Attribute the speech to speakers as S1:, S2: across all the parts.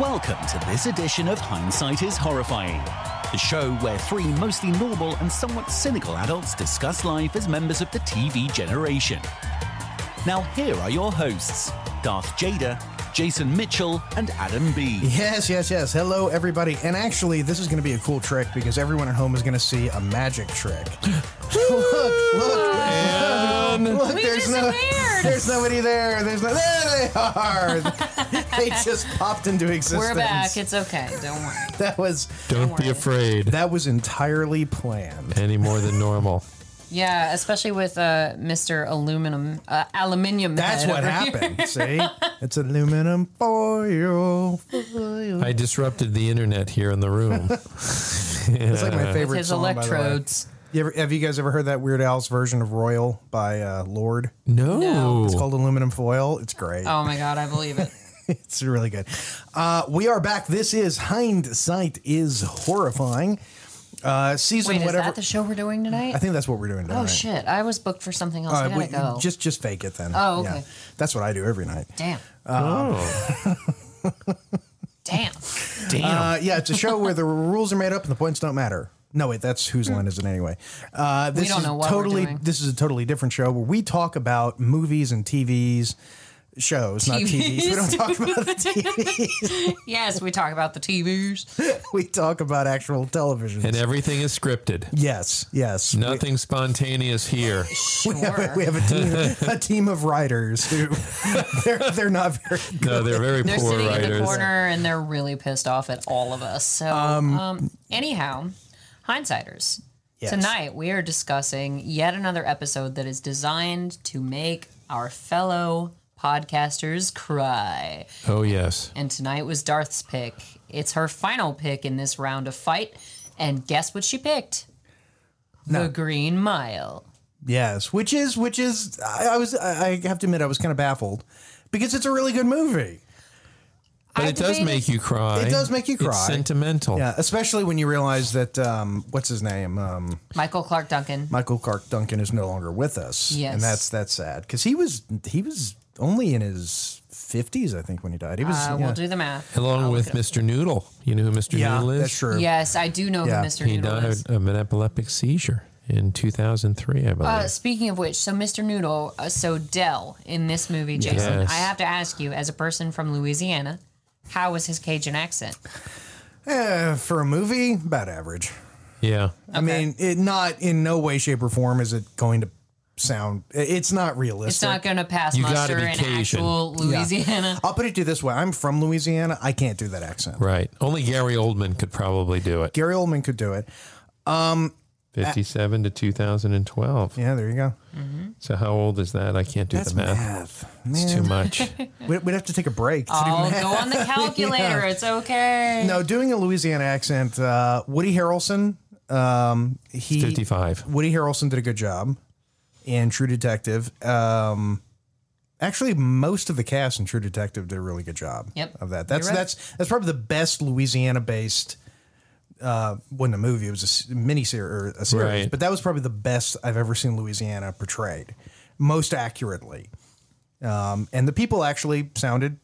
S1: Welcome to this edition of Hindsight is Horrifying, the show where three mostly normal and somewhat cynical adults discuss life as members of the TV generation. Now, here are your hosts Darth Jada, Jason Mitchell, and Adam B.
S2: Yes, yes, yes. Hello, everybody. And actually, this is going to be a cool trick because everyone at home is going to see a magic trick. look, look, look, look.
S3: We
S2: There's no,
S3: disappeared.
S2: there's nobody there. There's no. There they are. they just popped into existence.
S3: We're back. It's okay. Don't worry.
S2: that was
S4: Don't be
S3: worry.
S4: afraid
S2: that was entirely planned.
S4: any more than normal.
S3: Yeah, especially with uh, Mr. Aluminum, uh, aluminium.
S2: That's
S3: head
S2: what
S3: over here.
S2: happened. See, it's aluminum foil.
S4: I disrupted the internet here in the room.
S2: It's like my favorite
S3: His
S2: song. by the way.
S3: electrodes.
S2: You ever, have you guys ever heard that Weird Al's version of Royal by uh, Lord?
S4: No.
S3: No.
S2: It's called aluminum foil. It's great.
S3: Oh my god, I believe it.
S2: It's really good. Uh, we are back. This is hindsight is horrifying. Uh, season
S3: Wait, is
S2: whatever.
S3: that the show we're doing tonight?
S2: I think that's what we're doing.
S3: oh
S2: Tonight.
S3: shit, I was booked for something else.
S2: All
S3: I
S2: right,
S3: gotta
S2: wait,
S3: go.
S2: Just just fake it then.
S3: Oh, okay.
S2: That's what I do every night.
S3: Damn.
S2: Um,
S4: Oh.
S3: Damn.
S4: Um,
S2: Uh, yeah, it's a show where the rules are made up and the points don't matter. No, wait, that's whose line is it anyway? Uh, this
S3: Hmm. don't
S2: is
S3: know what we're
S2: totally.
S3: doing.
S2: This is a totally different show where we talk about movies and TVs, shows, not TVs. We don't talk about the TVs.
S3: yes, we talk about the TVs.
S2: we talk about actual television.
S4: And everything is scripted.
S2: yes, yes.
S4: Nothing spontaneous here.
S3: Sure.
S2: We have a team, a team of writers who they're, they're not very good.
S4: No, they're very
S3: they're
S4: poor
S3: sitting in the
S4: writers.
S3: corner and they're really pissed off at all of us. So, um, anyhow, hindsiders.
S2: Yes.
S3: Tonight we are discussing yet another episode that is designed to make our fellow podcasters cry.
S4: Oh yes.
S3: And tonight was Darth's pick. It's her final pick in this round of fight. And guess what she picked? The Green Mile.
S2: Yes, which is which is I, I was I I have to admit I was kind of baffled because it's a really good movie.
S4: But
S3: I
S4: it does
S3: debated-
S4: make you cry.
S2: It does make you
S4: It's
S2: cry.
S4: sentimental.
S2: Yeah, especially when you realize that um, what's his name um,
S3: Michael Clark Duncan.
S2: Michael Clark Duncan is no longer with us.
S3: Yes.
S2: and that's that's sad because he was he was only in his fifties I think when he died. He was
S3: Uh,
S2: yeah.
S3: We'll do the math.
S4: Along with Mr. Noodle. You know who Mr.
S2: yeah,
S4: Noodle is?
S2: that's true.
S3: Yes, I do know
S2: Yeah.
S3: who Mr.
S4: He
S3: Noodle
S4: died
S3: is.
S4: of an epileptic seizure in 2003, I believe.
S3: Uh, speaking of which, so Mr. Noodle, uh, so Dell in this movie, Jason,
S4: Yes.
S3: I have to ask you, as a person from Louisiana, how was his Cajun accent?
S2: Eh, for a movie, about average.
S4: yeah.
S2: I mean, it not in no way, shape, or form is it going to sound. i- It's not realistic.
S3: It's not going to pass
S4: You gotta
S3: muster
S4: be
S3: in
S4: Cajun.
S3: actual Louisiana.
S2: I'll put it to you this way: I'm from Louisiana. I can't do that accent.
S4: Right. Only Gary Oldman could probably do it.
S2: Gary Oldman could do it.
S4: 57 to 2012.
S2: Yeah, there you go.
S4: So how old is that? I can't do
S2: That's
S4: the math.
S2: math.
S4: It's too much.
S2: We- We'd have to take a break. to do
S3: I'll
S2: math.
S3: go on the calculator. It's okay.
S2: No, doing a Louisiana accent. Uh, Woody Harrelson. Um, he
S4: 55.
S2: Woody Harrelson did a good job in True Detective. Um, actually, most of the cast in True Detective did a really good job.
S3: Yep.
S2: Of that, that's
S3: You're right.
S2: that's that's probably the best Louisiana-based. Uh, wasn't a movie; it was a s- mini series, a series.
S4: Right.
S2: But that was probably the best I've ever seen Louisiana portrayed, most accurately. Um, and the people actually sounded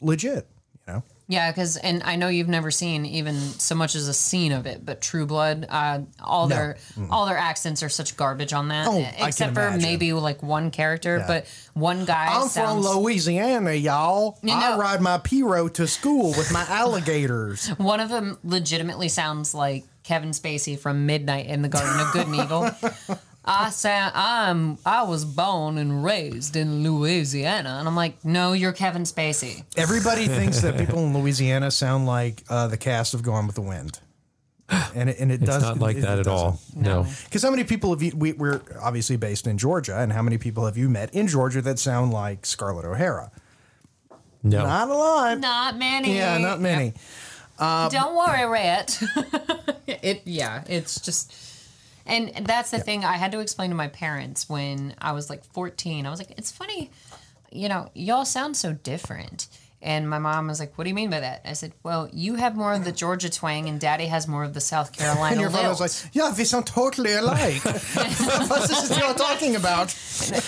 S2: legit. You know,
S3: Yeah, because and I know you've never seen even so much as a scene of it, but True Blood, uh, all their all their accents are such garbage on that,
S2: Oh, I can
S3: except for
S2: imagine.
S3: maybe like one character, but one guy
S2: I'm
S3: sounds
S2: from Louisiana, y'all. I
S3: know-
S2: ride my P-Ro to school with my alligators.
S3: one of them legitimately sounds like Kevin Spacey from Midnight in the Garden of Good and Evil. I sound I'm I was born and raised in Louisiana, and I'm like, no, you're Kevin Spacey.
S2: Everybody thinks that people in Louisiana sound like uh, the cast of Gone with the Wind, and it, and it
S4: It's
S2: does
S4: not like
S2: it,
S4: that at all. No.
S2: Because how many people have you? We, we're obviously based in Georgia, and how many people have you met in Georgia that sound like Scarlett O'Hara?
S4: No.
S2: Not a lot.
S3: Not many.
S2: Yeah, not many.
S3: Don't worry, Rhett. it yeah, it's just and that's the thing I had to explain to my parents when I was like 14. I was like, "It's funny, you know, y'all sound so different." And my mom was like, "What do you mean by that?" I said, "Well, you have more of the Georgia twang, and Daddy has more of the South Carolina."
S2: And your father was
S3: lilt."
S2: like, yeah, we sound totally alike. this is what you're talking about.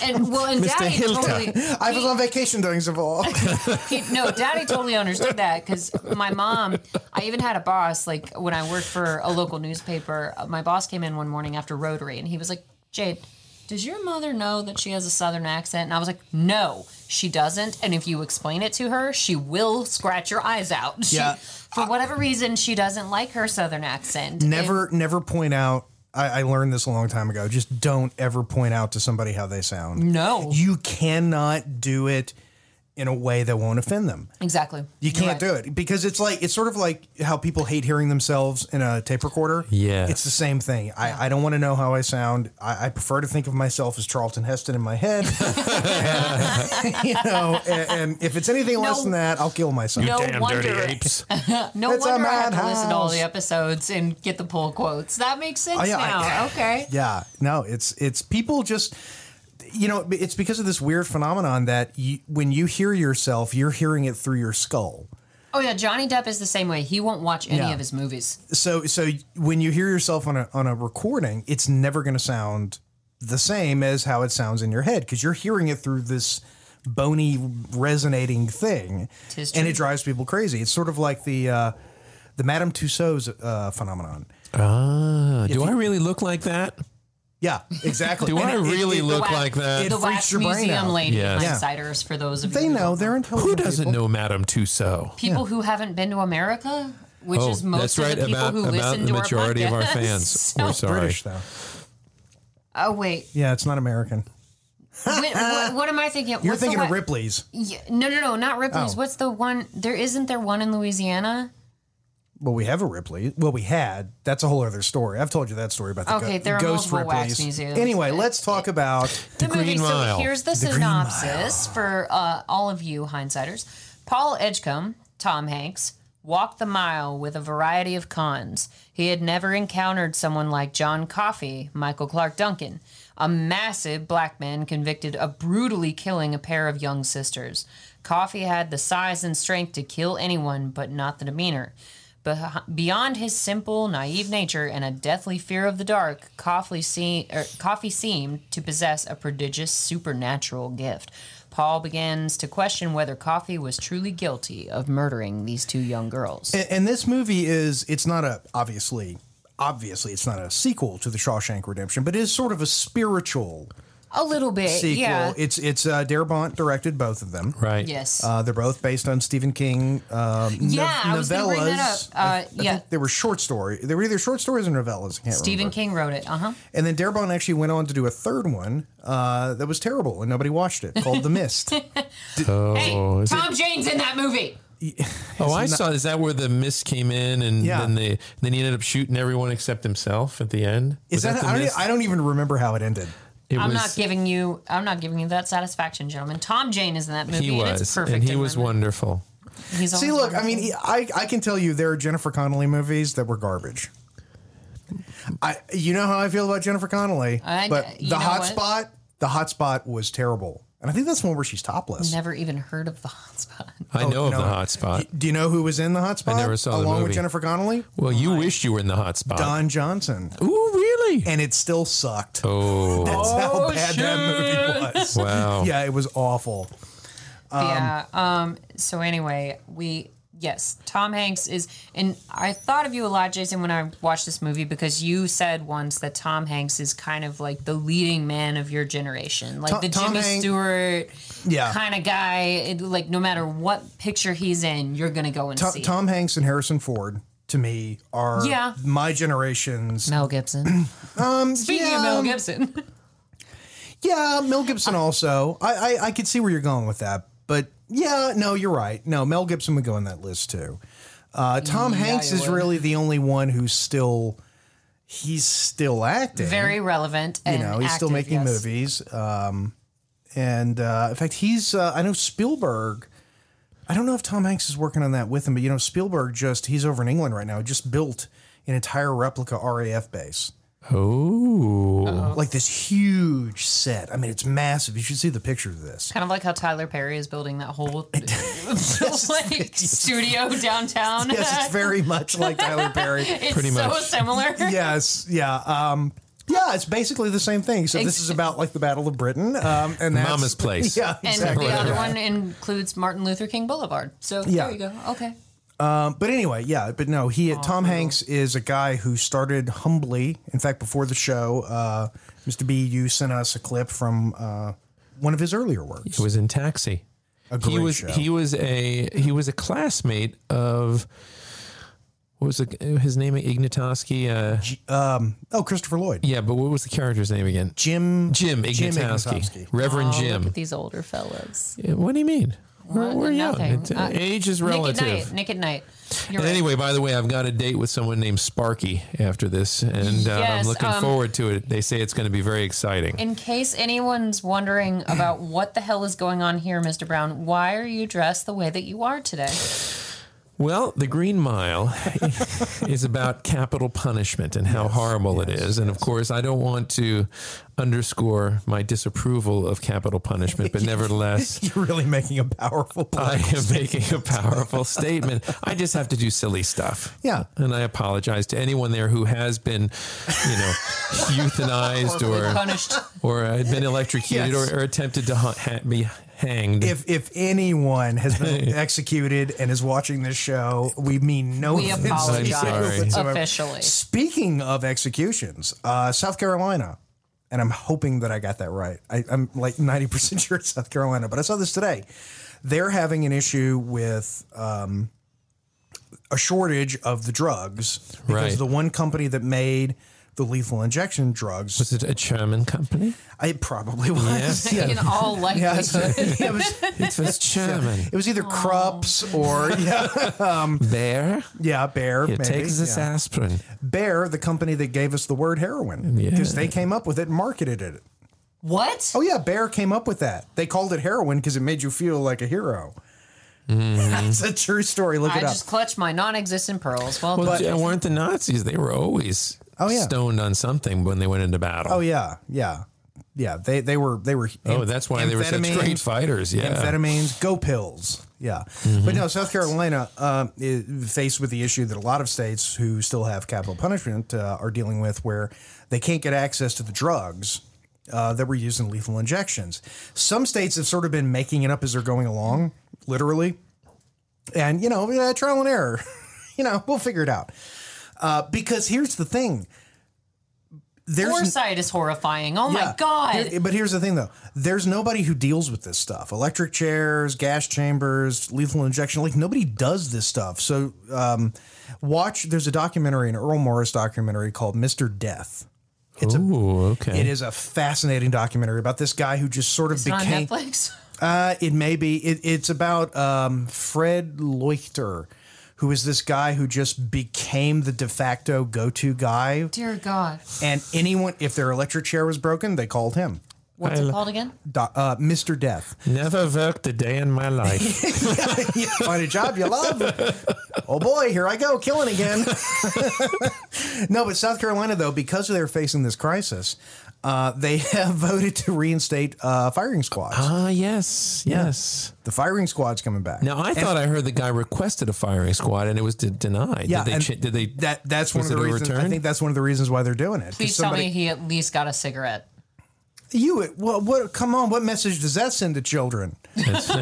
S3: and well, and
S2: Mr.
S3: Daddy
S2: Hilton.
S3: totally.
S2: I was on vacation during the war.
S3: he- no, Daddy totally understood that because my mom. I even had a boss like when I worked for a local newspaper. uh, My boss came in one morning after Rotary, and he was like, "Jade, does your mother know that she has a Southern accent?" And I was like, "No, she doesn't. And if you explain it to her, she will scratch your eyes out. She,
S2: Yeah.
S3: For whatever reason, she doesn't like her Southern accent.
S2: Never, never point out. I, I learned this a long time ago. Just don't ever point out to somebody how they sound.
S3: No.
S2: You cannot do it in a way that won't offend them.
S3: exactly.
S2: You can't
S3: You're right.
S2: do it because it's like it's sort of like how people hate hearing themselves in a tape recorder.
S4: Yes.
S2: it's the same thing. I, I don't want to know how I sound. I, I prefer to think of myself as Charlton Heston in my head. and, you know, and, and if it's anything less
S3: No.
S2: than that, I'll kill myself.
S3: No wonder. No
S2: It's a
S3: wonder I have to listen to all
S2: madhouse.
S3: the episodes and get the pull quotes. That makes sense
S2: Oh, yeah, I-
S3: now. okay.
S2: Yeah, no, it's it's people just you know it's because of this weird phenomenon that you, when you hear yourself, you're hearing it through your skull.
S3: Oh yeah, Johnny Depp is the same way. He won't watch any
S2: Yeah.
S3: of his movies.
S2: So so when you hear yourself on a on a recording, it's never going to sound the same as how it sounds in your head because you're hearing it through this bony resonating thing,
S3: Tis
S2: and
S3: true.
S2: it drives people crazy. It's sort of like the uh, the Madame Tussauds uh, phenomenon.
S4: Ah, do I really look like that?
S2: Yeah, exactly.
S4: Do
S2: And
S4: I
S2: it- it-
S4: really
S2: it-
S4: look
S3: wax-
S4: like that?
S2: It
S3: the
S2: freaks
S3: Wax
S2: your brain
S3: Museum
S2: out.
S3: lady
S4: Yeah.
S2: Yeah.
S3: insiders for those of
S2: They
S3: you who
S2: know
S3: don't
S2: they're intelligent.
S4: Who doesn't
S2: people.
S4: know Madame Tussaud?
S3: people who haven't been to America, which
S4: Oh,
S3: is most
S4: that's
S3: of
S4: right.
S3: the people
S4: About,
S3: who
S4: about
S3: listen
S4: the
S3: to
S4: majority
S3: our
S4: of our
S3: podcast.
S4: fans.
S3: So-
S4: We're sorry.
S2: British though.
S3: oh wait,
S2: Yeah, it's not American.
S3: Wait, what, what am I thinking?
S2: You're
S3: What's the
S2: thinking of
S3: one-
S2: Ripley's.
S3: Yeah, no, no, no, not Ripley's.
S2: Oh.
S3: What's the one? There isn't there one in Louisiana?
S2: Well, we have a Ripley. Well, we had. That's a whole other story. I've told you that story about the
S3: Okay,
S2: go-
S3: there are
S2: ghost
S3: multiple wax
S2: Ripley's.
S3: museums.
S2: Anyway, let's talk about.
S3: the movie.
S4: Green Mile.
S3: So here's the,
S2: Green
S3: synopsis for uh, all of you hindsighters. Paul Edgecombe, Tom Hanks, walked the mile with a variety of cons. He had never encountered someone like John Coffey, Michael Clark Duncan, a massive black man convicted of brutally killing a pair of young sisters. Coffey had the size and strength to kill anyone, but not the demeanor. Beh- Beyond his simple, naive nature and a deathly fear of the dark, Coffey, se- er, Coffey seemed to possess a prodigious supernatural gift. Paul begins to question whether Coffey was truly guilty of murdering these two young girls.
S2: And, and this movie is. It's not a obviously. Obviously, it's not a sequel to The Shawshank Redemption, but it is sort of a spiritual
S3: a little bit,
S2: sequel.
S3: Eh, yeah.
S2: It's it's uh, Darabont directed both of them.
S4: Right.
S3: yes.
S2: Uh, they're both based on Stephen King um,
S3: yeah, I was going to bring that
S2: novellas.
S3: up. Uh, yeah.
S2: They were short story. They were either short stories or novellas. I can't
S3: Stephen
S2: remember.
S3: King wrote it. Uh huh.
S2: And then Darabont actually went on to do a third one uh, that was terrible and nobody watched it called The Mist.
S4: Oh,
S3: Hey,
S4: is it-
S3: Tom Jane's in that movie.
S4: Oh, I saw. Is that where the mist came in, and
S2: Yeah.
S4: then they then he ended up shooting everyone except himself at the end?
S2: Is
S4: Was
S2: that,
S4: the
S2: I, don't, e-,
S4: mist?
S2: I don't even remember how it ended.
S4: It
S3: I'm
S4: was-
S3: not giving you. I'm not giving you that satisfaction, gentlemen. Tom Jane is in that movie.
S4: He
S3: and it's
S4: was,
S3: perfect.
S4: and he
S3: in
S4: was
S3: my mind.
S4: wonderful.
S3: He's
S2: See,
S3: always
S2: look, I
S3: wonderful.
S2: mean, I, I can tell you there are Jennifer Connelly movies that were garbage. I you know how I feel about Jennifer Connelly,
S3: I-
S2: but
S3: you
S2: the
S3: know
S2: hot
S3: what?
S2: spot, the hot spot was terrible, and I think that's the one where she's topless.
S3: never even heard of the hotspot.
S4: I know of
S2: Oh, no.
S4: the hot spot.
S2: Do you know who was in the hot spot?
S4: never saw the
S2: along with
S4: movie.
S2: Jennifer Connelly,
S4: Well, you wished you were in the hot spot.
S2: Don Johnson,
S4: Ooh, really?
S2: and it still sucked.
S4: oh,
S2: That's how bad that movie was.
S4: wow.
S2: Yeah, it was awful.
S3: yeah. Um. So anyway, we yes, Tom Hanks is, and I thought of you a lot, Jason, when I watched this movie because you said once that Tom Hanks is kind of like the leading man of your generation, like
S2: Tom-
S3: the
S2: Tom
S3: Jimmy
S2: Hank-
S3: Stewart
S2: Yeah.
S3: kind of guy. It, like no matter what picture he's in, you're gonna go and
S2: Tom,
S3: see.
S2: Tom Hanks and Harrison Ford to me are
S3: Yeah.
S2: my generation's.
S3: Mel Gibson.
S2: Um,
S3: Speaking
S2: yeah,
S3: of Mel Gibson,
S2: yeah, Mel Gibson also. I, I I could see where you're going with that, but yeah, no, you're right. No, Mel Gibson would go in that list too. Uh, Tom Hanks
S3: you
S2: is
S3: would.
S2: really the only one who's still he's still acting.
S3: very relevant. And
S2: you know, he's still
S3: active,
S2: making
S3: yes.
S2: movies. Um, and uh, in fact, he's uh, I know Spielberg. I don't know if Tom Hanks is working on that with him, but you know, Spielberg just he's over in England right now. Just built an entire replica RAF base.
S4: Oh,
S2: Like this huge set. I mean, it's massive. You should see the picture of this.
S3: Kind of like how Tyler Perry is building that whole like studio downtown.
S2: Yes, it's very much like Tyler Perry.
S3: It's
S4: Pretty
S3: so
S4: much.
S3: similar.
S2: yes, yeah. Um, yeah, it's basically the same thing. So this is about like the Battle of Britain, um, and that's,
S4: Mama's place.
S2: Yeah,
S3: And uh,
S2: exactly.
S3: the other one includes Martin Luther King Boulevard. So
S2: Yeah.
S3: there you go. Okay.
S2: But anyway, yeah, but no, he Tom Hanks is a guy who started humbly. In fact, before the show, uh, Mr. B, you sent us a clip from uh, one of his earlier works.
S4: it was in Taxi.
S2: A great
S4: He was
S2: show.
S4: he was a he was a classmate of what was the, his name Ignatowski? Uh,
S2: oh, Christopher Lloyd.
S4: yeah, but what was the character's name again?
S2: Jim.
S4: Jim Ignatowski,
S2: Ignatowski.
S4: Reverend
S3: Oh,
S4: Jim.
S3: Look at these older fellows.
S4: Yeah, What do you mean? We're,
S3: What?
S4: we're young.
S3: Nothing.
S4: It's-
S3: Uh,
S4: age is relative.
S3: Nick at night. Nick at night. You're
S4: And
S3: right.
S4: anyway, by the way, I've got a date with someone named Sparky after this, and uh, I'm
S3: Yes,
S4: looking
S3: um,
S4: forward to it. They say it's going to be very exciting.
S3: In case anyone's wondering about what the hell is going on here, Mr. Brown, why are you dressed the way that you are today?
S4: Well, the Green Mile is about capital punishment and how horrible it is. And of course, I don't want to underscore my disapproval of capital punishment, but nevertheless,
S2: You're really making a powerful
S4: I
S2: play.
S4: am making a powerful statement. I just have to do silly stuff.
S2: Yeah.
S4: And I apologize to anyone there who has been, you know, euthanized or
S3: Punished.
S4: or had been electrocuted
S2: Yes.
S4: or, or attempted to ha- ha- be hanged.
S2: If if anyone has been executed and is watching this show, we mean no
S3: We
S2: offense.
S3: apologize
S4: sorry.
S2: whatsoever.
S3: officially.
S2: Speaking of executions, uh, South Carolina, and I'm hoping that I got that right. I, I'm like 90% sure it's South Carolina, but I saw this today. They're having an issue with um, a shortage of the drugs because
S4: Right.
S2: the one company that made the lethal injection drugs,
S4: Is it a German company?
S2: it probably was. Yeah.
S3: In all
S2: Yeah, so
S3: likelihood.
S2: it, was,
S4: It was German.
S2: it was either Krups or yeah,
S4: Bear.
S2: yeah Bear.
S4: It
S2: maybe.
S4: takes this
S2: yeah.
S4: aspirin.
S2: Bear, the company that gave us the word heroin, because
S4: Yeah.
S2: they came up with it and marketed it.
S3: What?
S2: Oh yeah, Bear came up with that. They called it heroin because it made you feel like a hero.
S4: Mm-hmm.
S2: That's a true story. Look
S3: I
S2: it up.
S3: just clutched my non existent pearls. Well,
S4: Well, yeah, weren't the Nazis? They were always
S2: Oh, yeah.
S4: stoned on something when they went into battle.
S2: Oh yeah, yeah, yeah. They they were they were.
S4: Oh, that's why they were such
S2: amphetamines-
S4: great fighters. Yeah.
S2: Amphetamines, go pills. Yeah, but no, South Carolina um, is faced with the issue that a lot of states who still have capital punishment uh, are dealing with, where they can't get access to the drugs. Uh, that were used in lethal injections. Some states have sort of been making it up as they're going along, literally. and you know uh, trial and error you know we'll figure it out uh, because here's the thing there's
S3: foresight is horrifying. Oh
S2: yeah.
S3: my God.
S2: Here- but here's the thing though there's nobody who deals with this stuff electric chairs gas chambers lethal injection like nobody does this stuff so um, watch there's a documentary an earl morris documentary called mr death
S4: Ooh, okay.
S2: it is a fascinating documentary about this guy who just sort of
S3: on
S2: became
S3: Netflix.
S2: Uh, it may be. It, it's about um, Fred Leuchter, who is this guy who just became the de facto go to guy.
S3: Dear God.
S2: And anyone, if their electric chair was broken, they called him.
S3: What's it called again?
S2: Do- uh, Mr. Death.
S4: Never worked a day in my life.
S2: You Find a job you love. Oh boy, here I go, killing again. no, but South Carolina, though, because they're facing this crisis, uh, they have voted to reinstate uh, firing squads.
S4: Ah, yes, yes.
S2: The firing squad's coming back.
S4: Now I thought I heard the guy requested a firing squad and it was de- denied.
S2: Yeah,
S4: did they?
S2: and
S4: Ch- did they?
S2: that that's one of
S4: was
S2: the
S4: it
S2: reasons. I
S4: overturned?
S2: think that's one of the reasons why they're doing it. 'Cause
S3: Please tell me he at least got a cigarette.
S2: you. Well, what? Come on, what message does that send to children?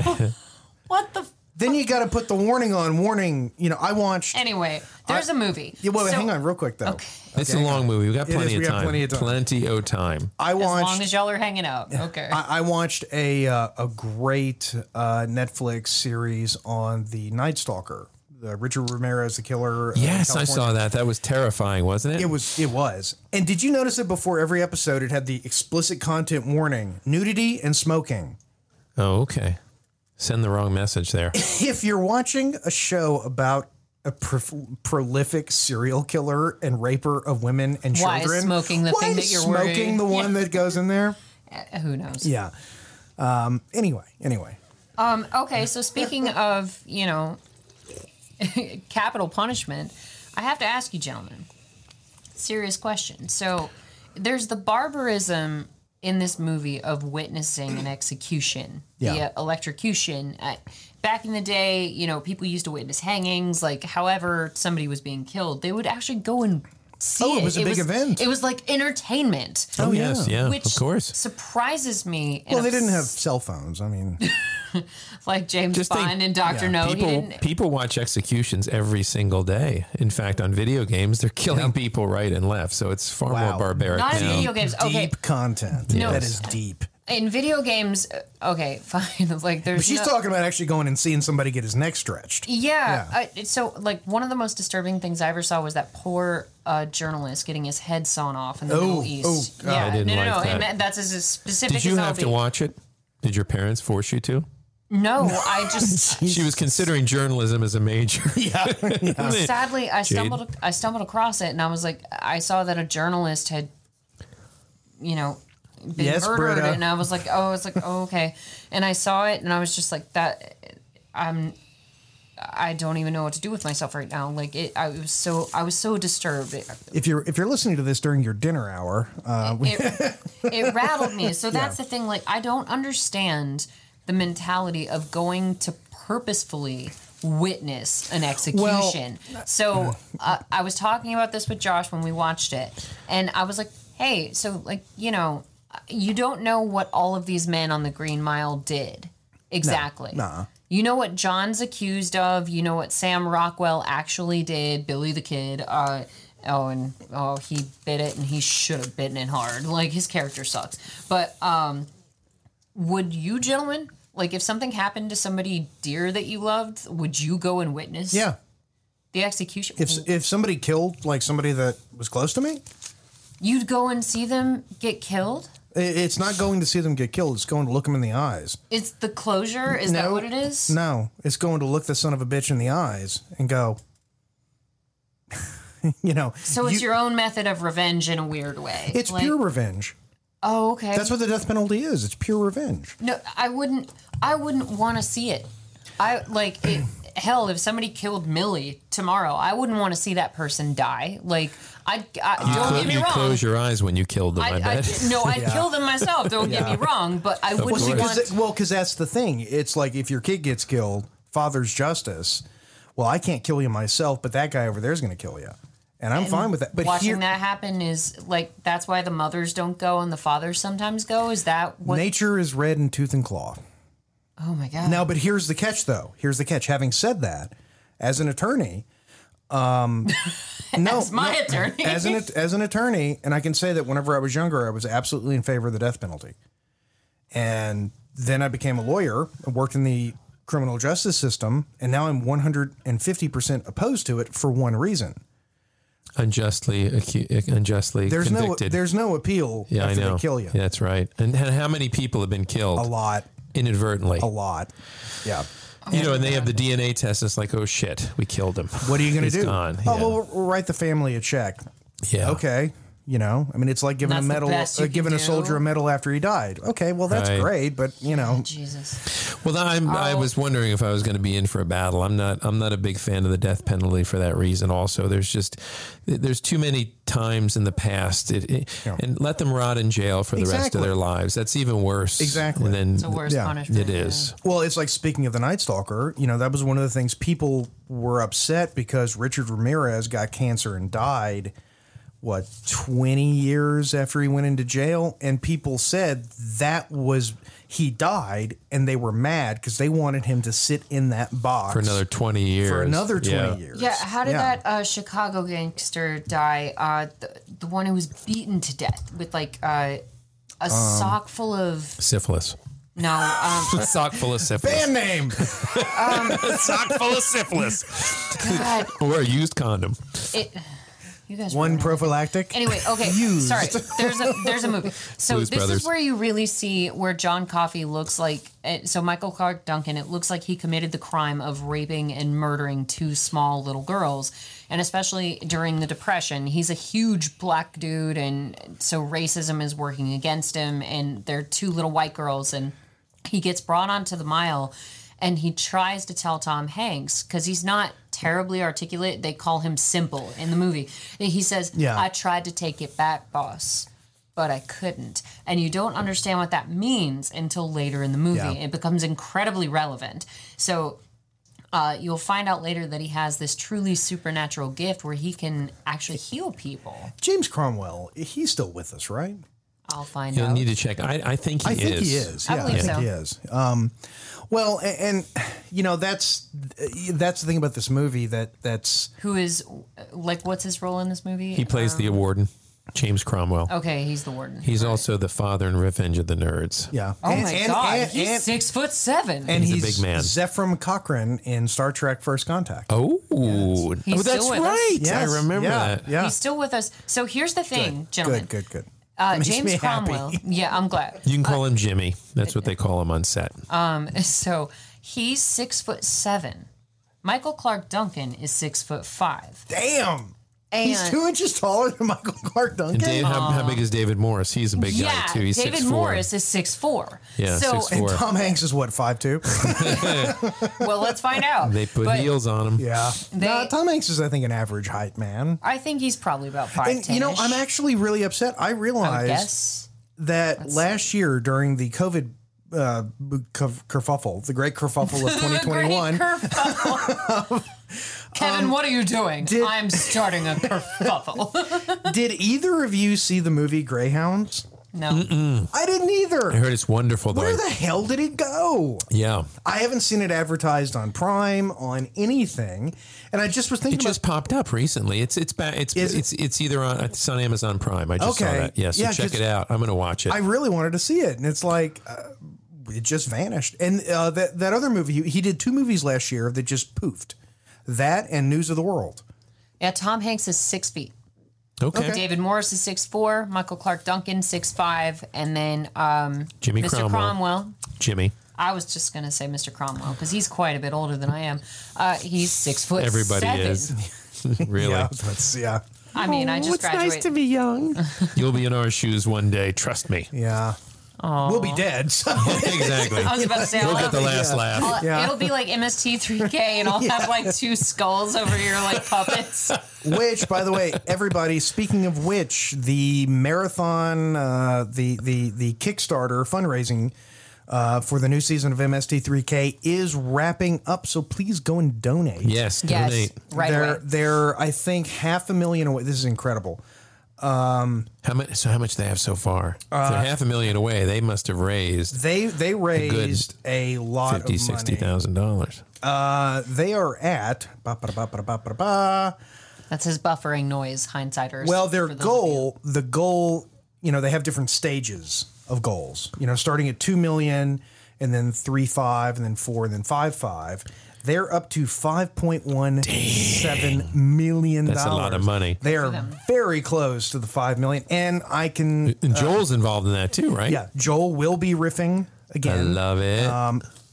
S3: What the? F-
S2: Then you got to put the warning on. Warning. You know, I watched.
S3: anyway, there's a movie.
S2: Yeah, wait, wait,
S3: So,
S2: hang on, real quick though.
S4: it's a long movie. We got
S2: It is,
S4: plenty
S2: we
S4: of
S2: got
S4: time.
S2: plenty of time. Uh,
S4: Plenty of time.
S2: I
S3: As long as
S2: watched.
S3: y'all are hanging out. Okay.
S2: I I watched a uh, a great uh, Netflix series on the Night Stalker. The Richard Ramirez, the killer. uh, in
S4: Yes, I
S2: California.
S4: saw that. That was terrifying, wasn't it?
S2: It was. It was. And did you notice that before every episode, it had the explicit content warning: nudity and smoking.
S4: Oh, okay. Send the wrong message there.
S2: if you're watching a show about a prof- prolific serial killer and raper of women and
S3: Why is
S2: children,
S3: smoking the
S2: why
S3: thing
S2: is
S3: that you're
S2: smoking
S3: worried-
S2: the one that goes in there?
S3: Eh, Who knows?
S2: Yeah. Um, anyway, anyway,
S3: Um, okay, so speaking of, you know, capital punishment, I have to ask you, gentlemen. serious question. So there's the barbarism in this movie of witnessing an execution,
S2: Yeah.
S3: the uh, electrocution. Uh, back in the day, you know, people used to witness hangings. Like, however somebody was being killed, they would actually go and see
S2: Oh, it was a big event.
S3: It was like entertainment.
S4: Oh, yes, yeah,
S3: which
S4: of course.
S3: surprises me. and
S2: Well, they didn't have
S3: ups-
S2: cell phones. I mean,
S3: like James
S4: Just think
S3: Bond and Doctor No. he
S4: people
S3: didn't,
S4: people watch executions every single day. In fact, on video games, they're killing people right and left. So it's far
S2: Wow.
S4: more barbaric
S3: not in
S4: now.
S3: video games. Okay,
S2: deep content.
S3: No.
S2: That is deep.
S3: in video games. uh, Okay, fine. like there's.
S2: But she's
S3: no-
S2: talking about actually going and seeing somebody get his neck stretched.
S3: Yeah.
S2: Yeah.
S3: I- it's so, like, one of the most disturbing things I ever saw was that poor uh, journalist getting his head sawn off in the
S2: Oh,
S3: Middle East.
S2: oh, God.
S3: yeah.
S4: I didn't
S3: no, no, no.
S4: like that.
S3: And that's as specific
S4: Did you
S3: as
S4: have
S3: I'll
S4: to
S3: be.
S4: watch it? Did your parents force you to?
S3: No, I just
S4: She was considering journalism as a major.
S3: sadly I stumbled I stumbled across it and I was like I saw that a journalist had you know been
S2: Yes,
S3: murdered
S2: Britta.
S3: and I was like oh it's like oh, okay and I saw it and I was just like that I'm I don't even know what to do with myself right now like it I was so I was so disturbed it,
S2: If you're if you're listening to this during your dinner hour, uh, we,
S3: it, it rattled me. So that's the thing. Like, I don't understand the mentality of going to purposefully witness an execution. so uh, I was talking about this with Josh when we watched it, and I was like, hey, so, like, you know, you don't know what all of these men on the Green Mile did. Exactly.
S2: Nuh-uh.
S3: You know what John's accused of. You know what Sam Rockwell actually did. Billy the Kid. Uh, oh, and oh, he bit it, and he should have bitten it hard. Like his character sucks. But um, would you, gentlemen, like if something happened to somebody dear that you loved, would you go and witness?
S2: yeah.
S3: The execution.
S2: If if somebody killed like somebody that was close to me,
S3: You'd go and see them get killed.
S2: i- it's not going to see them get killed. It's going to look them in the eyes.
S3: It's the closure. Is that
S2: No.
S3: what it is?
S2: No, it's going to look the son of a bitch in the eyes and go. you know.
S3: So it's
S2: you-
S3: your own method of revenge in a weird way.
S2: It's
S3: Like-
S2: pure revenge.
S3: Oh, okay.
S2: That's what the death penalty is. It's pure revenge.
S3: No, I wouldn't. I wouldn't want to see it. I like it, hell if somebody killed Millie tomorrow. I wouldn't want to see that person die. Like I, I
S4: You,
S3: don't
S4: clo-
S3: get me
S4: you
S3: wrong.
S4: close your eyes when you killed them. I,
S3: I, I,
S4: bet.
S3: no, I'd kill them myself. Don't get me wrong, but I
S4: Well,
S3: wouldn't
S4: see, 'cause
S3: want.
S2: Th- Well, because that's the thing. It's like if your kid gets killed, father's justice. Well, I can't kill you myself, but that guy over there is going to kill you, and I'm fine with that. But
S3: watching
S2: here,
S3: that happen is like that's why the mothers don't go and the fathers sometimes go. Is that what?
S2: nature is red in tooth and claw.
S3: oh my god!
S2: Now, but here's the catch, though. Here's the catch. Having said that, as an attorney, um, no,
S3: As my
S2: no,
S3: attorney.
S2: as an as an attorney, and I can say that whenever I was younger, I was absolutely in favor of the death penalty, and then I became a lawyer and worked in the criminal justice system, and now I'm 150 percent opposed to it for one reason.
S4: unjustly acu- unjustly
S2: There's
S4: convicted.
S2: no there's no appeal
S4: yeah, I
S2: after
S4: know.
S2: they kill you.
S4: Yeah, that's right. And, and how many people have been killed
S2: A lot,
S4: inadvertently?
S2: a lot. Yeah.
S4: You know, and they have the DNA test. And it's like, oh shit, we killed him.
S2: What are you going to
S4: He's
S2: do?
S4: Gone.
S2: Oh,
S4: yeah.
S2: well, we'll- we'll write the family a check.
S4: yeah.
S2: okay you know i mean it's like giving
S3: That's
S2: a
S3: the
S2: medal
S3: best
S2: uh,
S3: you can
S2: giving a
S3: do.
S2: soldier a medal after he died okay well that's
S4: Right.
S2: great but you know
S3: Jesus.
S4: Well, I'm,
S2: Oh.
S4: I was wondering if I was going to be in for a battle. I'm not. I'm not a big fan of the death penalty for that reason. Also, there's just there's too many times in the past, it, it, and let them rot in jail for the rest of
S2: Exactly.
S4: their lives. That's even worse.
S2: Exactly.
S4: And then
S3: It's the worst
S2: Yeah,
S3: punishment.
S4: it is.
S2: well it's like speaking of the night stalker you know that was one of the things people were upset because richard ramirez got cancer and died what 20 years after he went into jail and people said that was he died and they were mad because they wanted him to sit in that box
S4: For another twenty years.
S2: for another 20
S4: Yeah.
S2: years
S3: Yeah, how did that uh, Chicago gangster die? Uh, the, the one who was beaten to death with like uh, a sock full of
S4: Syphilis.
S3: no. Um,
S4: Sock full of syphilis.
S2: band name
S4: Sock full of syphilis.
S3: God,
S4: or a used condom.
S3: it, you guys.
S2: one
S3: ruined it.
S2: prophylactic
S3: Anyway, okay. Sorry, there's a there's a movie. So
S4: Blues
S3: this
S4: Brothers.
S3: is where you really see where John Coffey looks like. eh, So Michael Clark Duncan, it looks like he committed the crime of raping and murdering two small little girls, and especially during the Depression, he's a huge black dude, and so racism is working against him. And they're two little white girls, and he gets brought onto the mile, and he tries to tell Tom Hanks because he's not terribly articulate. They call him simple in the movie. And he says,
S2: Yeah.
S3: I tried to take it back, boss, but I couldn't. And you don't understand what that means until later in the movie.
S2: Yeah.
S3: It becomes incredibly relevant. So uh, you'll find out later that he has this truly supernatural gift where he can actually heal people.
S2: James Cromwell, he's still with us, right?
S3: I'll find
S4: You'll
S3: out.
S4: need to check. I, I think he
S2: I
S4: is.
S2: think he is.
S3: I
S2: Yeah, I,
S3: believe
S2: think
S3: so.
S2: he is. Um, well, a- and, you know that's that's the thing about this movie that that's
S3: Who is, like, what's his role in this movie?
S4: He plays the warden, James Cromwell.
S3: okay, he's the warden.
S4: He's also the father in Revenge of the Nerds.
S2: yeah.
S3: oh my God, he's
S2: and,
S3: six foot seven.
S2: and
S4: He's
S2: he's,
S4: a big man.
S2: Zephram Cochrane in Star Trek: First Contact.
S4: Oh,
S3: He's
S4: oh, that's
S3: still with us.
S4: right.
S2: Yes,
S4: I remember
S2: yeah,
S4: that.
S2: Yeah,
S3: He's still with us. So here's the thing, gentlemen.
S2: good, good, good.
S3: Uh,
S2: Makes
S3: James
S2: me happy.
S3: Cromwell. Yeah, I'm glad.
S4: You can call him Jimmy. That's what they call him on set.
S3: So he's six foot seven. Michael Clark Duncan is six foot five.
S2: Damn,
S3: And
S2: he's two inches taller than Michael Clark Duncan.
S4: and Dave, how, how big is David Morris? He's a big
S3: yeah,
S4: guy too. He's
S3: David
S4: 6'4".
S3: Morris is six four.
S4: Yeah,
S3: so
S4: 6'4". Or-
S2: Tom Hanks is what five two.
S3: well, let's find out.
S4: They put
S3: But
S4: heels on him.
S2: yeah,
S3: They-
S2: Nah, Tom Hanks is I think an average height man.
S3: I think he's probably about five
S2: And you know, I'm actually really upset. I realized
S3: Yes.
S2: that last year during the COVID uh, bu- kerf- kerfuffle, the great kerfuffle of 2021,
S3: Kevin, what are you doing?
S2: did-
S3: I'm starting a kerfuffle.
S2: did either of you see the movie Greyhounds?
S3: no.
S2: I didn't
S4: I
S2: either.
S4: heard it's wonderful though.
S2: Where the hell did it go?
S4: yeah.
S2: I haven't seen it advertised on Prime on anything, and I just was thinking
S4: It
S2: about
S4: just popped up recently. It's it's ba- it's
S2: Is it-
S4: it's it's either on it's on Amazon Prime. I just
S2: Okay.
S4: saw that. Yeah, so
S2: Yeah,
S4: check
S2: 'cause
S4: it out. I'm gonna watch it.
S2: I really wanted to see it, and it's like uh, it just vanished. And uh, that that other movie, he, he did two movies last year that just poofed. That and News of the World.
S3: Yeah, Tom Hanks is six feet.
S4: okay.
S3: David Morris is six four. Michael Clark Duncan six five, and then um,
S4: Jimmy
S3: Mr.
S4: Cromwell.
S3: Cromwell.
S4: Jimmy.
S3: I was just gonna say Mr. Cromwell because he's quite a bit older than I am. Uh, he's six foot.
S4: Everybody
S3: seven.
S4: is. really.
S2: Yeah, that's yeah,
S3: I mean, I just graduated.
S4: be young. You'll be in our shoes one day. Trust me.
S2: yeah. We'll be dead. So.
S4: exactly.
S3: I was about to say,
S4: We'll
S3: I'll
S4: get the
S3: have-
S4: last laugh.
S3: I'll- it'll be like MST3K, and I'll have like two skulls over your like puppets.
S2: which, by the way, everybody. Speaking of which, the marathon, uh, the the the Kickstarter fundraising uh, for the new season of MST3K is wrapping up. So please go and donate.
S4: Yes,
S3: Yes,
S4: donate.
S3: right
S2: they're
S3: away.
S2: they're I think half a million away. This is incredible.
S4: How much? So how much they have so far?
S2: Uh,
S4: If They're half a million away. They must have raised
S2: They they raised a, lot
S4: fifty,
S2: of money.
S4: sixty thousand dollars.
S2: Uh, they are at ba, ba, ba, ba, ba, ba, ba.
S3: That's his buffering noise, hindsighters.
S2: well their
S3: for those of you.
S2: goal. The goal, you know, they have different stages of goals. You know, starting at two million, and then three five, and then four, and then five five. They're up to five point one seven million dollars.
S4: That's a lot of money.
S2: They are very close to the five million, and I can.
S4: And Joel's involved in that too, right?
S2: Uh, Yeah, Um, Joel will be riffing
S4: I
S2: again.
S4: love it.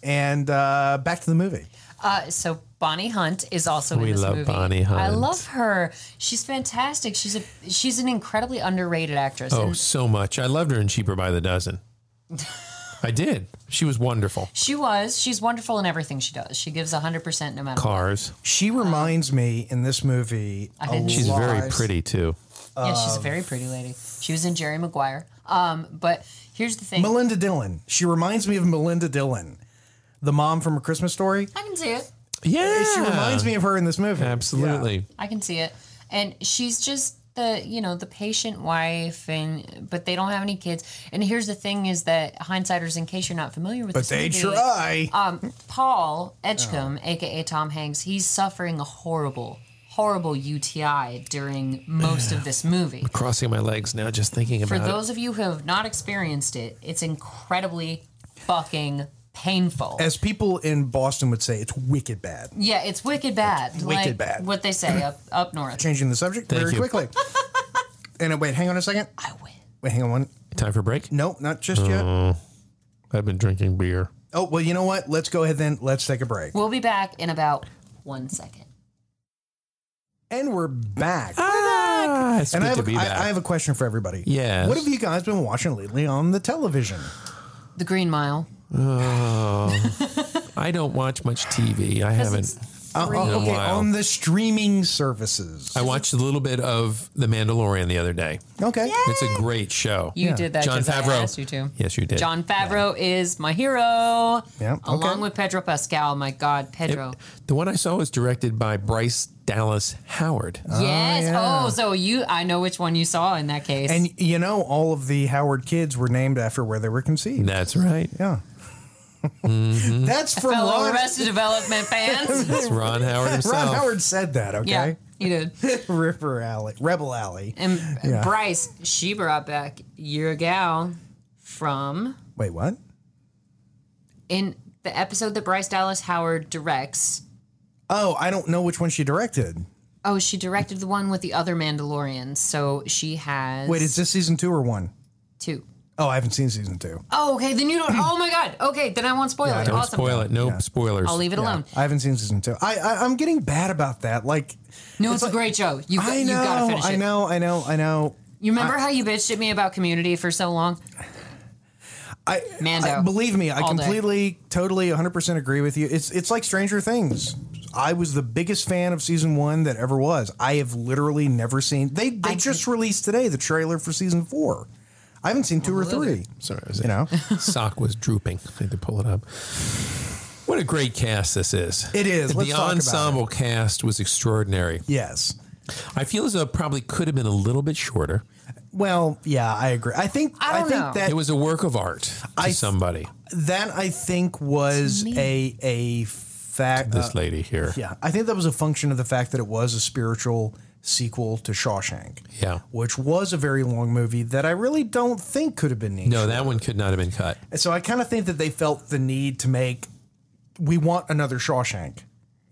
S2: and uh, back to the movie.
S3: Uh, so Bonnie Hunt is also in
S4: We
S3: this
S4: love
S3: movie.
S4: Bonnie Hunt.
S3: I love her. She's fantastic. She's a she's an incredibly underrated actress.
S4: oh,
S3: And
S4: so much. I loved her in Cheaper by the Dozen. I did. She was wonderful.
S3: She was. She's wonderful in everything she does. She gives 100% no matter what.
S4: Cars.
S2: She reminds me in this movie. a
S3: didn't-
S4: She's very
S2: lot-
S4: pretty too.
S3: Yeah, she's a very pretty lady. She was in Jerry Maguire. Um, but here's the thing.
S2: Melinda Dillon. She reminds me of Melinda Dillon, the mom from A Christmas Story.
S3: I can see it.
S4: Yeah.
S2: She reminds me of her in this movie.
S4: Absolutely.
S3: I can see it. And she's just the, you know, the patient wife and but they don't have any kids. And here's the thing is that hindsighters in case you're not familiar with
S2: But
S3: this
S2: they
S3: movie,
S2: try.
S3: Um, Paul Edgecombe, aka Tom Hanks, he's suffering a horrible, horrible UTI during most of this movie.
S4: Crossing my legs now, just thinking
S3: For
S4: about it.
S3: those of you who have not experienced it, it's incredibly fucking painful.
S2: As people in Boston would say, it's wicked bad.
S3: yeah, it's wicked bad.
S2: wicked
S3: like
S2: bad.
S3: What they say up up north.
S2: Changing the subject
S4: Thank
S2: very
S4: you.
S2: quickly. and uh, wait, hang on a second.
S3: I win.
S2: Wait, hang on one.
S4: Time for break.
S2: No, not just
S4: Uh.
S2: yet.
S4: I've been drinking beer.
S2: Oh, well, you know what? Let's go ahead then. Let's take a break.
S3: We'll be back in about one second.
S2: And we're back.
S4: Ah, it's
S2: and
S4: good
S2: I have,
S4: to be
S2: I-
S4: back.
S2: I have a question for everybody.
S4: Yes.
S2: What have you guys been watching lately on the television?
S3: The Green Mile.
S4: I don't watch much TV. I haven't.
S3: It's
S2: Uh,
S3: free.
S2: uh,
S4: a
S2: okay,
S4: while.
S2: on the streaming services.
S4: I watched a little bit of The Mandalorian the other day.
S2: Okay.
S4: It's a great show.
S3: You did that.
S4: John
S3: 'cause I
S4: Favreau.
S3: asked you to.
S4: Yes, you did.
S3: John Favreau is my hero.
S2: Yeah, okay.
S3: Along with Pedro Pascal. My God, Pedro.
S4: The one I saw was directed by Bryce Dallas Howard.
S3: yes.
S2: yeah.
S3: Oh, so you, I know which one you saw in that case.
S2: And you know, all of the Howard kids were named after where they were conceived.
S4: That's right.
S2: Yeah. That's from
S3: Fellow
S2: Ron,
S3: Arrested Development fans.
S4: It's Ron Howard himself.
S2: Ron Howard said that,
S3: yeah,
S2: okay?
S3: you did.
S2: Ripper Alley, Rebel Alley.
S3: And
S2: Yeah.
S3: Bryce, she brought back your gal from
S2: Wait, what?
S3: in the episode that Bryce Dallas Howard directs.
S2: Oh, I don't know which one she directed.
S3: Oh, she directed the one with the other Mandalorians. So she has
S2: Wait, is this season two or one?
S3: two.
S2: Oh, I haven't seen season two.
S3: Oh, okay. Then you don't. Oh my God. Okay, then I won't spoil it.
S4: Don't
S3: awesome.
S4: spoil it. No spoilers.
S3: I'll leave it alone.
S2: I haven't seen season two. I, I I'm getting bad about that. Like
S3: No, it's, a great show. You
S2: I
S3: you
S2: know,
S3: gotta finish it.
S2: I know, I know, I know.
S3: You remember how you bitched at me about Community for so long?
S2: I,
S3: Mando.
S2: I- believe me, I
S3: All day.
S2: completely, totally, 100% agree with you. It's it's like Stranger Things. I was the biggest fan of season one that ever was. I have literally never seen. They they
S3: I-
S2: just released today the trailer for season four. I haven't seen two or three.
S4: Sorry, I was
S2: You know,
S4: sock was drooping. I had to pull it up. What a great cast this is.
S2: It is.
S4: The
S2: Let's talk about
S4: ensemble cast was extraordinary.
S2: yes.
S4: I feel as though it probably could have been a little bit shorter.
S2: Well, yeah, I agree. I think
S3: I
S2: I,
S3: don't
S2: think
S3: know.
S2: that
S4: It was a work of art to
S2: I-
S4: somebody.
S2: that I think was a a fact. uh,
S4: This lady here.
S2: Yeah, I think that was a function of the fact that it was a spiritual sequel to Shawshank.
S4: Yeah.
S2: which was a very long movie that I really don't think could have been needed.
S4: No, that one could not have been cut.
S2: So I kind of think that they felt the need to make we want another Shawshank,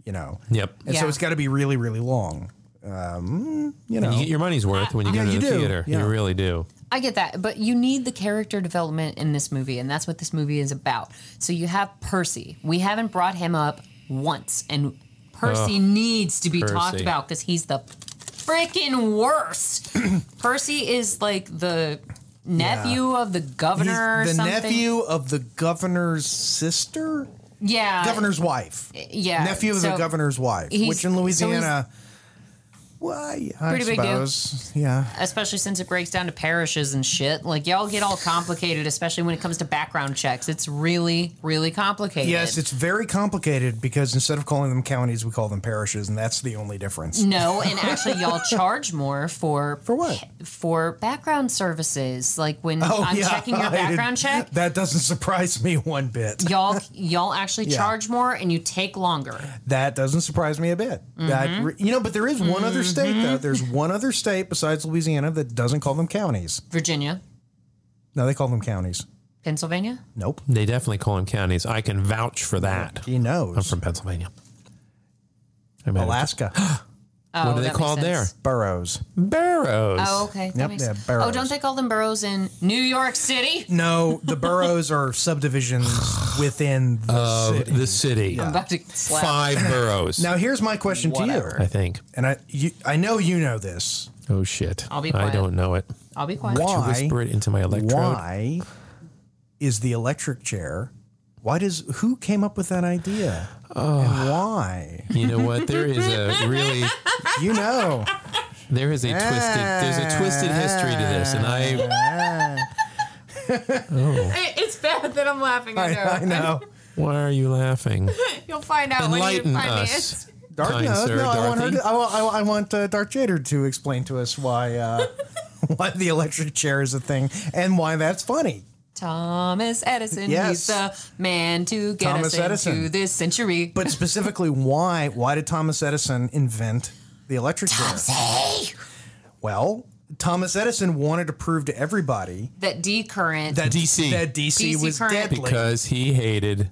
S2: you know.
S4: Yep.
S2: And so
S3: Yeah.
S2: it's got to be really really long. Um, you know.
S3: Oh.
S4: You get your money's worth when you go
S2: Yeah,
S4: to
S2: you
S4: the
S2: do.
S4: theater.
S2: Yeah.
S4: You really do.
S3: I get that, but you need the character development in this movie, and that's what this movie is about. So you have Percy. We haven't brought him up once, and Percy needs to be talked
S4: Percy.
S3: about because he's the freaking worst. Percy is like the nephew of the
S2: He's
S3: governor or
S2: the
S3: something.
S2: nephew of the governor's sister,
S3: yeah,
S2: governor's wife,
S3: yeah,
S2: nephew of the
S3: so
S2: governor's wife,
S3: he's-
S2: which in
S3: so he's-
S2: Louisiana, well, I, I
S3: Pretty big deal.
S2: suppose, yeah.
S3: Especially since it breaks down to parishes and shit. Like y'all get all complicated, especially when it comes to background checks. It's really, really complicated.
S2: Yes, it's very complicated because instead of calling them counties, we call them parishes, and that's the only difference.
S3: No, and actually, y'all charge more for
S2: For what?
S3: For background services, like when I'm
S2: Oh, yeah,
S3: checking
S2: I
S3: your
S2: didn't-
S3: background check,
S2: That doesn't surprise me one bit.
S3: y'all y'all actually
S2: Yeah.
S3: charge more and you take longer.
S2: That doesn't surprise me a bit. That re- you know, but there is one other state though. There's one other state besides Louisiana that doesn't call them counties.
S3: Virginia,
S2: No, they call them counties.
S3: Pennsylvania,
S2: Nope.
S4: They definitely call them counties. I can vouch for that.
S2: He
S4: I'm
S2: knows.
S4: from Pennsylvania. I mean,
S2: Alaska.
S3: oh,
S4: What are they
S3: that makes
S4: called there?
S3: sense.
S2: Burrows.
S4: Barrows.
S3: Oh, okay. That
S2: Yep,
S3: makes
S2: yeah,
S3: sense.
S2: boroughs.
S3: Oh, don't they call them boroughs in New York City?
S2: No, the burrows are subdivisions within the city.
S4: The city.
S3: I'm about to get slapped.
S4: Five boroughs.
S2: Now here's my question
S3: Whatever.
S2: to
S4: I
S2: you.
S4: think.
S2: And I you, I know you know this.
S4: Oh shit.
S3: I'll be
S4: I
S3: quiet.
S4: don't know it.
S3: I'll be quiet.
S2: Why?
S4: To whisper it into my electrode.
S2: Why is the electric chair? Why does who came up with that idea? And why?
S4: You know what? There is a really
S2: You know.
S4: there is a twisted there's a twisted history to this and I
S3: It- It's bad that I'm laughing. I
S2: I,
S3: know.
S2: I know.
S4: why are you laughing?
S3: You'll find out when you
S4: Enlighten
S3: find it.
S4: us.
S2: Dark,
S4: kind
S2: no,
S4: sir
S2: no, I want her.
S4: Dorothy.
S2: To, I want, I want- I want uh, Dark Jader to explain to us why uh, why the electric chair is a thing and why that's funny.
S3: Thomas Edison.
S2: Yes.
S3: He's the man to get
S2: Thomas
S3: us into
S2: Edison.
S3: this century.
S2: But specifically, why why did Thomas Edison invent the electric
S3: E-
S2: chair?
S3: Say
S2: Well, Thomas Edison wanted to prove to everybody
S3: that D current.
S2: that
S4: DC.
S2: that DC,
S3: DC
S2: was
S3: current.
S2: deadly.
S4: Because he hated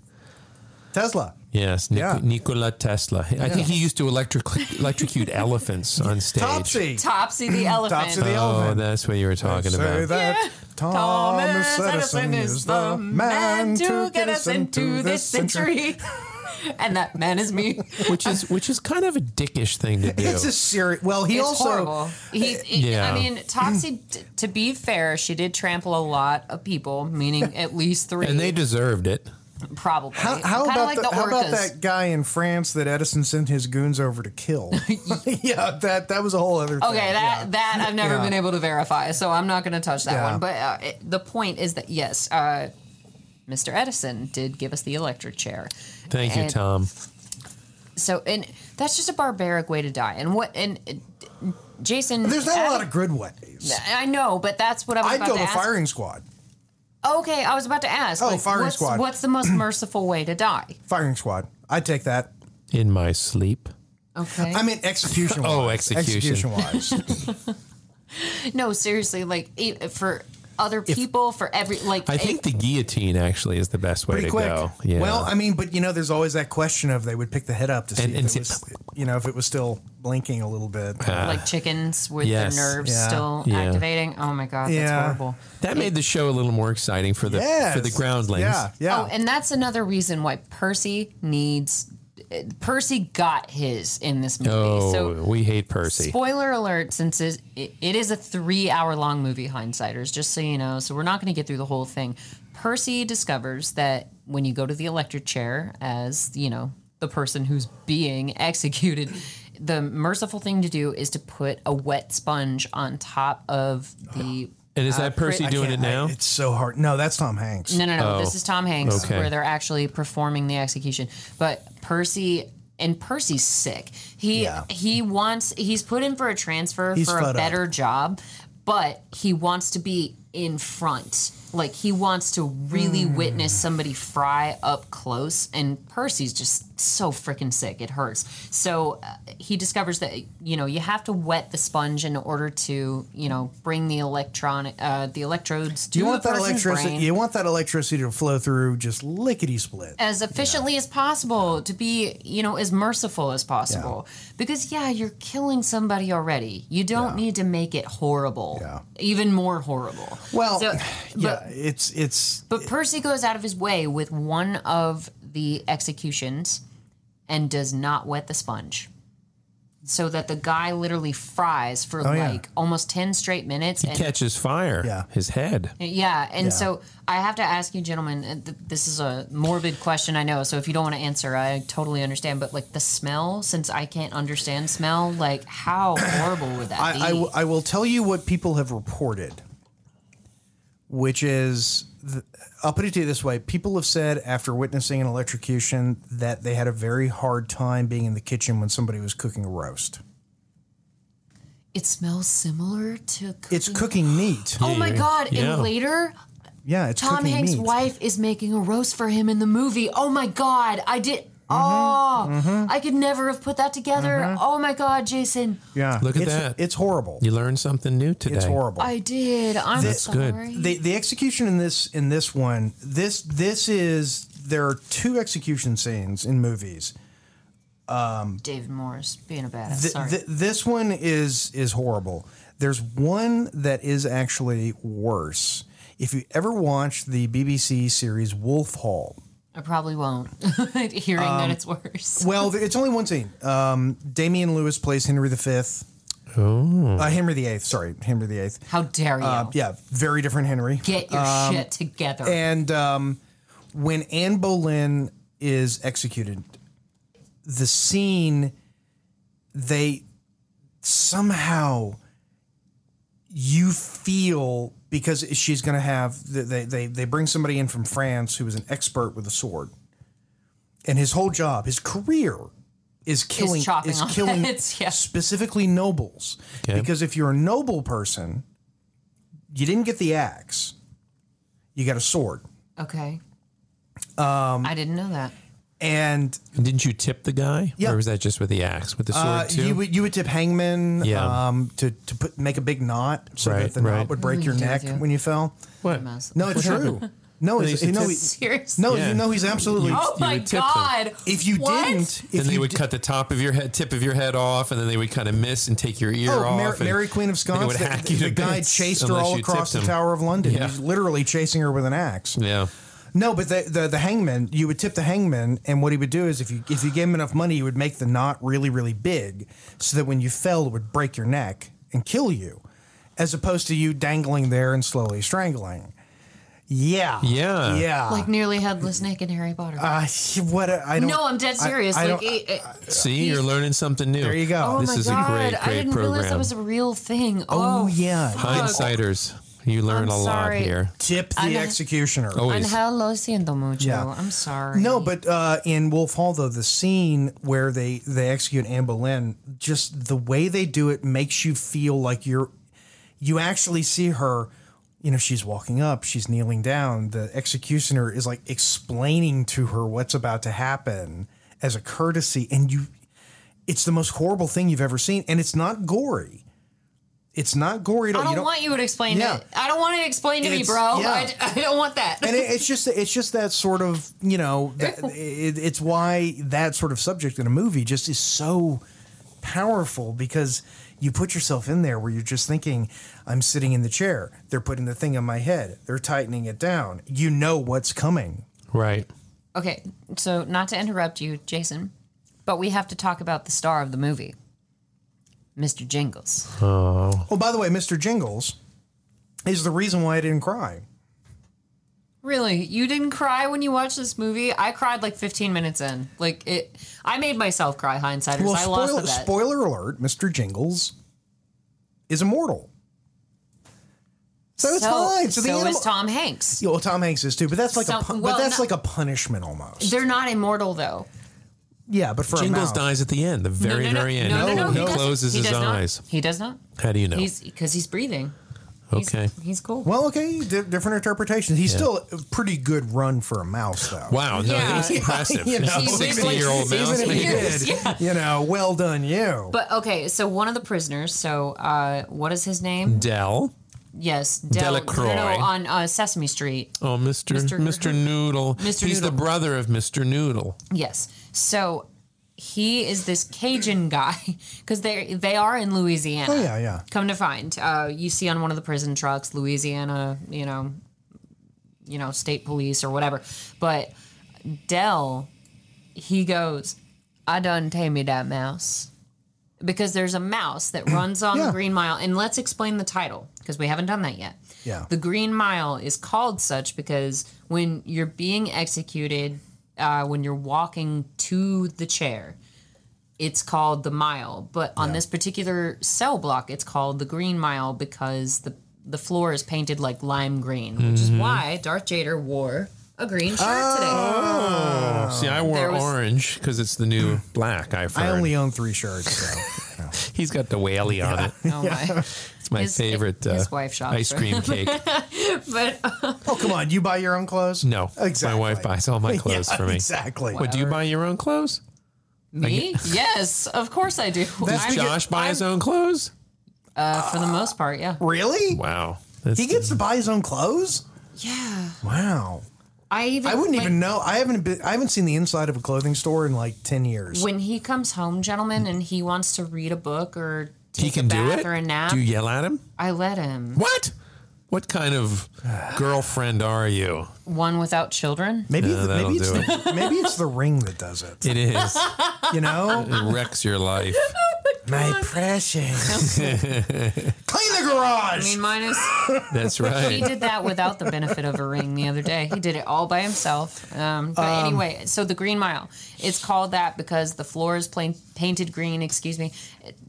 S2: Tesla.
S4: Yes, Nic-
S2: Yeah.
S4: Nikola Tesla. I think he used to electric- electrocute elephants on stage.
S2: Topsy.
S3: Topsy the elephant.
S2: Topsy the
S4: Oh,
S2: elephant.
S4: that's what you were talking
S2: Say
S4: about.
S2: that Thomas Edison is the man to get us into this century.
S3: century. and that man is me.
S4: Which is which is kind of a dickish thing to do.
S2: It's a serious. Well, he
S3: It's
S2: also.
S3: horrible. He, he-
S4: Yeah.
S3: I mean, Topsy. t- to be fair, she did trample a lot of people, meaning at least three.
S4: and they deserved it.
S3: Probably.
S2: How, how
S3: Kinda
S2: about
S3: like
S2: the,
S3: the,
S2: how about
S3: orcas.
S2: that guy in France that Edison sent his goons over to kill? yeah, that that was a whole other.
S3: Okay,
S2: thing.
S3: that
S2: yeah.
S3: that I've never
S2: Yeah.
S3: been able to verify, so I'm not going to touch that
S2: Yeah.
S3: one. But uh, it, the point is that yes, uh, Mr. Edison did give us the electric chair.
S4: Thank you,
S3: And-
S4: Tom.
S3: So, and that's just a barbaric way to die. And what and uh, Jason,
S2: There's not a
S3: I-
S2: lot of good ways.
S3: I know, but that's what I was
S2: I'd
S3: about
S2: go
S3: to
S2: to
S3: ask.
S2: firing squad.
S3: Okay, I was about to ask.
S2: Oh,
S3: like,
S2: firing
S3: what's,
S2: squad.
S3: What's the most merciful way to die?
S2: Firing squad. I'd take that.
S4: In my sleep.
S3: Okay.
S2: I mean, execution.
S4: Oh,
S2: wise.
S4: execution.
S2: Execution wise.
S3: no, seriously, like e- for other people, for every like.
S4: I think the guillotine actually is the best way
S2: Pretty
S4: to
S2: quick.
S4: go. Yeah.
S2: Well, I mean, but you know, there's always that question of they would pick the head up to see
S4: And-
S2: if
S4: and
S2: it
S4: see-
S2: was, you know, if it was still blinking a little bit.
S3: like chickens with
S4: Yes.
S3: their nerves
S2: Yeah.
S3: still
S4: Yeah.
S3: activating. Oh my god, that's
S2: Yeah.
S3: horrible.
S4: that made the show a little more exciting for the
S2: Yes.
S4: for the groundlings.
S2: Yeah, yeah.
S3: Oh, and that's another reason why Percy needs. uh, Percy got his in this movie.
S4: Oh,
S3: so,
S4: we hate Percy.
S3: spoiler alert, since it, it it is a three hour long movie, Hindsighters, just so you know. So, we're not going to get through the whole thing. Percy discovers that when you go to the electric chair, as you know, the person who's being executed, the merciful thing to do is to put a wet sponge on top of the.
S4: and is that Percy
S3: I
S4: doing it
S2: Can't- I-
S4: now?
S2: it's so hard. No, that's Tom Hanks. Oh,
S3: No, no, no. this is Tom Hanks,
S4: okay.
S3: where they're actually performing the execution. But Percy and Percy's sick. He
S2: Yeah.
S3: he wants he's put in for a transfer
S2: He's
S3: for
S2: fed
S3: a
S2: up.
S3: better job, but he wants to be in front. Like he wants to really
S2: Hmm.
S3: witness somebody fry up close, and Percy's just so freaking sick. It hurts. So uh, he discovers that you know you have to wet the sponge in order to you know bring the electronic uh, the electrodes.
S2: You
S3: to
S2: want
S3: the
S2: that
S3: person's
S2: electricity?
S3: brain
S2: You want that electricity to flow through just lickety split.
S3: as efficiently as possible to be you know as merciful as possible because yeah you're killing somebody already you don't need to make it horrible
S2: Yeah.
S3: even more horrible
S2: Well,
S3: So-
S2: yeah,
S3: but,
S2: it's it's
S3: but percy goes out of his way with one of the executions and does not wet the sponge so that the guy literally fries for
S2: Oh, yeah.
S3: like almost 10 straight minutes and
S4: Catches fire.
S2: Yeah.
S4: His head.
S3: yeah, and so I have to ask you, gentlemen. uh, Th- this is a morbid question, I know. So if you don't want to answer, I totally understand. But like the smell, since I can't understand smell, like how horrible would that
S2: I,
S3: be?
S2: I w- I will tell you what people have reported, which is, th- I'll put it to you this way: people have said after witnessing an electrocution that they had a very hard time being in the kitchen when somebody was cooking a roast.
S3: it smells similar to. Cooking.
S2: It's cooking meat.
S3: Oh my god!
S4: Yeah.
S3: And later,
S2: Yeah, it's
S3: Tom
S2: cooking
S3: Hanks'
S2: meat.
S3: wife is making a roast for him in the movie. Oh my god! I did.
S2: Mm-hmm,
S3: oh, I could never have put that together. Oh my god, Jason!
S2: Yeah,
S4: Look at
S2: it's,
S4: that.
S2: It's horrible.
S4: You learn something new today.
S2: It's horrible.
S3: I did. I'm
S4: good.
S3: sorry.
S2: the the execution in this in this one this this is there are two execution scenes in movies.
S3: David Morris being a badass.
S2: Th-
S3: sorry.
S2: th- this one is is horrible. There's one that is actually worse. If you ever watched the BBC series Wolf Hall,
S3: I probably won't. Hearing
S2: Um,
S3: that it's worse.
S2: well, th- it's only one scene. Um, Damian Lewis plays Henry V. Oh, uh, Henry VIII. Sorry, Henry VIII.
S3: How dare you?
S2: Uh, yeah, very different Henry.
S3: Get your shit together.
S2: um, And um, when Anne Boleyn is executed, the scene they somehow you feel because she's going to have they, they they bring somebody in from France who is an expert with a sword, and his whole job, his career, is killing
S3: chopping
S2: is
S3: off
S2: killing
S3: heads, yeah.
S2: specifically nobles because if you're a noble person, you didn't get the axe, you got a sword,
S3: okay. Um, I didn't know that.
S2: and
S4: And Didn't you tip the guy?
S2: Yeah.
S4: Or was that just with the axe? With the sword,
S2: Uh,
S4: too?
S2: you would you would tip hangman
S4: Yeah.
S2: um, to to put make a big knot so
S4: Right,
S2: that the
S4: right.
S2: knot would break
S3: Ooh,
S2: your
S3: you do,
S2: neck
S3: you do.
S2: when you fell.
S4: what?
S2: No, it's true. No, it's,
S4: used to
S2: no,
S4: tip-
S2: he-
S3: Seriously.
S2: no,
S4: Yeah.
S2: you know he's absolutely.
S3: oh
S4: you
S3: my
S4: would tip them.
S3: god.
S2: If you
S3: What?
S2: didn't, if
S4: Then they
S2: you
S4: would
S2: di-
S4: cut the top of your head, tip of your head off, and then they would kind of miss and take your ear
S2: Oh,
S4: off.
S2: Mar-
S4: and
S2: Mary Queen of
S4: they would
S2: Scots. The,
S4: hack you
S2: the
S4: to
S2: guy
S4: bits
S2: chased her
S4: unless
S2: all
S4: you
S2: across the
S4: tipped him.
S2: Tower of London.
S4: Yeah.
S2: He was literally chasing her with an axe.
S4: Yeah.
S2: No, but the, the the hangman, you would tip the hangman, and what he would do is if you if you gave him enough money, you would make the knot really really big, so that when you fell, it would break your neck and kill you, as opposed to you dangling there and slowly strangling. Yeah.
S4: Yeah.
S2: Yeah.
S3: like nearly headless Nick and Harry Potter.
S2: uh, what a- I don't.
S3: no, I'm dead
S2: I-
S3: serious.
S2: I
S3: like,
S2: don't-
S3: it, it-
S4: See, you're learning something new.
S2: There you go.
S3: oh
S4: this
S3: my
S4: is
S3: god,
S4: a great, great
S3: I didn't
S4: program.
S3: realize that was a real thing. Oh,
S2: oh yeah.
S4: Hindsighters, you
S3: I'm
S4: learn a
S3: sorry.
S4: lot here.
S2: Tip the executioner.
S4: Always.
S3: Angel, lo siento mucho.
S2: Yeah.
S3: I'm sorry.
S2: No, but uh, in Wolf Hall, though, the scene where they they execute Anne Boleyn, just the way they do it makes you feel like you're you actually see her. You know, she's walking up, she's kneeling down. The executioner is like explaining to her what's about to happen as a courtesy, and you. It's the most horrible thing you've ever seen, and it's not gory. It's not gory at all.
S3: I don't,
S2: you don't
S3: want you to explain
S2: Yeah.
S3: it. I don't want to explain to me,
S2: It's-
S3: bro.
S2: yeah.
S3: I, I don't want that.
S2: and it, it's just it's just that sort of you know that, it, it's why that sort of subject in a movie just is so powerful because you put yourself in there where you're just thinking i'm sitting in the chair they're putting the thing on my head they're tightening it down you know what's coming
S4: Right.
S3: okay, so not to interrupt you, Jason, but we have to talk about the star of the movie, Mr. Jingles.
S2: oh by the way mr jingles is the reason why i didn't cry
S3: Really, you didn't cry when you watched this movie? I cried like 15 minutes in. Like it, I made myself cry. Hindsighters,
S2: well
S3: I lost
S2: spoil,
S3: the bet.
S2: spoiler alert mr jingles is immortal so, it's fine
S3: So,
S2: so the
S3: is
S2: animal-
S3: Tom Hanks.
S2: Yeah, well, Tom Hanks is too, but that's like
S3: Some-
S2: a pun-
S3: well,
S2: but that's
S3: no-
S2: like a punishment almost.
S3: They're not immortal though.
S2: Yeah, but for
S4: Jingles
S2: a mouse.
S4: dies at the end, the very,
S3: no, no,
S4: very
S3: no,
S4: end.
S3: No, no, no.
S4: he
S3: doesn't.
S4: closes
S3: He
S4: his
S3: does not.
S4: eyes.
S3: He does not.
S4: How do you know?
S3: He's because he's breathing. He's-
S4: Okay.
S3: he's cool.
S2: Well, okay, di- different interpretations. He's still a pretty good run for a mouse, though.
S4: Wow, no,
S3: Yeah.
S4: that's impressive.
S2: You know,
S3: He's-
S4: 60 year old
S3: he's-
S4: mouse.
S2: Even if he
S4: man.
S3: Yes,
S2: did,
S3: yeah.
S2: you know, well done, you.
S3: But okay, so one of the prisoners, so uh, what is his name?
S4: Dell.
S3: Yes, Del, No,
S4: Delacroix.
S3: no, on uh, Sesame Street.
S4: Oh, Mr.
S3: Mr.
S4: Mr. Noodle.
S3: Mr.
S4: He's the
S3: Noodle.
S4: brother of Mr. Noodle.
S3: Yes. So he is this Cajun guy because they they are in Louisiana.
S2: Oh, yeah, yeah.
S3: Come to find, uh, you see on one of the prison trucks, Louisiana, you know, you know, state police or whatever. But Dell, he goes, "I done tamed that mouse." Because there's a mouse that runs on the
S2: Yeah.
S3: Green Mile, and let's explain the title because we haven't done that yet.
S2: Yeah.
S3: The Green Mile is called such because when you're being executed, uh, when you're walking to the chair, it's called the mile. But on this particular cell block, it's called the Green Mile because the the floor is painted like lime green, which is why Darth Jader wore a green shirt today.
S4: See, I wore
S3: There was-
S4: orange because it's the new black. I've heard.
S2: Oh. I only own three shirts, so
S4: He's got the whaley on it.
S3: Oh my!
S4: It's my
S3: His-
S4: favorite uh,
S3: his wife shops
S4: ice
S3: for
S4: cream cake.
S3: But uh,
S2: oh come on, you buy your own clothes?
S4: No,
S2: exactly.
S4: my wife buys all my
S2: Yeah,
S4: clothes for me.
S2: Exactly.
S4: What do you buy your own clothes?
S3: me, yes, of course I do. I'm-
S4: Josh buy his
S3: I'm-
S4: own clothes?
S3: uh, for the most part, yeah,
S2: Really?
S4: Wow, That's-
S2: He gets to buy his own clothes?
S3: yeah.
S2: Wow.
S3: I even
S2: I wouldn't
S3: like,
S2: even know. I haven't been. I haven't seen the inside of a clothing store in like ten years.
S3: when he comes home, gentlemen, and he wants to read a book or take
S4: he can
S3: a
S4: do
S3: bath
S4: it.
S3: or a nap.
S4: Do you yell at him?
S3: I let him.
S4: What? What kind of girlfriend are you?
S3: One without children.
S2: Maybe, the,
S4: that'll
S2: maybe it's
S4: do
S2: the, maybe it's the ring that does it.
S4: It is.
S2: You know,
S4: it wrecks your life.
S2: My precious. Clean the garage.
S3: I mean, minus.
S4: That's
S3: he
S4: right.
S3: did that without the benefit of a ring the other day. He did it all by himself. Um, but anyway, so the Green Mile. It's called that because the floor is plain, painted green, excuse me,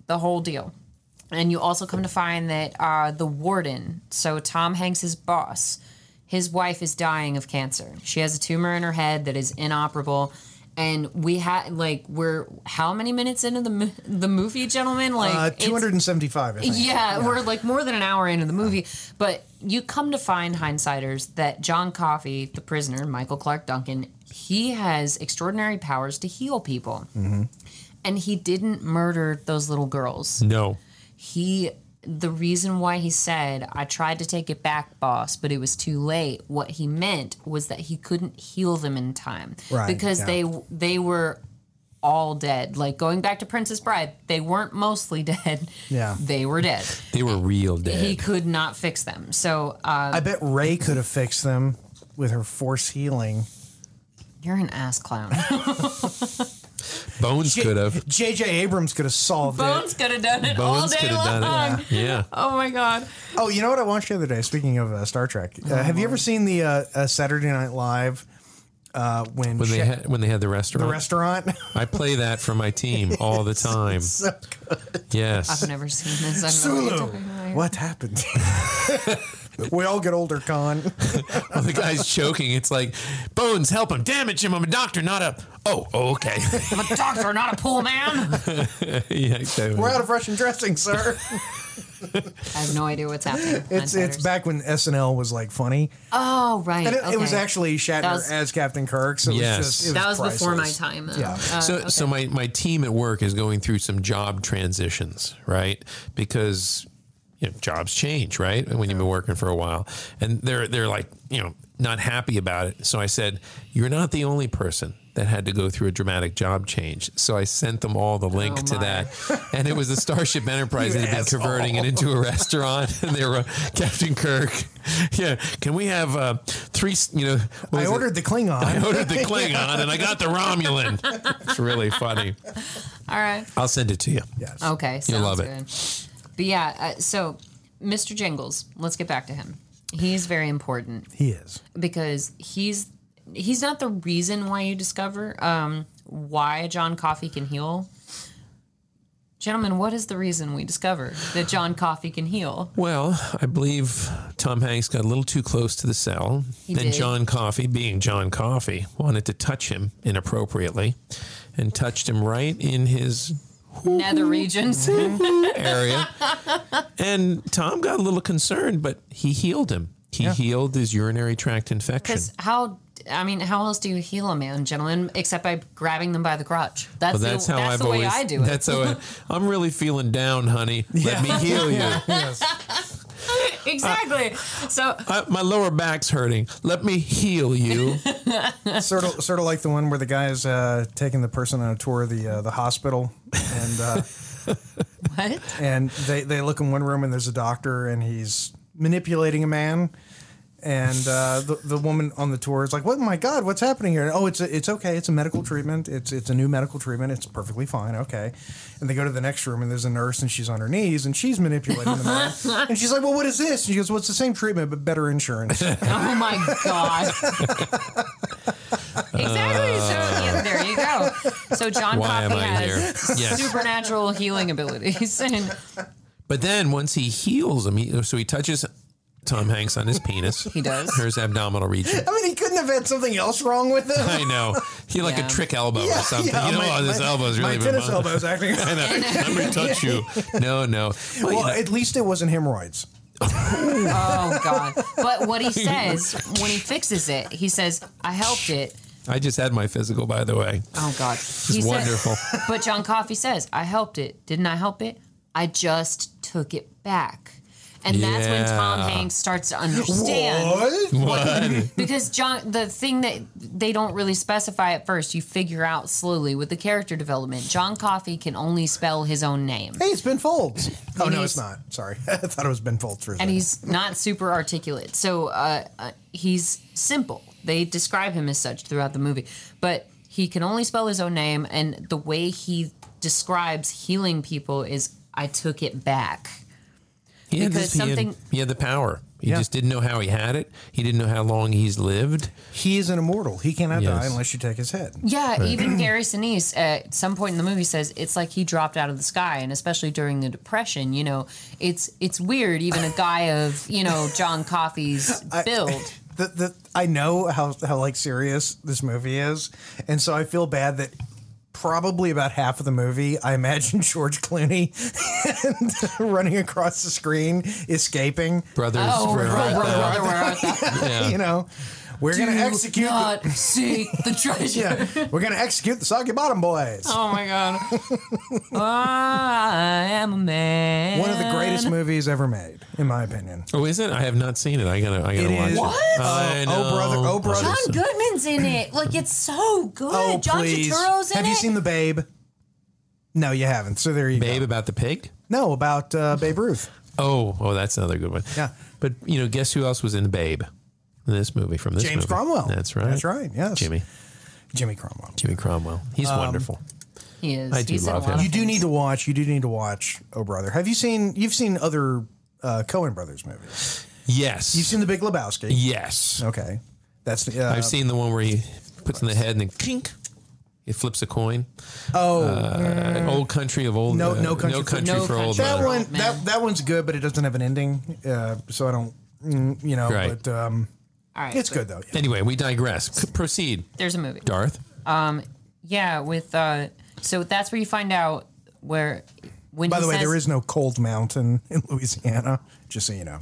S3: the whole deal. And you also come to find that uh, the warden, so Tom Hanks's boss, his wife is dying of cancer. She has a tumor in her head that is inoperable. And we had like we're how many minutes into the mo- the movie, gentlemen? Like
S2: uh,
S3: it's-
S2: 275, I think.
S3: yeah, we're like more than an hour into the movie, but you come to find hindsighters that John Coffey, the prisoner, Michael Clark Duncan, he has extraordinary powers to heal people.
S2: Mm-hmm.
S3: And he didn't murder those little girls.
S4: No.
S3: He the reason why he said, I tried to take it back, boss, but it was too late. What he meant was that he couldn't heal them in time
S2: Right,
S3: because
S2: yeah.
S3: they they were all dead. Like going back to Princess Bride, they weren't mostly dead.
S2: Yeah.
S3: They were dead
S4: They were real dead.
S3: he could not fix them. So uh,
S2: I bet Ray could have fixed them with her force healing.
S3: you're an ass clown.
S4: Bones
S2: J-
S4: could have.
S2: J.J. Abrams could have solved
S3: Bones
S2: it.
S3: could have done it all
S4: Bones
S3: day
S4: could
S3: long.
S4: have done it. Yeah.
S3: Oh my god.
S2: Oh, you know what I watched the other day? Speaking of uh, Star Trek, uh, have you
S3: Oh,
S2: ever seen the uh, uh, Saturday Night Live uh, when,
S4: When they
S2: Sha-
S4: had when they had the restaurant.
S2: the restaurant?
S4: I play that for my team all the time. Yes.
S3: I've never seen this. I don't know what you're
S2: Sulu,
S3: talking about.
S2: what happened? we all get older, Con.
S4: Well, the guy's choking. It's like, Bones, help him. Damn it, Jim. I'm a doctor, not a. Oh, oh okay.
S3: I'm a doctor, not a pool man.
S4: yeah, exactly.
S2: We're out of Russian dressing, sir.
S3: I have no idea what's happening.
S2: It's
S3: on
S2: it's
S3: Saturdays.
S2: back when SNL was like funny,
S3: Oh right.
S2: and it, it was
S3: okay.
S2: actually Shatner
S3: That was-
S2: as Captain Kirk. So
S4: Yes.
S2: it was just, it
S3: that was before my
S2: priceless.
S3: time. Though.
S2: Yeah.
S3: Uh,
S4: So, so my, my team at work is going through some job transitions, right? Because you know, jobs change, right? When you've been working for a while, and they're they're like you know not happy about it. So I said, "You're not the only person that had to go through a dramatic job change." So I sent them all the link
S3: Oh,
S4: to
S3: my.
S4: that, and it was the Starship Enterprise that had been converting it into a restaurant, and they were Captain Kirk. Yeah, can we have uh, three? s- You know, what
S2: I
S4: was it?
S2: ordered the Klingon.
S4: I ordered the Klingon and I got the Romulan. It's really funny.
S3: all right.
S4: I'll send it to you.
S2: Yes.
S3: Uh, Okay. Sounds
S4: You'll love
S3: good. But yeah. Uh, so, Mr. Jingles, let's get back to him. He's very important.
S2: He is.
S3: because he's he's not the reason why you discover um, why John Coffey can heal. Gentlemen, what is the reason we discover that John Coffey can heal?
S4: Well, I believe Tom Hanks got a little too close to the cell.
S3: He
S4: then
S3: did.
S4: John Coffey, being John Coffey, wanted to touch him inappropriately and touched him right in his
S3: Nether regions.
S4: area. and Tom got a little concerned, but he healed him. He healed his urinary tract infection.
S3: Because how I mean, how else do you heal a man, gentlemen, except by grabbing them by the crotch? That's
S4: Well, that's
S3: the,
S4: how
S3: that's
S4: I've
S3: the
S4: always.
S3: way I do it.
S4: That's how I, I'm really feeling down, honey. Let me heal you.
S2: Yes.
S4: uh,
S3: exactly. so
S4: I, my lower back's hurting. Let me heal you.
S2: sort of sort of like the one where the guy is uh, taking the person on a tour of the uh, the hospital and uh,
S3: what?
S2: and they, they look in one room and there's a doctor and he's manipulating a man and uh, the, the woman on the tour is like what my god what's happening here oh it's it's okay it's a medical treatment it's it's a new medical treatment it's perfectly fine okay and they go to the next room and there's a nurse and she's on her knees and she's manipulating the man and she's like well what is this and she goes well it's the same treatment but better insurance
S3: Oh my god. exactly. so yeah, there you go. So John
S4: Why am
S3: Coffey
S4: I
S3: has
S4: here? Yes.
S3: supernatural healing abilities, and
S4: But then once he heals him, he, so he touches Tom Hanks on his penis. He
S3: does.
S4: Or his abdominal region.
S2: i mean he couldn't have had something else wrong with him
S4: I know. He like
S3: Yeah.
S4: a trick elbow or something. you know,
S2: my-
S4: oh, this
S2: my-
S4: elbow's really
S2: my
S4: been
S2: tennis elbow's acting
S4: I know. Let me touch you. No, no. Well, you
S2: well
S4: know,
S2: at least it wasn't hemorrhoids
S3: oh god. But what he says when he fixes it, he says, "I helped it."
S4: I just had my physical, by the way.
S3: Oh god, it's
S4: It's wonderful.
S3: but John Coffey says, "I helped it. Didn't I help it? I just took it back." And that's when Tom
S4: Yeah.
S3: Hanks starts to understand. because John, the thing that they don't really specify at first, you figure out slowly with the character development. John Coffey can only spell his own name,
S2: Hey, it's Ben Folds. Oh
S3: And
S2: no, it's
S3: he's-
S2: not. Sorry, I thought it was Ben Folds for a
S3: and
S2: second.
S3: he's not super articulate. So uh, uh, he's simple. They describe him as such throughout the movie, but he can only spell his own name, and the way he describes healing people is, "I took it back."
S4: He had,
S3: Because
S4: this, he had-
S3: something-
S4: he had the power. He
S2: Yeah.
S4: just didn't know how he had it. He didn't know how long he's lived.
S2: He is an immortal. He cannot
S4: Yes.
S2: die unless you take his head.
S3: Yeah, even Gary Sinise at some point in the movie says it's like he dropped out of the sky, and especially during the depression, you know, it's it's weird. Even a guy of you know John Coffey's build,
S2: The, the, I know how, how like serious this movie is, and so I feel bad that probably about half of the movie, I imagine George Clooney running across the screen, escaping.
S4: Brothers.
S3: oh,
S4: were
S3: brother,
S4: right
S3: brother,
S4: there.
S3: brother, where art thou?
S4: Yeah.
S2: You know, we're gonna
S3: Do
S2: execute.
S3: not seek the treasure.
S2: yeah, we're gonna execute the Soggy Bottom Boys.
S3: Oh my god, I am a man.
S2: One of the greatest movies ever made, in my opinion.
S4: Oh, is it? I have not seen it. I gotta, I gotta
S2: It
S4: watch
S2: is-
S4: it.
S2: What?
S4: I
S2: Oh, oh, brother-
S4: know.
S2: oh, brother.
S3: John Goodman's in it. Like it's so good. John Turturro's in
S2: Oh, Have
S3: it.
S2: you seen The Babe? No, you haven't. So there you
S4: Babe
S2: go.
S4: about the pig.
S2: No, about uh, Babe Ruth.
S4: Oh, oh, that's another good one.
S2: Yeah.
S4: But you know, guess who else was in Babe? In this movie from this
S2: James
S4: movie.
S2: Cromwell.
S4: That's right.
S2: That's right, yes.
S4: Jimmy.
S2: Jimmy Cromwell. Um,
S4: Jimmy Cromwell. He's wonderful.
S3: He is.
S4: I do
S3: He's in a
S4: love
S3: lot
S4: him.
S3: of
S2: You do need to watch. You do need to watch Oh Brother. Have you seen? You've seen other uh, Cohen Brothers movies.
S4: Yes.
S2: You've seen The Big Lebowski.
S4: yes.
S2: Okay, that's the. Uh,
S4: I've seen the one where he puts in the head and then kink. It flips a coin.
S2: oh,
S4: Uh, old country of old.
S2: No-
S4: uh,
S2: no country
S4: no
S2: for-
S4: country
S3: No
S4: for old.
S3: country.
S4: men.
S2: that one.
S3: Oh, man.
S2: That that one's good, but it doesn't have an ending. Uh, so I don't. mm, You know,
S4: Right.
S2: but um,
S3: All right,
S2: it's
S3: so
S2: good though. Yeah.
S4: Anyway, we digress. C- proceed,
S3: There's a movie.
S4: Darth.
S3: Yeah, with uh, so that's where you find out where when.
S2: By
S3: he
S2: the way,
S3: says,
S2: there is no cold mountain in Louisiana. Just so you know.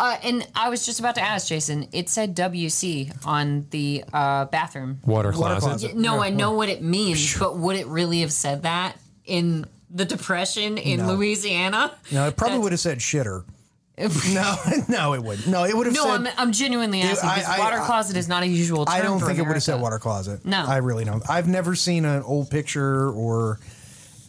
S3: Uh, and I was just about to ask Jason. It said WC on the uh, bathroom.
S4: Water closet.
S2: closet.
S3: No,
S2: Yeah,
S3: I know what it means, but would it really have said that in the Depression in
S2: No.
S3: Louisiana?
S2: No, it probably would have said shitter. No, no, it wouldn't. No, it would have
S3: No,
S2: said.
S3: I'm, I'm genuinely asking
S2: I- I-
S3: because water
S2: I-
S3: closet is not a usual term.
S2: I don't
S3: for
S2: think it would have said
S3: America.
S2: water closet.
S3: No.
S2: I really don't. I've never seen an old picture or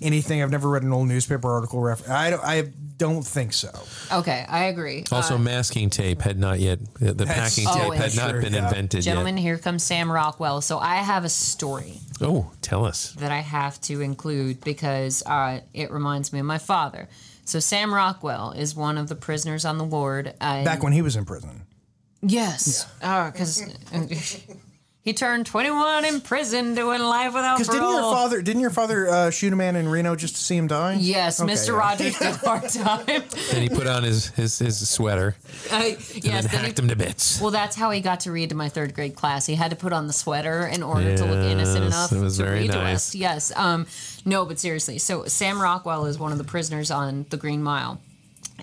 S2: anything. I've never read an old newspaper article. Ref- I don't, I don't think so.
S3: Okay, I agree.
S2: Oh,
S4: Also, masking tape had not yet. The the
S2: Uh, That's-
S4: packing
S2: Oh,
S4: tape
S3: that's
S4: had not
S2: true,
S4: been
S2: yeah.
S4: invented
S3: Gentlemen, here comes Sam Rockwell. So I have a story
S4: yet. Oh, tell us.
S3: that I have to include because uh, it reminds me of my father. So Sam Rockwell is one of the prisoners on the ward. Uh,
S2: Back when he was in prison.
S3: yes, because he turned 21 in prison doing life without
S2: Because
S3: parole.
S2: didn't your father didn't your father uh, shoot a man in Reno just to see him die?
S3: Yes,
S2: Okay,
S3: Mr.
S2: yeah.
S3: Rogers did hard time.
S4: Then he put on his his, his sweater
S3: Uh,
S4: and
S3: yes, then he
S4: hacked him to bits.
S3: Well, that's how he got to read to my third grade class. He had to put on the sweater in order to look innocent
S4: Yes,
S3: enough
S4: it was
S3: to
S4: very
S3: read to
S4: nice.
S3: us. Yes. Um, no, but seriously. So Sam Rockwell is one of the prisoners on the Green Mile,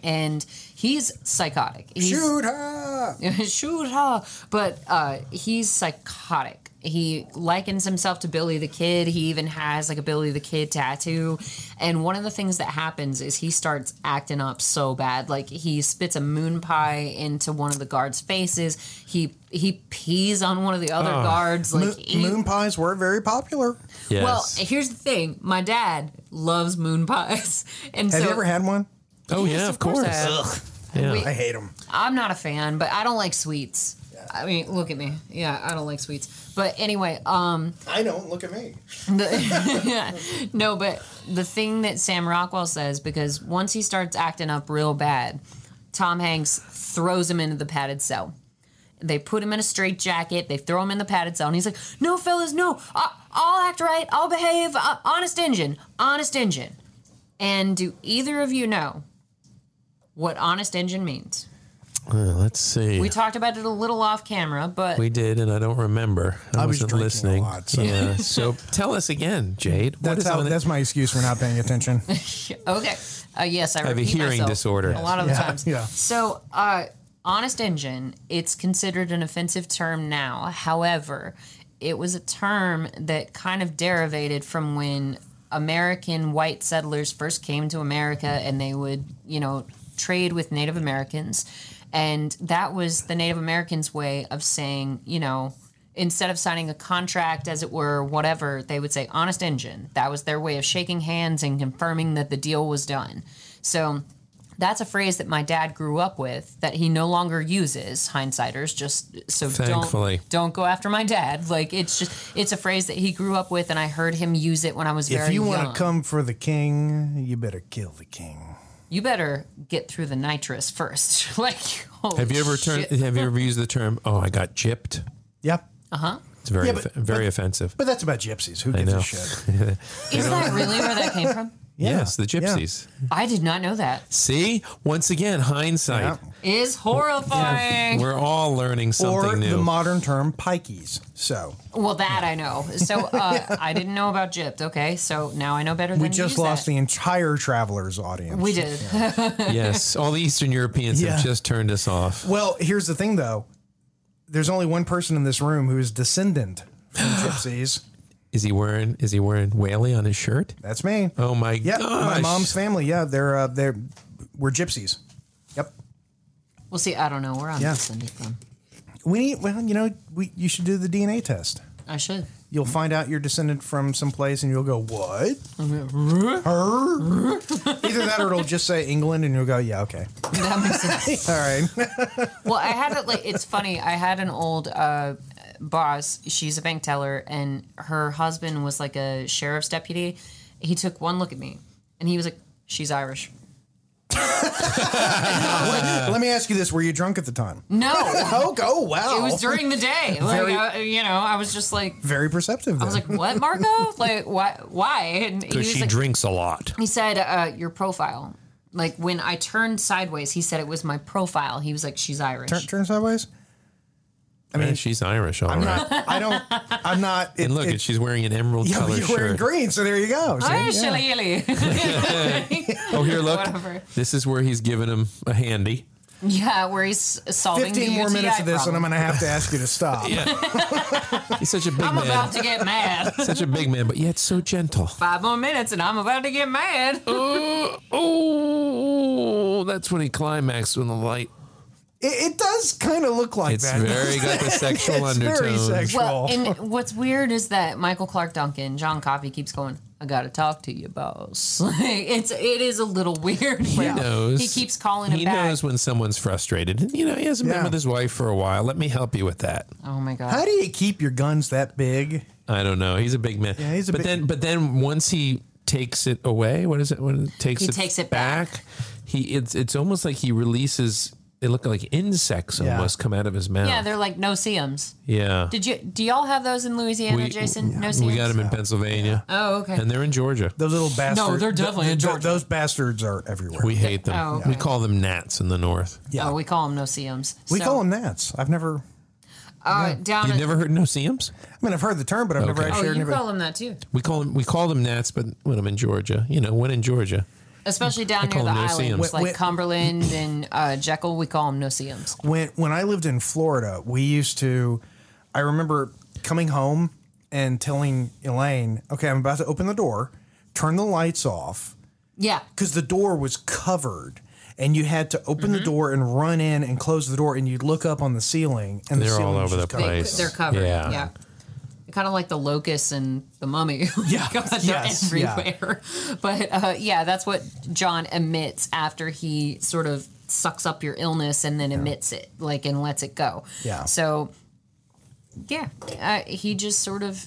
S3: and he's psychotic. He's,
S2: Shoot her.
S3: shoot her. But uh, he's psychotic. He likens himself to Billy the Kid. He even has like a Billy the Kid tattoo. And one of the things that happens is he starts acting up so bad. Like he spits a moon pie into one of the guards' faces. He he pees on one of the
S4: Oh.
S3: other guards. Like
S2: Mo-
S3: he-
S2: moon pies were very popular.
S4: Yes.
S3: Well, here's the thing. My dad loves moon pies, and
S2: Have
S3: so
S2: you ever had one?
S4: oh yeah, of course.
S3: I have.
S4: Yeah.
S3: We-
S2: I hate them.
S3: I'm not a fan, but I don't like sweets. I mean, look at me. Yeah, I don't like sweets. But anyway, um,
S2: I don't. Look at me.
S3: the, no, but the thing that Sam Rockwell says because once he starts acting up real bad, Tom Hanks throws him into the padded cell. They put him in a straitjacket. They throw him in the padded cell, and he's like, "No, fellas, no. I, I'll act right. I'll behave. Uh, honest engine. Honest engine." And do either of you know what honest engine means?
S4: Uh, let's see.
S3: We
S4: We,
S3: talked about it a little off camera, but
S4: did, and I don't remember. I,
S2: was
S4: wasn't
S2: drinking a
S4: listening.
S2: lot, so-
S4: Yeah. So tell us again, Jade. What
S2: That's
S4: is
S2: how.
S4: on it?
S2: That's my excuse for not paying attention.
S3: okay. Uh, yes, I,
S4: I have a
S3: repeat
S4: hearing
S3: myself
S4: disorder.
S3: A lot of the
S2: Yeah,
S3: times.
S2: yeah.
S3: So, uh, honest engine, it's considered an offensive term now. However, it was a term that kind of derivated from when American white settlers first came to America and they would, you know, trade with Native Americans. And that was the Native Americans' way of saying, you know, instead of signing a contract, as it were, whatever, they would say honest engine. That was their way of shaking hands and confirming that the deal was done. So that's a phrase that my dad grew up with that he no longer uses. Hindsighters, just so
S4: Thankfully.
S3: don't don't go after my dad. Like it's just it's a phrase that he grew up with, and I heard him use it when I was
S2: if
S3: very
S2: you
S3: young.
S2: want to come for the king, you better kill the king.
S3: you better get through the nitrous first. like holy
S4: Have you ever turned?
S3: shit.
S4: Have you ever used the term? Oh, I got gypped.
S2: Yeah.
S4: It's very
S2: Yeah, but-
S4: offe- very offensive.
S2: But that's about gypsies. Who gives
S4: know.
S2: a shit?
S3: Is that really where that came from?
S4: Yes, the gypsies.
S3: I did not know that.
S4: See, once again, hindsight.
S3: Is horrifying.
S4: We're all learning something
S2: or the
S4: new.
S2: modern term pikeys. So
S3: Well, that I know. So uh, I didn't know about gypped. Okay, so now I know better than
S2: we just lost the entire travelers audience.
S3: We did.
S4: yes, all the Eastern Europeans
S2: Yeah.
S4: have just turned us off.
S2: well, here's the thing though. There's only one person in this room who is descendant from gypsies.
S4: Is he wearing? Is he wearing whaley on his shirt?
S2: That's me.
S4: Oh my
S2: yeah,
S4: gosh!
S2: my mom's family. Yeah, they're uh, they're we're gypsies. Yep.
S3: Well, see, I don't know. We're on
S2: Yeah.
S3: this end from.
S2: We need. Well, you know, we you should do the DNA test.
S3: I should.
S2: You'll find out you're descended from someplace, and you'll go what? Either that, or it'll just say England, and you'll go yeah, okay,
S3: That makes sense.
S2: all right.
S3: Well, I had it like it's funny. I had an old uh, boss, she's a bank teller, and her husband was like a sheriff's deputy. He took one look at me, and he was like, "She's Irish."
S2: Let me ask you this: Were you drunk at the time?
S3: No,
S2: Oh, go wow!
S3: Uh. it was during the day. Like
S2: Very-
S3: I, you know, I was just like,
S2: Very perceptive.
S3: I was like, "What, Marco? like, why? Why?" And he
S4: Because
S3: was
S4: she
S3: like,
S4: drinks a lot.
S3: he said, uh, "Your profile." Like when I turned sideways, he said it was my profile. He was like, "She's Irish."
S2: turn, turn sideways.
S4: I mean, she's Irish, all right.
S2: I'm not. I don't. I'm not. It,
S4: and look,
S2: it,
S4: she's wearing an emerald
S2: yeah,
S4: color
S2: but you're wearing
S4: shirt.
S2: green, so there you go. See?
S3: Irish,
S2: Yeah.
S3: Shillelagh.
S4: Oh, here, look.
S3: Whatever.
S4: This is where he's giving him a handy.
S3: Yeah, where he's solving
S2: Fifteen
S3: the
S2: more
S3: UTI
S2: minutes of this, and I'm
S3: problem.
S2: going to have to ask you to stop.
S4: He's such a big
S3: I'm
S4: man.
S3: about to get mad.
S4: Such a big man, but yet so gentle.
S3: Five more minutes, and I'm about to get mad.
S4: Oh, that's when he climaxed when the light.
S2: It, it does kind of look like
S4: It's
S2: that.
S4: very got the sexual
S2: It's very
S4: undertones.
S2: sexual.
S3: Well,
S2: Well-
S3: and what's weird is that Michael Clark Duncan, John Coffey, keeps going. I gotta talk to you, boss. Like, it's it is a little weird.
S4: He knows.
S3: He keeps calling him
S4: He
S3: back.
S4: knows when someone's frustrated. And, you know, he hasn't been
S2: Yeah.
S4: with his wife for a while. Let me help you with that.
S3: oh my god.
S2: How do you keep your guns that big?
S4: I don't know. He's a big man.
S2: Yeah, he's a
S4: but
S2: big-
S4: then, but then once he takes it away, what is it? When it takes
S3: He
S4: it
S3: takes it
S4: back, he it's it's almost like he releases. They look like insects
S2: Yeah.
S4: almost come out of his mouth.
S3: Yeah, they're like no seums.
S4: Yeah.
S3: Did you do y'all have those in Louisiana,
S4: We-
S3: Jason? no seams.
S4: we got him in Pennsylvania.
S3: Oh, okay.
S4: And they're in Georgia.
S2: Those little bastards.
S3: they're definitely in Georgia.
S2: Those bastards are everywhere.
S4: We hate them.
S3: Oh, okay.
S4: We call them gnats in the north.
S2: yeah.
S3: Oh, we call them no seums.
S2: We call them gnats. I've never.
S3: uh, down.
S4: You
S3: at-
S4: never heard no seams?
S2: I mean, I've heard the term, but I've never
S3: oh,
S4: Okay.
S2: actually heard
S3: you
S2: anybody.
S3: call them that too,
S4: We call them we call them gnats, but when I'm in Georgia, you know, when in Georgia,
S3: especially down near
S4: call
S3: the
S4: them no
S3: islands
S4: seums.
S3: like
S2: Wh- wh-
S3: Cumberland and uh, Jekyll. We call them no seums.
S2: when when I lived in Florida, we used to. I remember coming home and telling Elaine, "Okay, I'm about to open the door. Turn the lights off
S3: Yeah,
S2: because the door was covered." And you had to open
S3: Mm-hmm.
S2: the door and run in and close the door, and you'd look up on the ceiling, and the
S4: they're
S2: ceiling
S4: all
S2: was
S4: over the
S2: just covered.
S3: they,
S4: place.
S3: they're covered. Yeah.
S4: Yeah.
S3: Kind of like the locusts and the mummy.
S2: Yeah.
S3: God, they're
S2: Yes, yeah.
S3: everywhere. But uh, yeah, that's what John emits after he sort of sucks up your illness and then emits it, like, and lets it go.
S2: Yeah.
S3: So, yeah, uh, he just sort of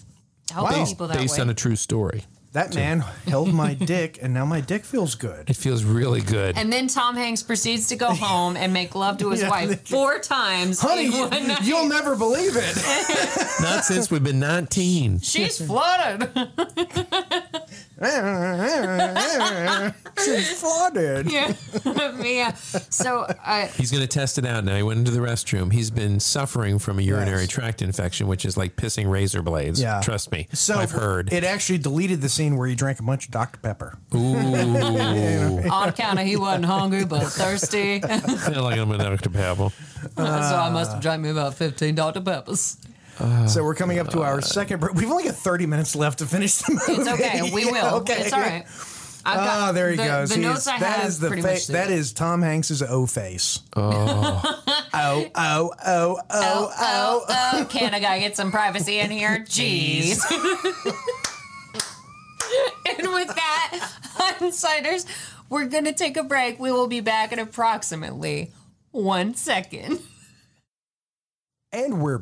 S3: helps
S2: Wow.
S3: people that
S4: based
S3: way.
S4: on a true story.
S2: That man held my dick, and now my dick feels good.
S4: It feels really good.
S3: and then Tom Hanks proceeds to go home and make love to his
S2: Yeah, they-
S3: wife four times
S2: Honey,
S3: in
S2: you,
S3: one night.
S2: you'll never believe it.
S4: Not since we've been 19.
S3: She's flooded.
S2: She's flooded.
S3: yeah. yeah. So, uh,
S4: He's going to test it out now. He went into the restroom. He's been suffering from a urinary
S2: Yes.
S4: tract infection, which is like pissing razor blades.
S2: Yeah.
S4: Trust me.
S2: So
S4: I've heard.
S2: it actually deleted the scene where he drank a bunch of Dr Pepper.
S4: Ooh.
S3: on account of he wasn't hungry but thirsty. so
S4: I feel like I'm an Dr. Pebble.
S3: I must have drank me about 15 Dr. Peppers.
S4: Oh,
S2: So we're coming up to our second break. We've only got 30 minutes left to finish the movie.
S3: It's okay. We
S2: Yeah,
S3: will. It's all right. I've
S2: Ah, there he
S3: the,
S2: goes.
S3: The
S2: He
S3: notes
S2: is-
S3: I have
S2: that is the
S3: pretty
S2: fa-
S3: much
S2: that is Tom Hanks's O face. Oh. oh, oh, oh,
S3: Oh,
S2: oh,
S3: oh, oh, can I gotta get some privacy in here? Jeez. and with that, Insiders, we're gonna take a break. We will be back in approximately one second.
S2: And we're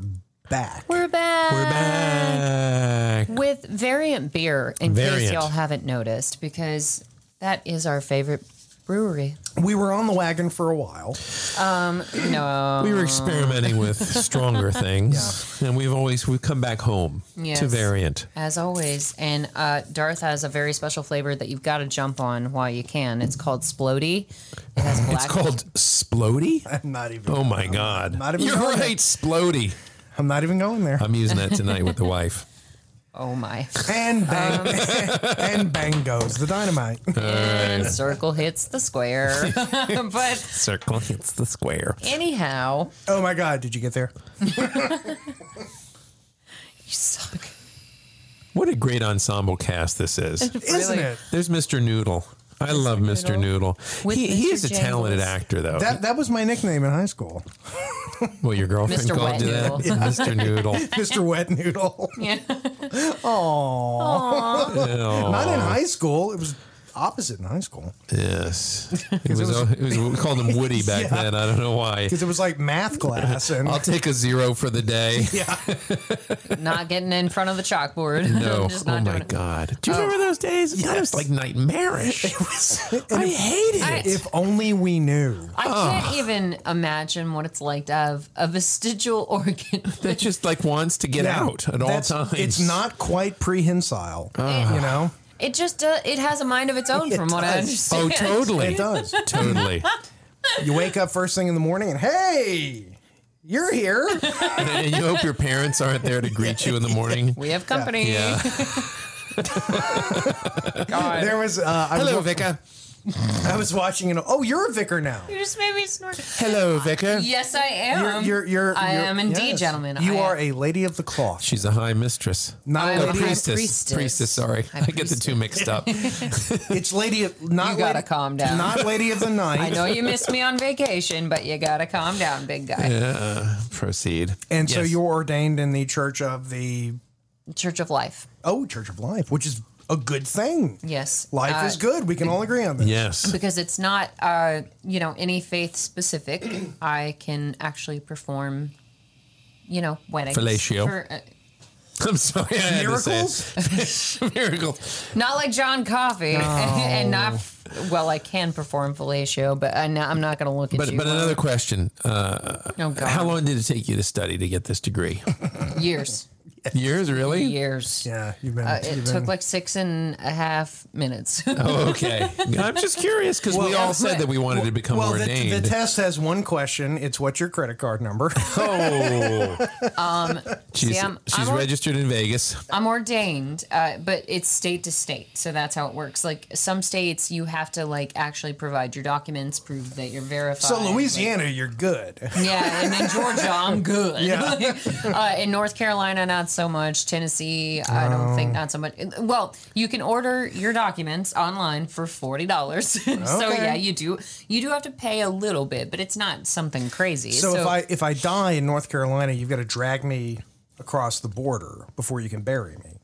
S2: back.
S3: We're back.
S2: Ah.
S4: We're back.
S3: with variant beer in case
S4: Variant.
S3: y'all haven't noticed because that is our favorite brewery
S2: We were on the wagon for a while.
S3: no
S4: We were experimenting with stronger things, and we've always we've come back home
S3: Yes.
S4: to variant.
S3: as always and uh, darth has a very special flavor that you've got to jump on while you can it's called splody it has black
S4: It's called splody.
S2: I'm not even.
S4: Oh my god!
S2: Not even
S4: You're
S2: going
S4: right, splody.
S2: I'm not even going there.
S4: I'm using that tonight with the wife.
S3: oh my
S2: And bang,
S3: Um.
S2: and bang goes the dynamite.
S3: and circle hits the square but
S4: Circle hits the square.
S3: anyhow
S2: Oh my God! Did you get there?
S3: you suck
S4: What a great ensemble cast this is.
S2: Isn't it?
S4: There's Mr. Noodle. I love Mr. Noodle.
S3: With
S4: He, he
S3: Mr.
S4: is a talented
S3: Jangles.
S4: actor, though.
S2: That that was my nickname in high school,
S4: well, your girlfriend
S3: Mr.
S4: called you that,
S3: Wet
S4: Mr. Noodle.
S2: Mr. Wet Noodle.
S3: yeah
S4: Oh,
S2: Not in high school. It was opposite in high school
S4: Yes. It was,
S2: it was-
S4: it was- we called him Woody back
S2: Yeah.
S4: then. I don't know why.
S2: because it was like math class and
S4: I'll take a zero for the day.
S3: not getting in front of the chalkboard.
S4: No.
S3: Just not
S4: oh my
S3: doing it.
S4: God. Do you remember those days? That was like nightmarish. I hated
S3: I-
S4: it.
S2: if only we knew.
S3: I can't even imagine what it's like to have a vestigial organ.
S4: that just like wants to get out at all
S2: That's-
S4: times. Ah.
S2: It's not quite prehensile, you know.
S3: It just uh, it has a mind of its own,
S2: It
S3: from what I
S2: does.
S4: Oh,
S3: understand.
S4: totally.
S2: It does.
S4: Totally.
S2: You wake up first thing in the morning and hey, you're here.
S4: and, and you hope your parents aren't there to greet you in the morning.
S3: We have company.
S4: Yeah.
S3: God.
S2: There was uh, I,
S4: Hello,
S2: was,
S4: Vicar.
S2: I was watching an oh you're a vicar now.
S3: You just made me snort.
S4: Hello, Vicar.
S3: Yes, I
S2: You're
S3: am.
S2: you're, you're
S3: I
S2: you're-
S3: am indeed,
S2: yes.
S3: gentlemen.
S2: You
S3: I
S2: are
S3: am.
S2: a lady of the cloth.
S4: She's a high mistress.
S2: Not
S3: I
S2: a
S4: No,
S3: am
S2: lady.
S3: high
S4: priestess.
S3: priestess.
S4: priestess. sorry.
S3: High
S4: I get the two
S3: priestess.
S4: mixed up.
S2: It's lady of not
S3: You gotta
S2: lady-
S3: calm down.
S2: Not lady of the night.
S3: I know you missed me on vacation, but you gotta calm down, big guy.
S4: Proceed.
S2: And so
S4: Yes.
S2: you're ordained in the Church of the
S3: Church of Life.
S2: Oh Church of Life, which is a good thing.
S3: Yes.
S2: Life
S3: Uh,
S2: is good. We can all agree on that.
S4: Yes.
S3: because it's not uh, you know any faith specific. I can actually perform, you know, weddings.
S4: Fellatio.
S3: For, uh,
S4: I'm sorry. I had
S2: Miracles?
S4: To say it. Miracles.
S3: not like John Coffey, and not f- well. I can perform fellatio, but I, I'm not going to look at
S4: But
S3: you.
S4: but another question. Uh,
S3: oh, God.
S4: how long did it take you to study to get this degree?
S3: Years,
S4: Years, really?
S3: years.
S2: Yeah, you've been.
S3: Uh,
S2: you've
S3: it
S2: been-
S3: took like six and a half minutes.
S4: Oh, okay. I'm just curious because we all said that we wanted to become
S2: well, the,
S4: ordained.
S2: the test has one question. It's what's your credit card number?
S4: oh. she's
S3: see, I'm-
S4: she's
S3: I'm or-
S4: registered in Vegas.
S3: I'm ordained, uh, but it's state to state, so that's how it works. Like some states, you have to like actually provide your documents, prove that you're verified.
S2: so
S3: like-
S2: Louisiana, you're good.
S3: Yeah, and in Georgia, I'm good.
S2: Yeah.
S3: uh, in North Carolina, not so much. Tennessee, I don't
S2: Oh.
S3: think not so much. Well, you can order your documents online for forty dollars. so
S2: Okay.
S3: yeah, you do you do have to pay a little bit, but it's not something crazy.
S2: So, if I if I die in North Carolina, you've got to drag me across the border before you can bury me.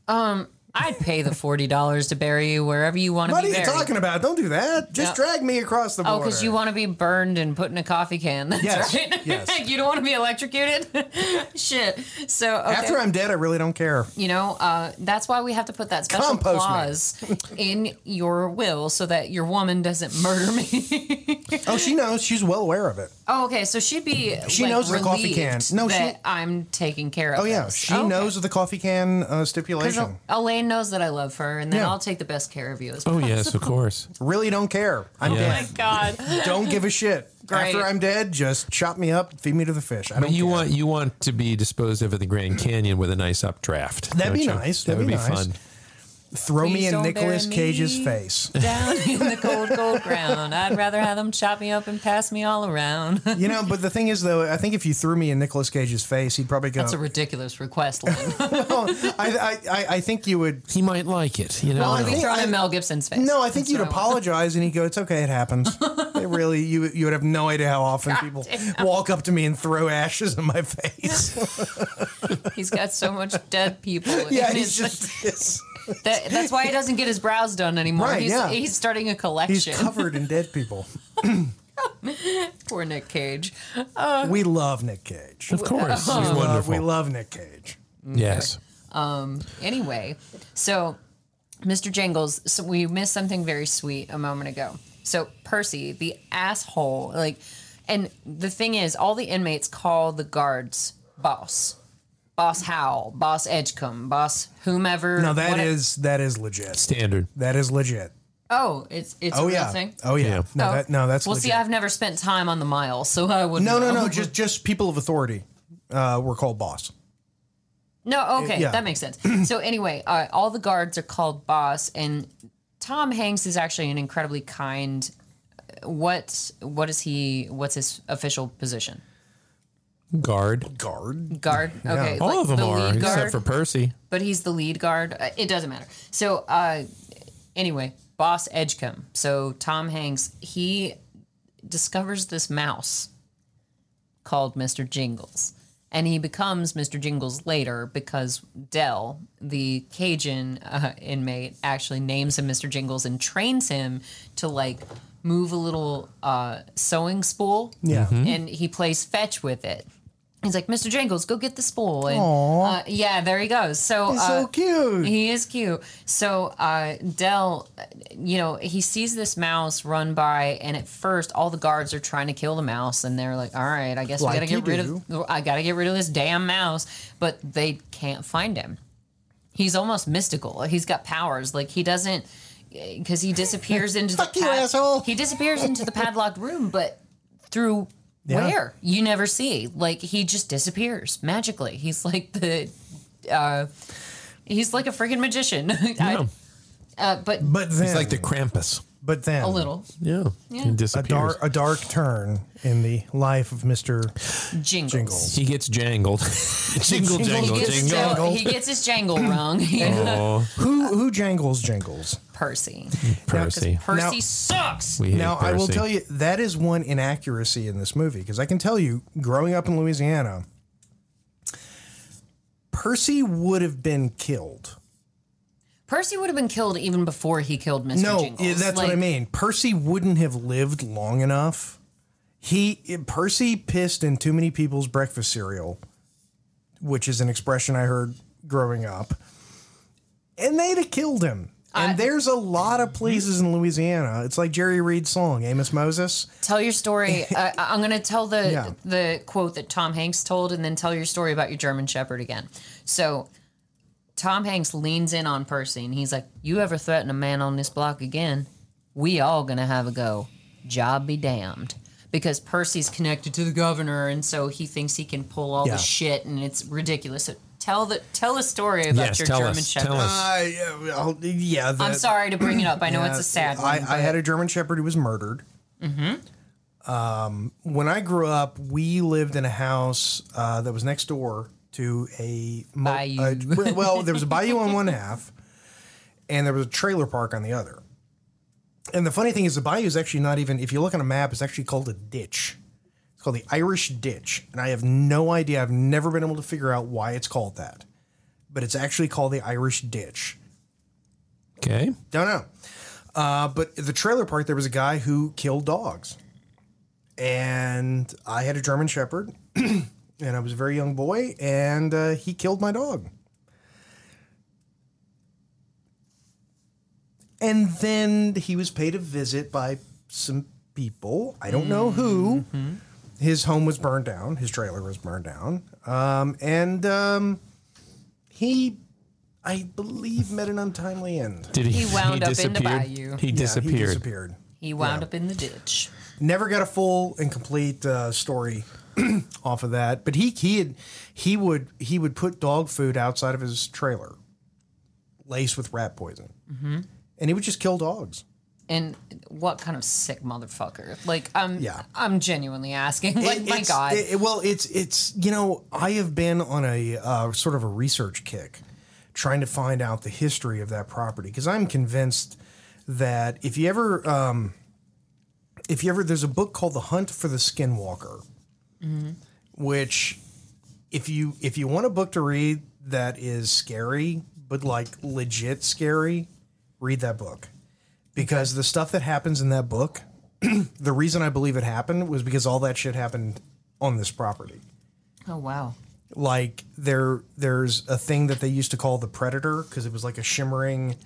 S3: I'd pay the forty dollars to bury you wherever you want to
S2: what
S3: be
S2: are you
S3: buried.
S2: talking about? Don't do that. Just
S3: No.
S2: drag me across the border.
S3: Oh, because you want to be burned and put in a coffee can. That's
S2: Yes,
S3: right.
S2: yes.
S3: you don't want to be electrocuted. Shit. So okay.
S2: After I'm dead, I really don't care.
S3: you know, uh, that's why we have to put that special
S2: Compost me.
S3: clause in your will so that your woman doesn't murder me.
S2: Oh, she knows. She's well aware of it.
S3: oh, okay. So she'd be
S2: She
S3: like,
S2: knows the coffee
S3: relieved
S2: can. No, she-
S3: that I'm taking care of.
S2: Oh yeah,
S3: this.
S2: she
S3: Okay.
S2: knows of the coffee can uh,
S3: 'Cause
S2: stipulation.
S3: Elaine knows that I love her, and then
S2: Yeah.
S3: I'll take the best care of you. As well.
S4: Oh yes, of course.
S2: Really don't care. I'm
S4: Yeah.
S2: dead.
S3: God.
S2: Don't give a shit.
S3: Great.
S2: After I'm dead, just chop me up, feed me to the fish. I don't.
S4: But you
S2: care.
S4: want you want to be disposed of at the Grand Canyon with a nice updraft.
S2: That'd be
S4: don't you?
S2: nice.
S4: That
S2: That'd
S4: would
S2: be
S4: be
S2: nice.
S4: fun.
S2: throw me
S3: Please
S2: in
S3: don't
S2: Nicolas
S3: bury
S2: Cage's
S3: me.
S2: face.
S3: down in the cold, cold ground. I'd rather have them chop me up and pass me all around.
S2: You know, but the thing is, though, I think if you threw me in Nicolas Cage's face, he'd probably go. "Oh,
S3: That's a ridiculous request, Lynn.
S2: I, I, I, I think you would.
S4: He might like it. You know.
S3: I want to be
S2: think
S3: thrown
S2: I-
S3: in Mel Gibson's face.
S2: No, I think
S3: That's
S2: you'd
S3: what want.
S2: apologize, and he'd go, "It's okay, it happens." It really, you you would have no idea how often people walk up to me and throw ashes in my face.
S3: He's got so much dead people.
S2: yeah,
S3: in
S2: he's
S3: his-
S2: just yes.
S3: That, that's why he doesn't get his brows done anymore.
S2: Right,
S3: he's,
S2: yeah.
S3: he's starting a
S2: he's
S3: collection.
S2: covered in dead people.
S3: Poor Nick Cage.
S2: We love Nick Cage.
S4: of course, he's
S2: We Oh, love-
S4: wonderful.
S2: we love Nick Cage.
S4: yes.
S3: Anyway, so Mr. Jangles, so we missed something very sweet a moment ago. So Percy, the asshole, like, and the thing is, all the inmates call the guards boss, boss Howell, boss Edgecombe, boss whomever.
S2: No, that
S3: what-
S2: is that is legit.
S4: Standard.
S2: That is legit.
S3: oh, it's it's
S2: Oh
S3: a real
S2: yeah.
S3: thing.
S2: Oh yeah.
S4: Yeah.
S2: No,
S3: Oh.
S2: that no, that's
S3: well.
S2: legit.
S3: See, I've never spent time on the mile, so I wouldn't.
S2: no, no,
S3: know.
S2: no. Just just people of authority. Uh, were called boss.
S3: No, okay,
S2: yeah.
S3: that makes sense. so anyway, uh, all the guards are called boss, and Tom Hanks is actually an incredibly kind. uh, What what is he? What's his official position?
S4: Guard.
S2: Guard.
S3: Guard. Okay,
S4: All
S3: like
S4: of them
S3: the
S4: are,
S3: lead
S4: except
S3: guard,
S4: for Percy.
S3: but he's the lead guard. Uh, It doesn't matter. So uh, anyway, boss Edgecombe. So Tom Hanks he discovers this mouse called Mister Jingles. and he becomes Mr. Jingles later because Dell, the Cajun uh, inmate, actually names him Mr. Jingles and trains him to like move a little uh, sewing spool.
S2: Yeah. Mm-hmm.
S3: and he plays fetch with it. He's like, Mr. Jingles, go get the spool. And, uh, yeah, there he goes. So
S2: He's
S3: uh,
S2: so cute.
S3: he is cute. So uh, Dell, you know, he sees this mouse run by, and at first, all the guards are trying to kill the mouse, and they're like, "All right, I guess
S2: Like
S3: we gotta
S2: you
S3: get rid of. I gotta get rid of this damn mouse." But they can't find him. He's almost mystical. He's got powers. Like he doesn't, because he disappears into
S2: Fuck
S3: the
S2: you, asshole.
S3: He disappears into the padlocked room, but through
S2: Yeah.
S3: where you never see. Like he just disappears magically. He's like the. Uh, He's like a freaking magician. I,
S4: Yeah.
S3: uh, but
S2: But then,
S4: It's like the Krampus.
S2: but then
S3: a little
S4: Yeah. He
S2: a
S4: disappears.
S2: dark a dark turn in the life of Mister.
S3: jingles.
S4: he gets jangled. jingle,
S2: He
S3: He,
S4: jangle,
S3: gets his
S4: jingle.
S3: jangle. he gets his jangle wrong.
S4: Oh,
S2: Who who jangles jingles?
S3: Percy.
S4: Percy.
S3: Percy
S2: Now-
S3: sucks.
S4: We hate
S2: Now I will
S4: Percy.
S2: tell you that is one inaccuracy in this movie because I can tell you, growing up in Louisiana, Percy would have been killed.
S3: Percy would have been killed even before he killed Mr.
S2: No,
S3: Jingles.
S2: i- that's what I
S3: Like,
S2: mean. Percy wouldn't have lived long enough. He Percy pissed in too many people's breakfast cereal, which is an expression I heard growing up. And they'd have killed him. And there's a lot of places in Louisiana. It's like Jerry Reed's song, Amos Moses.
S3: Tell your story. uh, I'm going to tell the
S2: Yeah.
S3: the quote that Tom Hanks told, and then tell your story about your German Shepherd again. So, Tom Hanks leans in on Percy, and he's like, "You ever threaten a man on this block again? We all gonna have a go. Job be damned." Because Percy's connected to the governor, and so he thinks he can pull all
S2: Yeah.
S3: the shit, and it's ridiculous. So tell the tell a story about
S4: Yes,
S3: your
S4: tell
S3: German
S4: us.
S3: Shepherd.
S4: Tell us.
S2: Uh, yeah, well, yeah. the-
S3: I'm sorry to bring it up. I know it's a sad
S2: I,
S3: one.
S2: I had a German Shepherd who was murdered.
S3: Mm-hmm.
S2: Um, when I grew up, we lived in a house uh, that was next door to a mo-
S3: Bayou.
S2: a- well, there was a bayou on one half, and there was a trailer park on the other. And the funny thing is, the bayou is actually not even. If you look on a map, it's actually called a ditch. It's called the Irish Ditch, and I have no idea. I've never been able to figure out why it's called that, but it's actually called the Irish Ditch.
S4: Okay.
S2: Don't know. Uh, but at the trailer park, there was a guy who killed dogs. And I had a German Shepherd, and I was a very young boy, and uh, he killed my dog. And then he was paid a visit by some people. I don't know who. His home was burned down, his trailer was burned down. Um, and um, he, I believe, met an untimely end.
S4: Did he?
S3: He wound up in the
S4: disappeared?
S3: bayou.
S4: He
S2: Yeah,
S4: disappeared.
S2: He disappeared.
S3: he wound up in the ditch.
S2: Never got a full and complete uh, story off of that. But he he had, he would he would put dog food outside of his trailer, laced with rat poison, and he would just kill dogs.
S3: and what kind of sick motherfucker? Like, I'm,
S2: Yeah.
S3: I'm genuinely asking. Like,
S2: It-
S3: my
S2: it's-
S3: God,
S2: it- well, it's it's you know I have been on a uh, sort of a research kick, trying to find out the history of that property because I'm convinced that if you ever um, if you ever there's a book called The Hunt for the Skinwalker,
S3: Mm-hmm.
S2: which if you if you want a book to read that is scary but like legit scary, read that book because the stuff that happens in that book the reason I believe it happened was because all that shit happened on this property.
S3: oh wow,
S2: Like there, there's a thing that they used to call the predator because it was like a shimmering,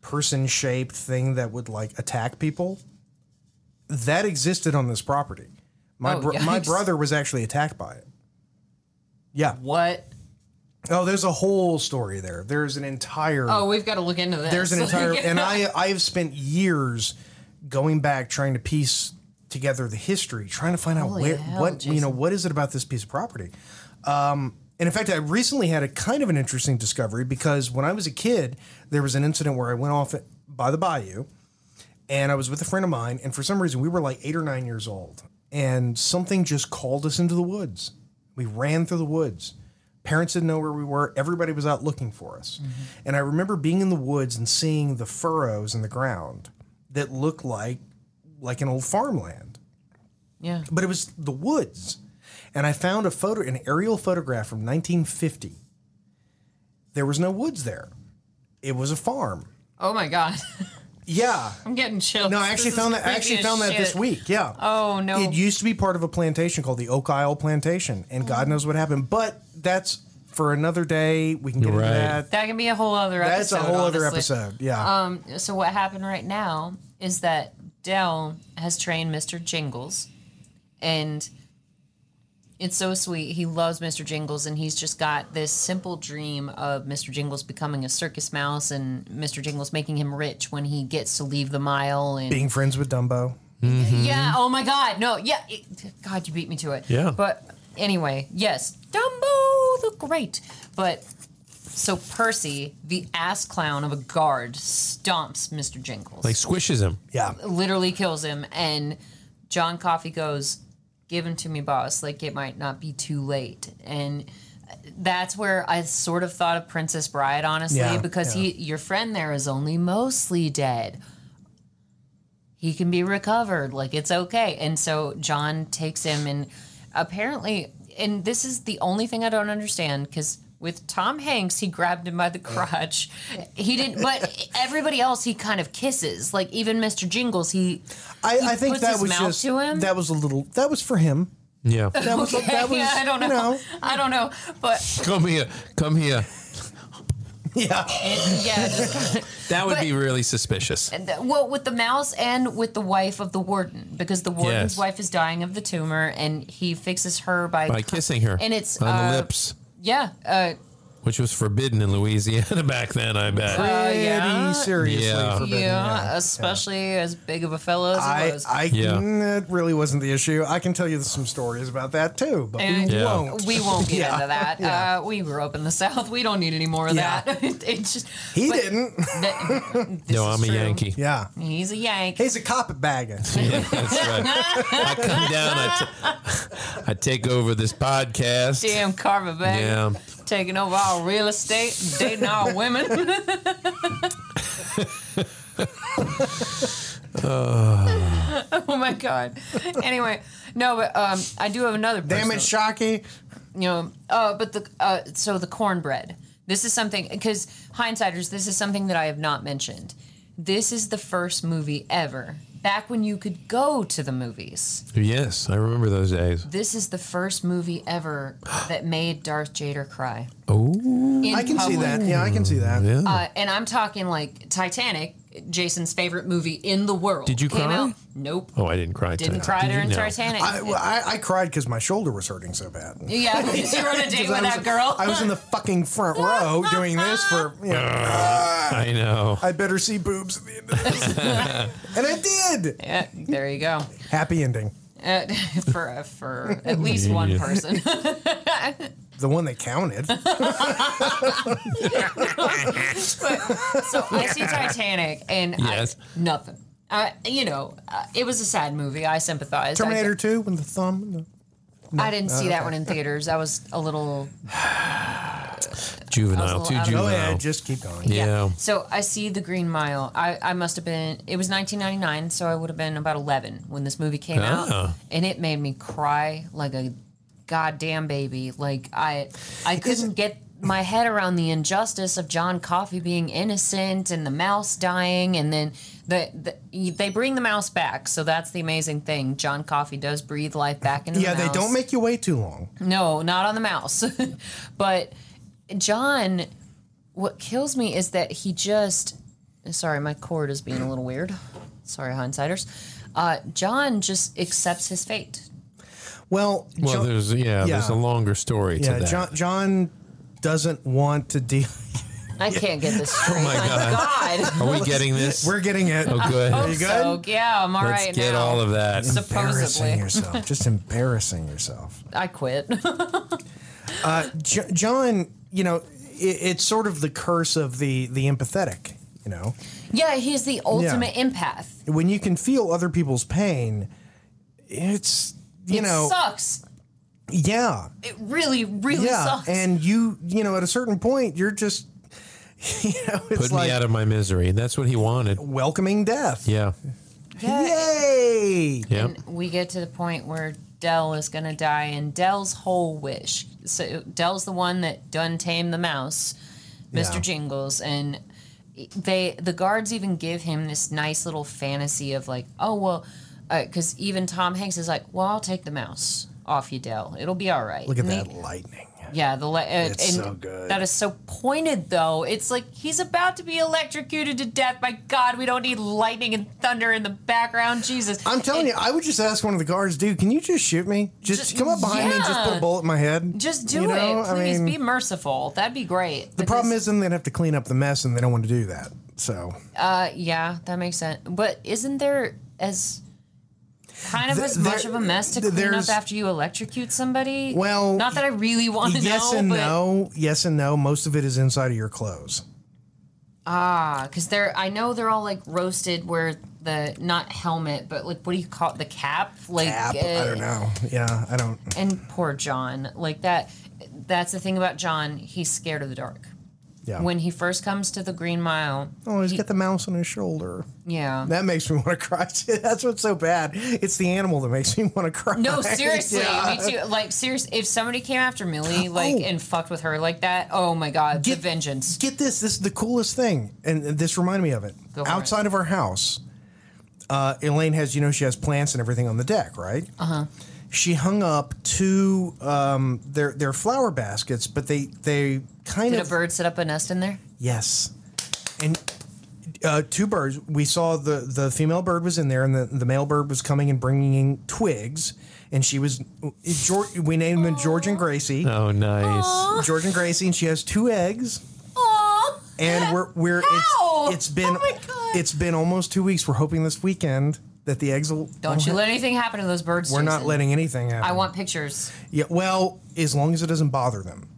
S2: person-shaped thing that would like attack people. That existed on this property. My
S3: Oh,
S2: bro- my
S3: yikes.
S2: brother was actually attacked by it. Yeah.
S3: what?
S2: Oh, there's a whole story there. There's an entire.
S3: Oh, we've got to look into this.
S2: There's an
S3: Like,
S2: entire, and I I have spent years going back trying to piece together the history, trying to find out
S3: Holy
S2: where,
S3: hell,
S2: what you know,
S3: Jason.
S2: what is it about this piece of property. Um, and in fact, I recently had a kind of an interesting discovery because when I was a kid, there was an incident where I went off at, by the bayou, and I was with a friend of mine, and for some reason we were like eight or nine years old, and something just called us into the woods. We ran through the woods. Parents didn't know where we were. Everybody was out looking for us.
S3: Mm-hmm.
S2: And I remember being in the woods and seeing the furrows in the ground that looked like like an old farmland
S3: yeah,
S2: but it was the woods. and I found a photo, an aerial photograph from 1950. There was no woods there. It was a farm.
S3: Oh my god,
S2: Yeah.
S3: I'm getting chills.
S2: No, I actually
S3: This is
S2: found that. I
S3: creepy
S2: actually
S3: as
S2: found that this
S3: shit.
S2: week. Yeah.
S3: Oh no.
S2: It used to be part of a plantation called the Oak Isle Plantation, and God
S3: Mm.
S2: knows what happened. But that's for another day. We can get
S4: Right.
S2: into that.
S3: that can be a whole other episode.
S2: That's a whole other
S3: honestly. Um,
S2: episode. Yeah.
S3: So what happened right now is that Dell has trained Mr. Jingles, and it's so sweet. He loves Mr. Jingles, and he's just got this simple dream of Mr. Jingles becoming a circus mouse, and Mr. Jingles making him rich when he gets to leave the mile. And
S2: Being friends with Dumbo.
S3: yeah, oh my God, no, yeah, it, God, you beat me to it.
S4: Yeah.
S3: but anyway, yes, Dumbo the Great, but. So Percy, the ass clown of a guard, stomps Mr. Jingles
S4: Like squishes him.
S2: Yeah.
S3: literally kills him and john coffee goes give him to me boss like it might not be too late and that's where i sort of thought of princess bride honestly
S2: Yeah,
S3: because
S2: yeah.
S3: he your friend there is only mostly dead he can be recovered like it's okay and so john takes him and apparently and this is the only thing i don't understand because with tom hanks he grabbed him by the crotch he didn't but everybody else he kind of kisses like even mr jingles he
S2: I,
S3: He
S2: I think
S3: puts
S2: that
S3: his
S2: was
S3: mouth
S2: just
S3: to him?
S2: that was a little that was for him.
S4: Yeah.
S2: That was that was
S3: yeah, i don't know,
S2: you
S3: i don't know but
S4: come here. Come here.
S2: yeah.
S3: it, yeah just,
S4: That would
S3: But-
S4: be really suspicious.
S3: and that- well with the mouse and with the wife of the warden because the warden's
S4: Yes.
S3: wife is dying of the tumor and he fixes her by,
S4: By kissing her
S3: and it's
S4: on
S3: uh,
S4: the lips,
S3: yeah uh
S4: which was forbidden in Louisiana back then, I bet.
S2: Pretty
S3: Uh, yeah.
S2: seriously
S4: Yeah.
S2: forbidden.
S3: yeah,
S2: Yeah.
S3: especially as big of a fellow as he
S2: I,
S3: was.
S2: I
S4: Yeah.
S2: that really wasn't the issue. I can tell you some stories about that too, but
S3: And-
S2: we
S4: Yeah.
S2: won't.
S3: we won't get
S2: Yeah,
S3: into that.
S2: yeah.
S3: Uh, we grew up in the South. We don't need any more of
S2: Yeah.
S3: that. it's just
S2: He
S3: but
S2: didn't.
S3: that- this
S4: no,
S3: is
S4: I'm a
S3: true.
S4: Yankee.
S2: Yeah.
S3: He's a Yankee.
S2: He's a carpetbagger.
S4: Yeah, that's right. I come down, I ta- I take over this podcast.
S3: Damn Carver bag
S4: Yeah.
S3: taking over our real estate, dating our women. oh my god. Anyway, no, but um, I do have another.
S2: Damn
S3: personal-
S2: it, Shocky.
S3: you know uh, but the uh, so the cornbread this is something because hindsiders this is something that i have not mentioned this is the first movie ever back when you could go to the movies
S4: Yes, I remember those days.
S3: this is the first movie ever that made darth jader cry
S4: Oh,
S3: in
S2: I can see
S3: public.
S2: that. Yeah, I can see that.
S4: yeah.
S3: uh, and i'm talking like titanic jason's favorite movie in the world
S4: Did you
S3: came
S4: cry?
S3: out nope
S4: oh, I didn't cry.
S3: didn't
S4: tonight.
S3: cry
S4: Did you?
S3: during
S4: No.
S3: titanic
S2: I, well, I, I cried because my shoulder was hurting so bad.
S3: yeah because you were on a date
S2: 'Cause
S3: with
S2: I was-
S3: that girl
S2: I was in the fucking front row doing this for, you know, "Ah,
S4: I know.
S2: I better see boobs at the end of this. and I did.
S3: yeah, there you go
S2: Happy ending.
S3: Uh, for for at least one person.
S2: The one that counted.
S3: so I see Titanic and
S4: Yes.
S3: I, nothing. Uh, you know, uh, it was a sad movie. I sympathized.
S2: Terminator Oh, 2 when the thumb.
S3: I, I didn't see that one in theaters. I was a little I
S4: Juvenile,
S3: was a
S4: too
S3: little
S2: Oh,
S4: juvenile.
S2: yeah, just keep going.
S4: yeah.
S3: So I see the Green Mile. I, I must have been. It was 1999, so I would have been about 11 when this movie came out,
S4: Ah.
S3: and it made me cry like a goddamn baby. Like I I couldn't get my head around the injustice of John Coffey being innocent and the mouse dying, and then the, the they bring the mouse back. So that's the amazing thing. John Coffey does breathe life back into
S2: Yeah,
S3: the
S2: they
S3: mouse.
S2: don't make you wait too long.
S3: No, not on the mouse. but John, what kills me is that he just. Sorry, my cord is being a little weird. Sorry, hindsighters. Uh, John just accepts his fate.
S2: Well,
S4: Well,
S2: John,
S4: there's yeah, there's
S2: yeah.
S4: a longer story
S2: yeah,
S4: to that.
S2: John, John doesn't want to deal.
S3: I can't get this straight. Oh
S4: my
S3: God.
S4: Are we getting this?
S2: We're getting it.
S4: oh, good.
S2: you good?
S3: So, yeah, I'm all right
S4: Let's get
S3: now.
S4: all of that.
S2: embarrassing
S3: Supposedly,
S2: yourself. Just embarrassing yourself.
S3: I quit.
S2: J- John, you know, it, it's sort of the curse of the the empathetic. You know,
S3: yeah, he's the ultimate empath.
S2: when you can feel other people's pain, it's you
S3: it
S2: know,
S3: sucks.
S2: yeah,
S3: It really, really
S2: yeah,
S3: sucks.
S2: and you, you know, at a certain point, you're just, you know, it's
S4: Put
S2: like
S4: me out of my misery. That's what he wanted.
S2: welcoming death.
S4: Yeah.
S3: yeah,
S2: Yay!
S4: Yeah.
S3: we get to the point where Dell is going to die, and Dell's whole wish. So Dell's the one that done tame the mouse, Mr.
S2: Yeah.
S3: Jingles, and they the guards even give him this nice little fantasy of like, oh well, because even Tom Hanks is like, well, I'll take the mouse off you, Dell. It'll be all right.
S2: Look at
S3: And
S2: that
S3: they-
S2: lightning.
S3: yeah, the le- uh,
S2: It's
S3: and
S2: so good.
S3: That is so pointed, though. It's like he's about to be electrocuted to death. My God, we don't need lightning and thunder in the background. Jesus,
S2: I'm telling you,
S3: It-
S2: I would just ask one of the guards, dude, can you just shoot me? Just,
S3: Just-
S2: come up behind me and just put
S3: yeah.
S2: a bullet in my head.
S3: Just do
S2: You know,
S3: it,
S2: I
S3: please.
S2: mean,
S3: be merciful. That'd be great.
S2: the problem is, then they'd have to clean up the mess, and they don't want to do that. So
S3: uh, yeah, that makes sense. But isn't there as kind of
S2: Th-
S3: as much
S2: there-
S3: of a mess to
S2: th-
S3: clean up
S2: there's-
S3: after you electrocute somebody?
S2: Well,
S3: not that I really want to
S2: yes
S3: know,
S2: and
S3: but
S2: no, yes and no. Most of it is inside of your clothes.
S3: because they're I know they're all like roasted where the not helmet, but like what do you call it? The cap, like
S2: App, I don't
S3: uh,
S2: know. Yeah, I don't.
S3: and poor John. Like that that's the thing about John, he's scared of the dark.
S2: Yeah.
S3: When he first comes to the Green Mile,
S2: oh, he's got the mouse on his shoulder.
S3: yeah.
S2: That makes me want to cry. too. That's what's so bad. It's the animal that makes me want to cry.
S3: no, seriously,
S2: Yeah.
S3: me too. Like, seriously, if somebody came after Millie, like,
S2: Oh.
S3: and fucked with her like that, oh my god, the vengeance.
S2: Get this. This is the coolest thing, and this reminded me of it.
S3: Go for
S2: Outside of our house, uh, Elaine has you know she has plants and everything on the deck, right? Uh
S3: Uh-huh.
S2: huh. She hung up two um, their their flower baskets, but they they kind
S3: Did a
S2: of
S3: bird set up a nest in there?
S2: Yes. And uh, two birds. We saw the the female bird was in there, and the, the male bird was coming and bringing in twigs. And she was George. We named them George and Gracie.
S4: Oh, nice.
S2: George and Gracie, and she has two eggs.
S3: Aww.
S2: And we're we're
S3: How?
S2: it's it's been
S3: Oh my God.
S2: it's been almost two weeks. We're hoping this weekend that the eggs will.
S3: Don't you let anything happen to those birds.
S2: We're not
S3: Jason.
S2: letting anything happen.
S3: I want pictures.
S2: Yeah. Well, as long as it doesn't bother them.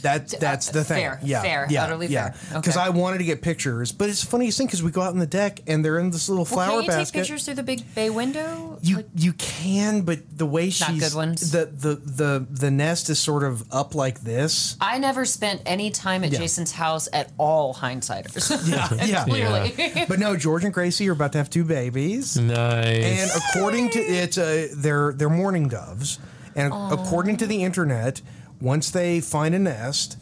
S2: That that's the thing.
S3: uh, fair,
S2: yeah.
S3: fair,
S2: Yeah.
S3: utterly
S2: yeah.
S3: fair.
S2: Because
S3: Okay.
S2: I wanted to get pictures, but it's the funniest thing because we go out in the deck and they're in this little
S3: Well,
S2: flower
S3: can you
S2: basket.
S3: take pictures through the big bay window?
S2: You
S3: Like-
S2: you can, but the way she's
S3: good ones.
S2: the the the the nest is sort of up like this.
S3: I never spent any time at Jason's house at all, hindsighters.
S2: yeah.
S3: Clearly.
S2: but no, George and Gracie are about to have two babies.
S4: Nice.
S2: And according to it's uh, they're they're mourning doves, and according to the internet, once they find a nest,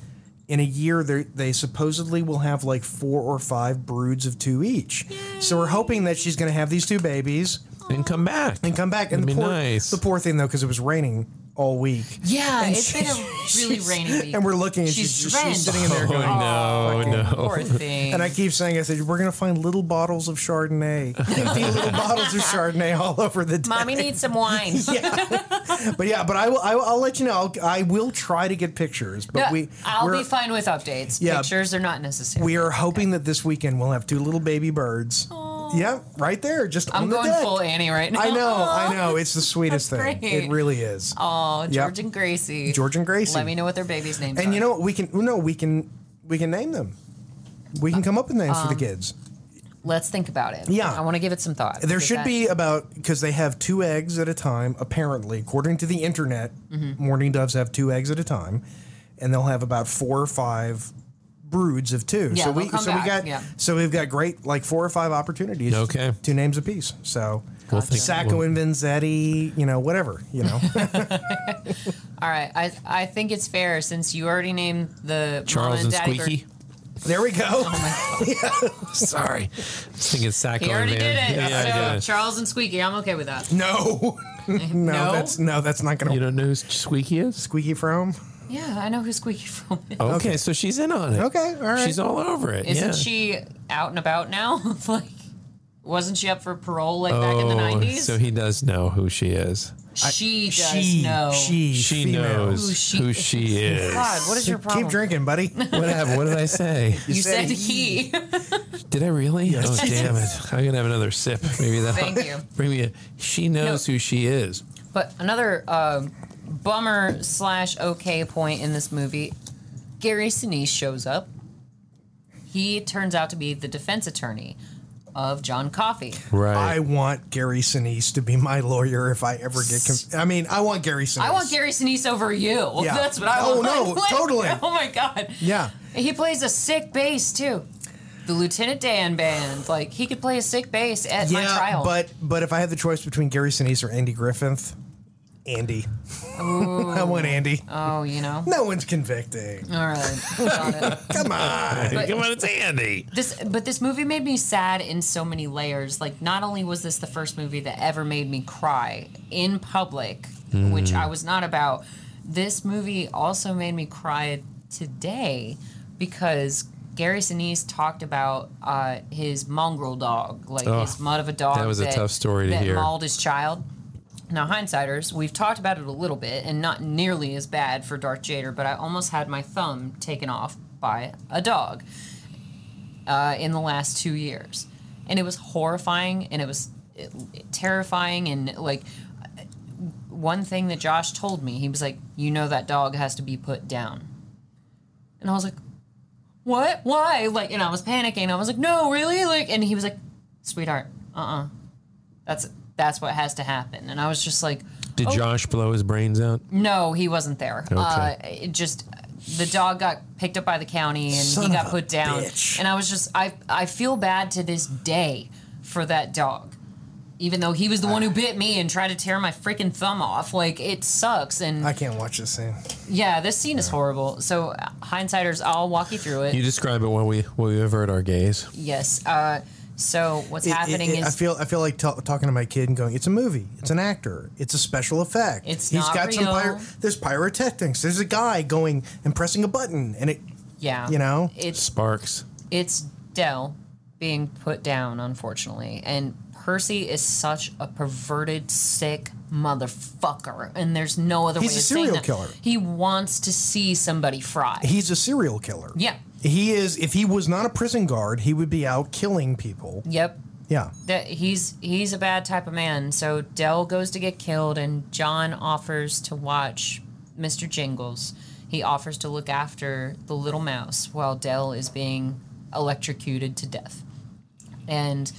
S2: in a year they they supposedly will have like four or five broods of two each. So we're hoping that she's going to have these two babies
S4: And, come back.
S2: and come back. And
S4: That'd
S2: the
S4: be
S2: poor,
S4: nice.
S2: the poor thing though, because it was raining all week.
S3: Yeah,
S2: And
S3: it's been a
S2: she's-
S3: really
S2: she's-
S3: rainy week.
S2: And we're looking at
S3: She's
S2: she's, she's,
S3: drenched.
S2: sitting in there
S4: Oh,
S2: going.
S4: no, no.
S3: Poor thing.
S2: And I keep saying, I said, we're going to find little bottles of Chardonnay. little bottles of Chardonnay all over the deck.
S3: Mommy needs some wine.
S2: But yeah, but I will. I will I'll let you know. I'll, I will try to get pictures. But we,
S3: I'll
S2: we're,
S3: be fine with updates.
S2: Yeah.
S3: Pictures are not necessary.
S2: we are hoping that this weekend we'll have two little baby birds. Yeah, right there, just
S3: I'm
S2: on the
S3: going
S2: deck.
S3: full Annie right now.
S2: I know, I know. It's the sweetest thing.
S3: That's great.
S2: It really is.
S3: Oh, George
S2: Yep.
S3: and Gracie.
S2: George and Gracie.
S3: Let me know what their baby's names are.
S2: And you know what? We can. No, we can. We can name them. We
S3: Uh,
S2: can come up with names for the
S3: um,
S2: kids.
S3: Let's think about it.
S2: Yeah.
S3: I want to give it some thought.
S2: There
S3: because
S2: should
S3: that-
S2: be about because they have two eggs at a time. Apparently, according to the internet,
S3: Mm-hmm.
S2: mourning doves have two eggs at a time, and they'll have about four or five broods of two.
S3: Yeah,
S2: so
S3: they'll
S2: we
S3: come
S2: so
S3: back,
S2: we got
S3: yeah.
S2: so we've got great like four or five opportunities.
S4: Okay.
S2: two names apiece. So
S4: We'll think-
S2: Sacco
S4: we'll-
S2: and Vanzetti, you know, whatever, you know.
S3: All right. I, I think it's fair since you already named the
S4: Charles
S3: mom
S4: and
S3: and daddy.
S4: Squeaky.
S2: there we go.
S3: Oh
S4: Sorry. I was thinking
S3: bird-
S4: Sacco
S3: He
S4: and
S3: already
S4: Van.
S3: did it.
S4: Yeah,
S3: so
S4: yeah.
S3: Charles and Squeaky, I'm okay with that.
S2: no. no,
S3: No?
S2: that's no, that's not gonna
S4: You don't know who Squeaky is?
S2: squeaky from.
S3: Yeah, I know who Squeaky from is.
S4: Okay, so she's in on it.
S2: Okay, all right.
S4: She's all over it.
S3: Isn't
S4: yeah.
S3: she out and about now? like, wasn't she up for parole like back in the
S4: Oh,
S3: 90s?
S4: So he does know who she is.
S3: she does
S2: she
S3: know.
S2: she
S4: She
S2: female.
S4: knows
S3: Who she-
S4: who she is.
S3: God, what is your problem?
S2: Keep drinking, buddy.
S4: What happened? What did I say?
S3: You said
S2: said
S3: he.
S4: Did I really? Oh, damn it. I'm going to have another sip. Maybe that'll
S3: Thank you.
S4: bring me a. She knows who she is.
S3: but another um bummer slash okay point in this movie Gary Sinise shows up. He turns out to be the defense attorney of John Coffey.
S4: Right.
S2: I want Gary Sinise to be my lawyer if I ever get. Conf- I mean, I want Gary Sinise.
S3: I want Gary Sinise over you.
S2: Yeah.
S3: That's what I
S2: Oh,
S3: want.
S2: no,
S3: Like,
S2: totally.
S3: Oh my god.
S2: Yeah.
S3: He plays a sick bass too. The Lieutenant Dan band. Like he could play a sick bass at my
S2: Yeah,
S3: trial.
S2: but but if I had the choice between Gary Sinise or Andy Griffith, Andy. I want Andy.
S3: Oh, you know.
S2: No one's convicting.
S3: All right, got it.
S2: Come on.
S4: Come on, it's Andy.
S3: This, but this movie made me sad in so many layers. Like, not only was this the first movie that ever made me cry in public, which I was not about, this movie also made me cry today because Gary Sinise talked about uh, his mongrel dog, like
S4: Oh,
S3: his mud of a dog.
S4: that was a tough story to
S3: that
S4: hear.
S3: mauled his child. Now, hindsighters, we've talked about it a little bit, and not nearly as bad for Darth Jader, but I almost had my thumb taken off by a dog uh, in the last two years, and it was horrifying, and it was eh, terrifying, and like eh, one thing that Josh told me, he was like, "You know that dog has to be put down," and I was like, "What? Why?" Like, and I was panicking. I was like, "No, really?" Like, and he was like, "Sweetheart, uh, uh that's that's what has to happen," and I was just like.
S4: Did Josh blow his brains out?
S3: No, he wasn't there. Uh,
S4: Okay.
S3: it just the dog got picked up by the county and
S2: Son
S3: he
S2: of
S3: got
S2: a
S3: put down.
S2: bitch.
S3: And I was just I I feel bad to this day for that dog. Even though he was the one who bit me and tried to tear my freaking thumb off, like it sucks. And
S2: I can't watch this scene.
S3: yeah, this scene is horrible. So, uh, hindsighters, I'll walk you through it.
S4: You describe it while we while we avert our gaze.
S3: yes. Uh, so what's
S2: It- it-
S3: happening
S2: it-
S3: is
S2: I feel I feel like ta- talking to my kid and going, "It's a movie. It's an actor. It's a special effect.
S3: It's
S2: He's
S3: not
S2: got some
S3: real."
S2: pyro. There's pyrotechnics. There's a guy going and pressing a button, and it.
S3: yeah,
S2: you know?
S3: it's
S4: Sparks.
S3: it's Dell being put down, unfortunately. And Percy is such a perverted, sick motherfucker. And there's no other
S2: He's
S3: way
S2: a
S3: of saying
S2: serial
S3: that.
S2: killer.
S3: He wants to see somebody fry.
S2: He's a serial killer.
S3: Yeah.
S2: He is. If he was not a prison guard, he would be out killing people.
S3: yep.
S2: Yeah.
S3: That he's he's a bad type of man. So Dell goes to get killed and John offers to watch Mr. Jingles. He offers to look after the little mouse while Dell is being electrocuted to death. And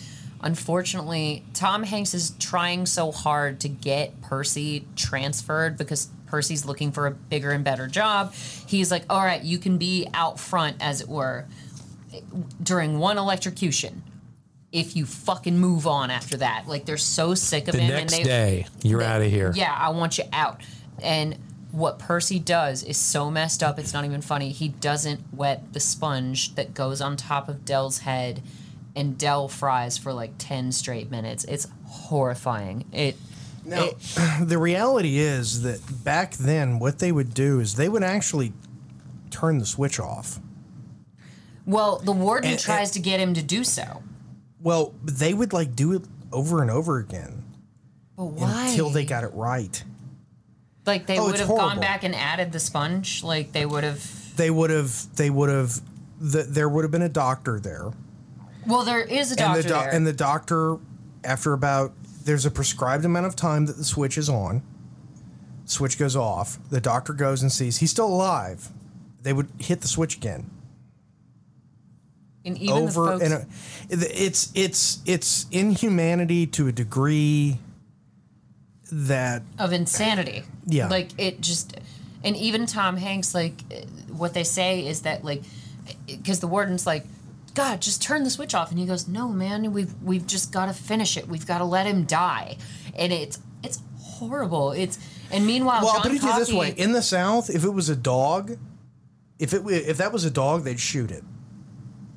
S3: unfortunately, Tom Hanks is trying so hard to get Percy transferred because Percy's looking for a bigger and better job. He's like, all right, you can be out front, as it were, during one electrocution. If you fucking move on after that, like they're so sick of
S4: The
S3: him,
S4: next
S3: and they,
S4: day, you're out of here.
S3: yeah, I want you out. And what Percy does is so messed up, it's not even funny. He doesn't wet the sponge that goes on top of Dell's head, and Dell fries for like 10 straight minutes. It's horrifying. It.
S2: Now,
S3: it-
S2: the reality is that back then, what they would do is they would actually turn the switch off.
S3: well, the warden
S2: And-
S3: tries to get him to do so.
S2: Well, they would like do it over and over again
S3: But why?
S2: until they got it right.
S3: like, they
S2: Oh,
S3: would
S2: it's
S3: have gone
S2: horrible.
S3: back and added the sponge. Like, they would have.
S2: They would have. They would have. The, there would have been a doctor there,
S3: Well, there is a
S2: and
S3: doctor.
S2: the doc
S3: there.
S2: and the doctor, after about there's a prescribed amount of time that the switch is on. Switch goes off. The doctor goes and sees he's still alive. They would hit the switch again.
S3: and even
S2: over
S3: the folks,
S2: and uh, it's it's it's inhumanity to a degree that
S3: of insanity.
S2: Yeah.
S3: Like it just, and even Tom Hanks, like eh, what they say is that like, because the warden's like, God, just turn the switch off, and he goes, No, man, we've we've just got to finish it. We've got to let him die, and it's it's horrible. It's and meanwhile,
S2: well,
S3: John
S2: I'll put it to you this
S3: Coffey-
S2: way: in the South, if it was a dog, if it wa- if that was a dog, they'd shoot it.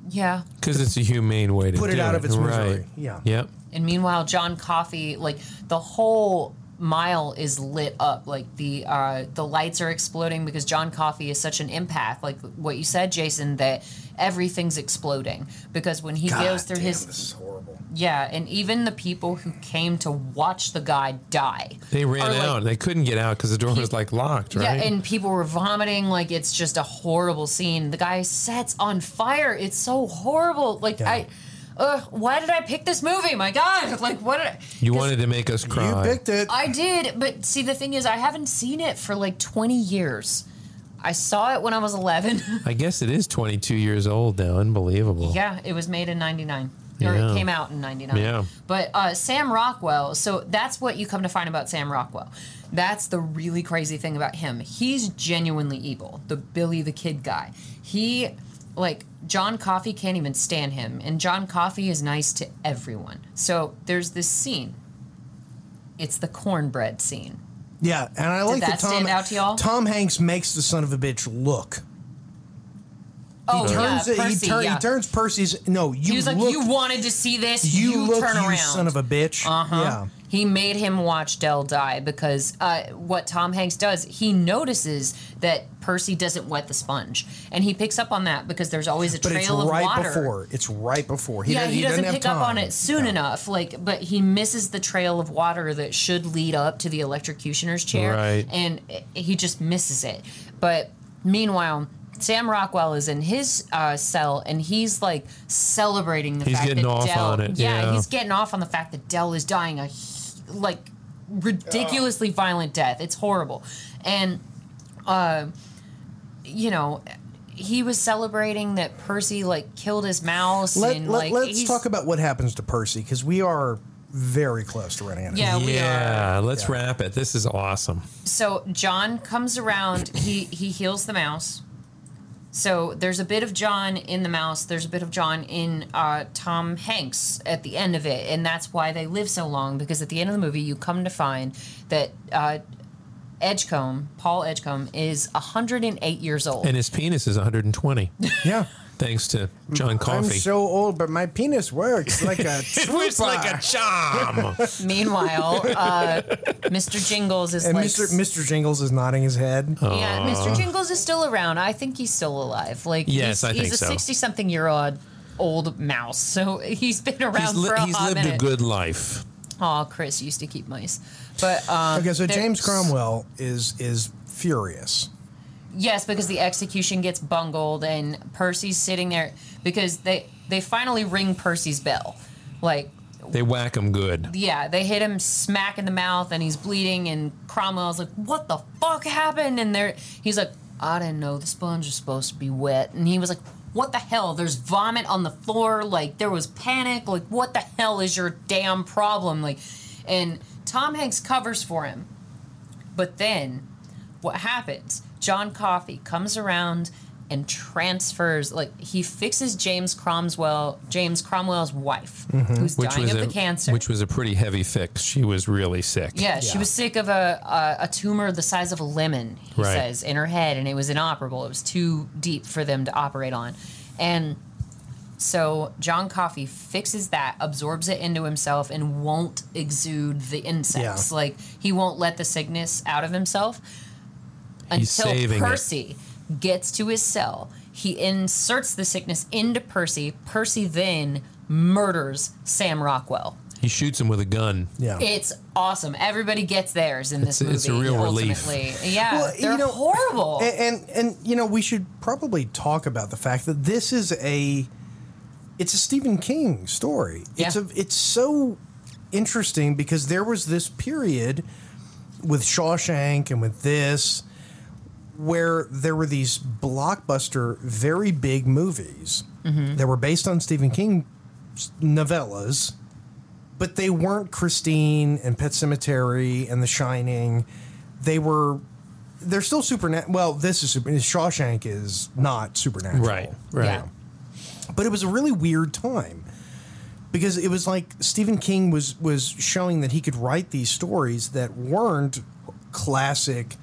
S3: yeah,
S4: Because it's a humane way to
S2: Put it
S4: do
S2: out of its
S4: right.
S2: misery. Yeah.
S4: Yep.
S3: And meanwhile, John Coffey, like the whole mile is lit up. Like the uh, the lights are exploding because John Coffey is such an empath. Like what you said, Jason, that everything's exploding because when he goes through his
S2: is horrible.
S3: yeah, and even the people who came to watch the guy die.
S4: They ran
S3: Or, like-
S4: out. They couldn't get out because the door was like locked, right?
S3: Yeah, and people were vomiting. Like it's just a horrible scene. The guy sets on fire. It's so horrible. Like I, ugh, why did I pick this movie? My God! Like what? Did I,
S4: you wanted to make us
S2: You
S4: cry.
S2: picked it.
S3: I did, but see, the thing is, I haven't seen it for like 20 years. I saw it when I was 11.
S4: I guess it is 22 years old now. Unbelievable.
S3: yeah, it was made in 99. Or
S4: Yeah.
S3: it came out in 99.
S4: Yeah.
S3: But uh, Sam Rockwell, so that's what you come to find about Sam Rockwell. That's the really crazy thing about him. He's genuinely evil, the Billy the Kid guy. He, like, John Coffey can't even stand him, and John Coffey is nice to everyone. So there's this scene. It's the cornbread scene.
S2: Yeah, and I like
S3: that
S2: Tom,
S3: stand out to y'all?
S2: Tom Hanks makes the son of a bitch look.
S3: Oh,
S2: Turns
S3: yeah,
S2: it-
S3: Percy,
S2: he, tur-
S3: yeah.
S2: he turns Percy's. No, you
S3: he was like,
S2: look.
S3: "You wanted to see this.
S2: you
S3: You,
S2: look,
S3: turn
S2: you
S3: around,
S2: son of a bitch."
S3: Uh huh.
S2: Yeah.
S3: He made him watch Dell die because uh, what Tom Hanks does, he notices that Percy doesn't wet the sponge, and he picks up on that because there's always a
S2: but
S3: trail
S2: it's
S3: of
S2: right
S3: water.
S2: before. It's right before. He
S3: yeah,
S2: doesn't-
S3: he,
S2: doesn't,
S3: doesn't,
S2: have
S3: pick up on
S2: time.
S3: it soon enough. Like, but he misses the trail of water that should lead up to the electrocutioner's chair,
S4: Right.
S3: and i- he just misses it. But meanwhile. Sam Rockwell is in his uh, cell and he's like celebrating the
S4: He's
S3: fact
S4: getting
S3: that
S4: off
S3: Dell,
S4: on it, yeah.
S3: he's getting off on the fact that Dell is dying a h- like ridiculously violent death. It's horrible, and you know, he was celebrating that Percy like killed his mouse
S2: Let,
S3: and like
S2: us
S3: he's-
S2: talk about what happens to Percy because we are very close to running out. of
S3: Yeah, we are.
S4: yeah, let's wrap it. This is awesome.
S3: So John comes around. He he heals the mouse. So there's a bit of John in the mouse. There's a bit of John in uh, Tom Hanks at the end of it, and that's why they live so long. Because at the end of the movie, you come to find that uh, Edgecombe, Paul Edgecombe, is 108 years old.
S4: And his penis is 120,
S2: Yeah.
S4: thanks to John
S2: I'm
S4: Coffey.
S2: so old, but my penis works like a
S4: it was like a charm.
S3: Meanwhile, uh, Mr. Jingles is
S2: and
S3: like
S2: Mr. Mr. Jingles is nodding his head.
S3: Yeah, Mr. Jingles is still around. I think he's still alive. Like,
S4: Yes,
S3: he's,
S4: I think
S3: he's
S4: so.
S3: a sixty-something year old old mouse, so he's been around
S4: he's li-
S3: for a
S4: he's
S3: hot
S4: lived
S3: minute.
S4: a good life.
S3: Aw, Chris used to keep mice, but um,
S2: Okay, so
S3: there-
S2: James Cromwell is is furious.
S3: Yes, because the execution gets bungled, and Percy's sitting there because they they finally ring Percy's bell, like.
S4: They whack him good.
S3: Yeah, they hit him smack in the mouth and he's bleeding and Cromwell's like, What the fuck happened? And they're he's like, I didn't know the sponge was supposed to be wet and he was like, What the hell? There's vomit on the floor, like there was panic, like what the hell is your damn problem? Like and Tom Hanks covers for him. But then what happens? John Coffey comes around and transfers like he fixes James Cromwell James Cromwell's wife who's dying of the
S4: a
S3: cancer.
S4: which Mm-hmm. was a pretty heavy fix. She was really sick.
S3: Yeah, she
S2: Yeah.
S3: was sick of a, a a tumor the size of a lemon. He
S4: Right.
S3: says in her head, and it was inoperable. It was too deep for them to operate on, and so John Coffey fixes that, absorbs it into himself, and won't exude the insects.
S2: Yeah.
S3: Like he won't let the sickness out of himself
S4: He's
S3: until
S4: saving it.
S3: Percy gets to his cell. He inserts the sickness into Percy. Percy then murders Sam Rockwell.
S4: He shoots him with a gun.
S2: Yeah.
S3: It's awesome. Everybody gets theirs in this
S4: It's-
S3: movie.
S4: it's a real relief.
S3: ultimately. Yeah,
S2: Well, you
S3: they're
S2: know, eh,
S3: horrible.
S2: And, and and you know we should probably talk about the fact that this is a it's a Stephen King story. It's
S3: Yeah.
S2: a it's so interesting because there was this period with Shawshank and with this where there were these blockbuster very big movies that were based on Stephen King s- novellas but they weren't Christine and Pet Cemetery and The Shining. They were they're still supernatural. Well, this is super. Shawshank is not supernatural,
S4: Right. Right.
S3: Yeah.
S2: But it was a really weird time because it was like Stephen King was was showing that he could write these stories that weren't classic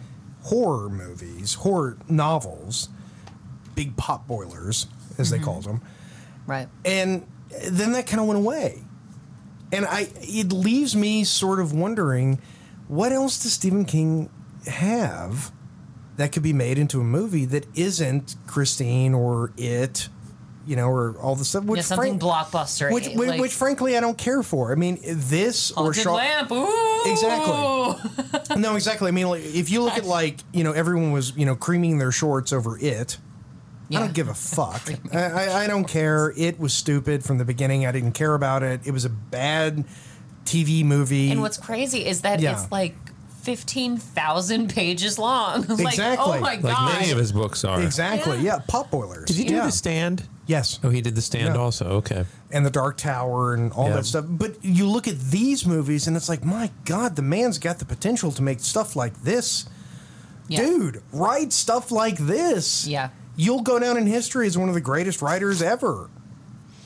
S2: horror movies, horror novels, big pot boilers as
S4: Mm-hmm.
S2: they called them
S3: right.
S2: and then that kind of went away and i it leaves me sort of wondering what else does stephen king have that could be made into a movie that isn't christine or it you know or all the stuff which
S3: Yeah, something blockbuster.
S2: which,
S3: eh,
S2: which,
S3: like,
S2: which frankly i don't care for i mean this or
S3: Haunted
S2: Shaw-
S3: lamp. Ooh. Oh.
S2: Exactly. no, exactly. I mean, like, if you look at like you know, everyone was you know creaming their shorts over it. I
S3: Yeah.
S2: don't give a fuck. I, I, I don't care. It was stupid from the beginning. I didn't care about it. It was a bad TV movie.
S3: And what's crazy is that
S2: Yeah.
S3: it's like fifteen thousand pages long. like,
S2: Exactly.
S3: Oh my
S2: Like
S4: Like
S3: god.
S4: many of his books are.
S2: exactly? Yeah,
S3: Yeah.
S2: pop boilers.
S4: Did he do
S2: yeah.
S4: the stand?
S2: Yes,
S4: Oh, he did the stand
S2: Yeah.
S4: also. Okay.
S2: and the Dark Tower and all
S4: Yeah.
S2: that stuff. But you look at these movies, and it's like, my God, the man's got the potential to make stuff like this.
S3: Yeah.
S2: Dude, write stuff like this.
S3: Yeah.
S2: You'll go down in history as one of the greatest writers ever.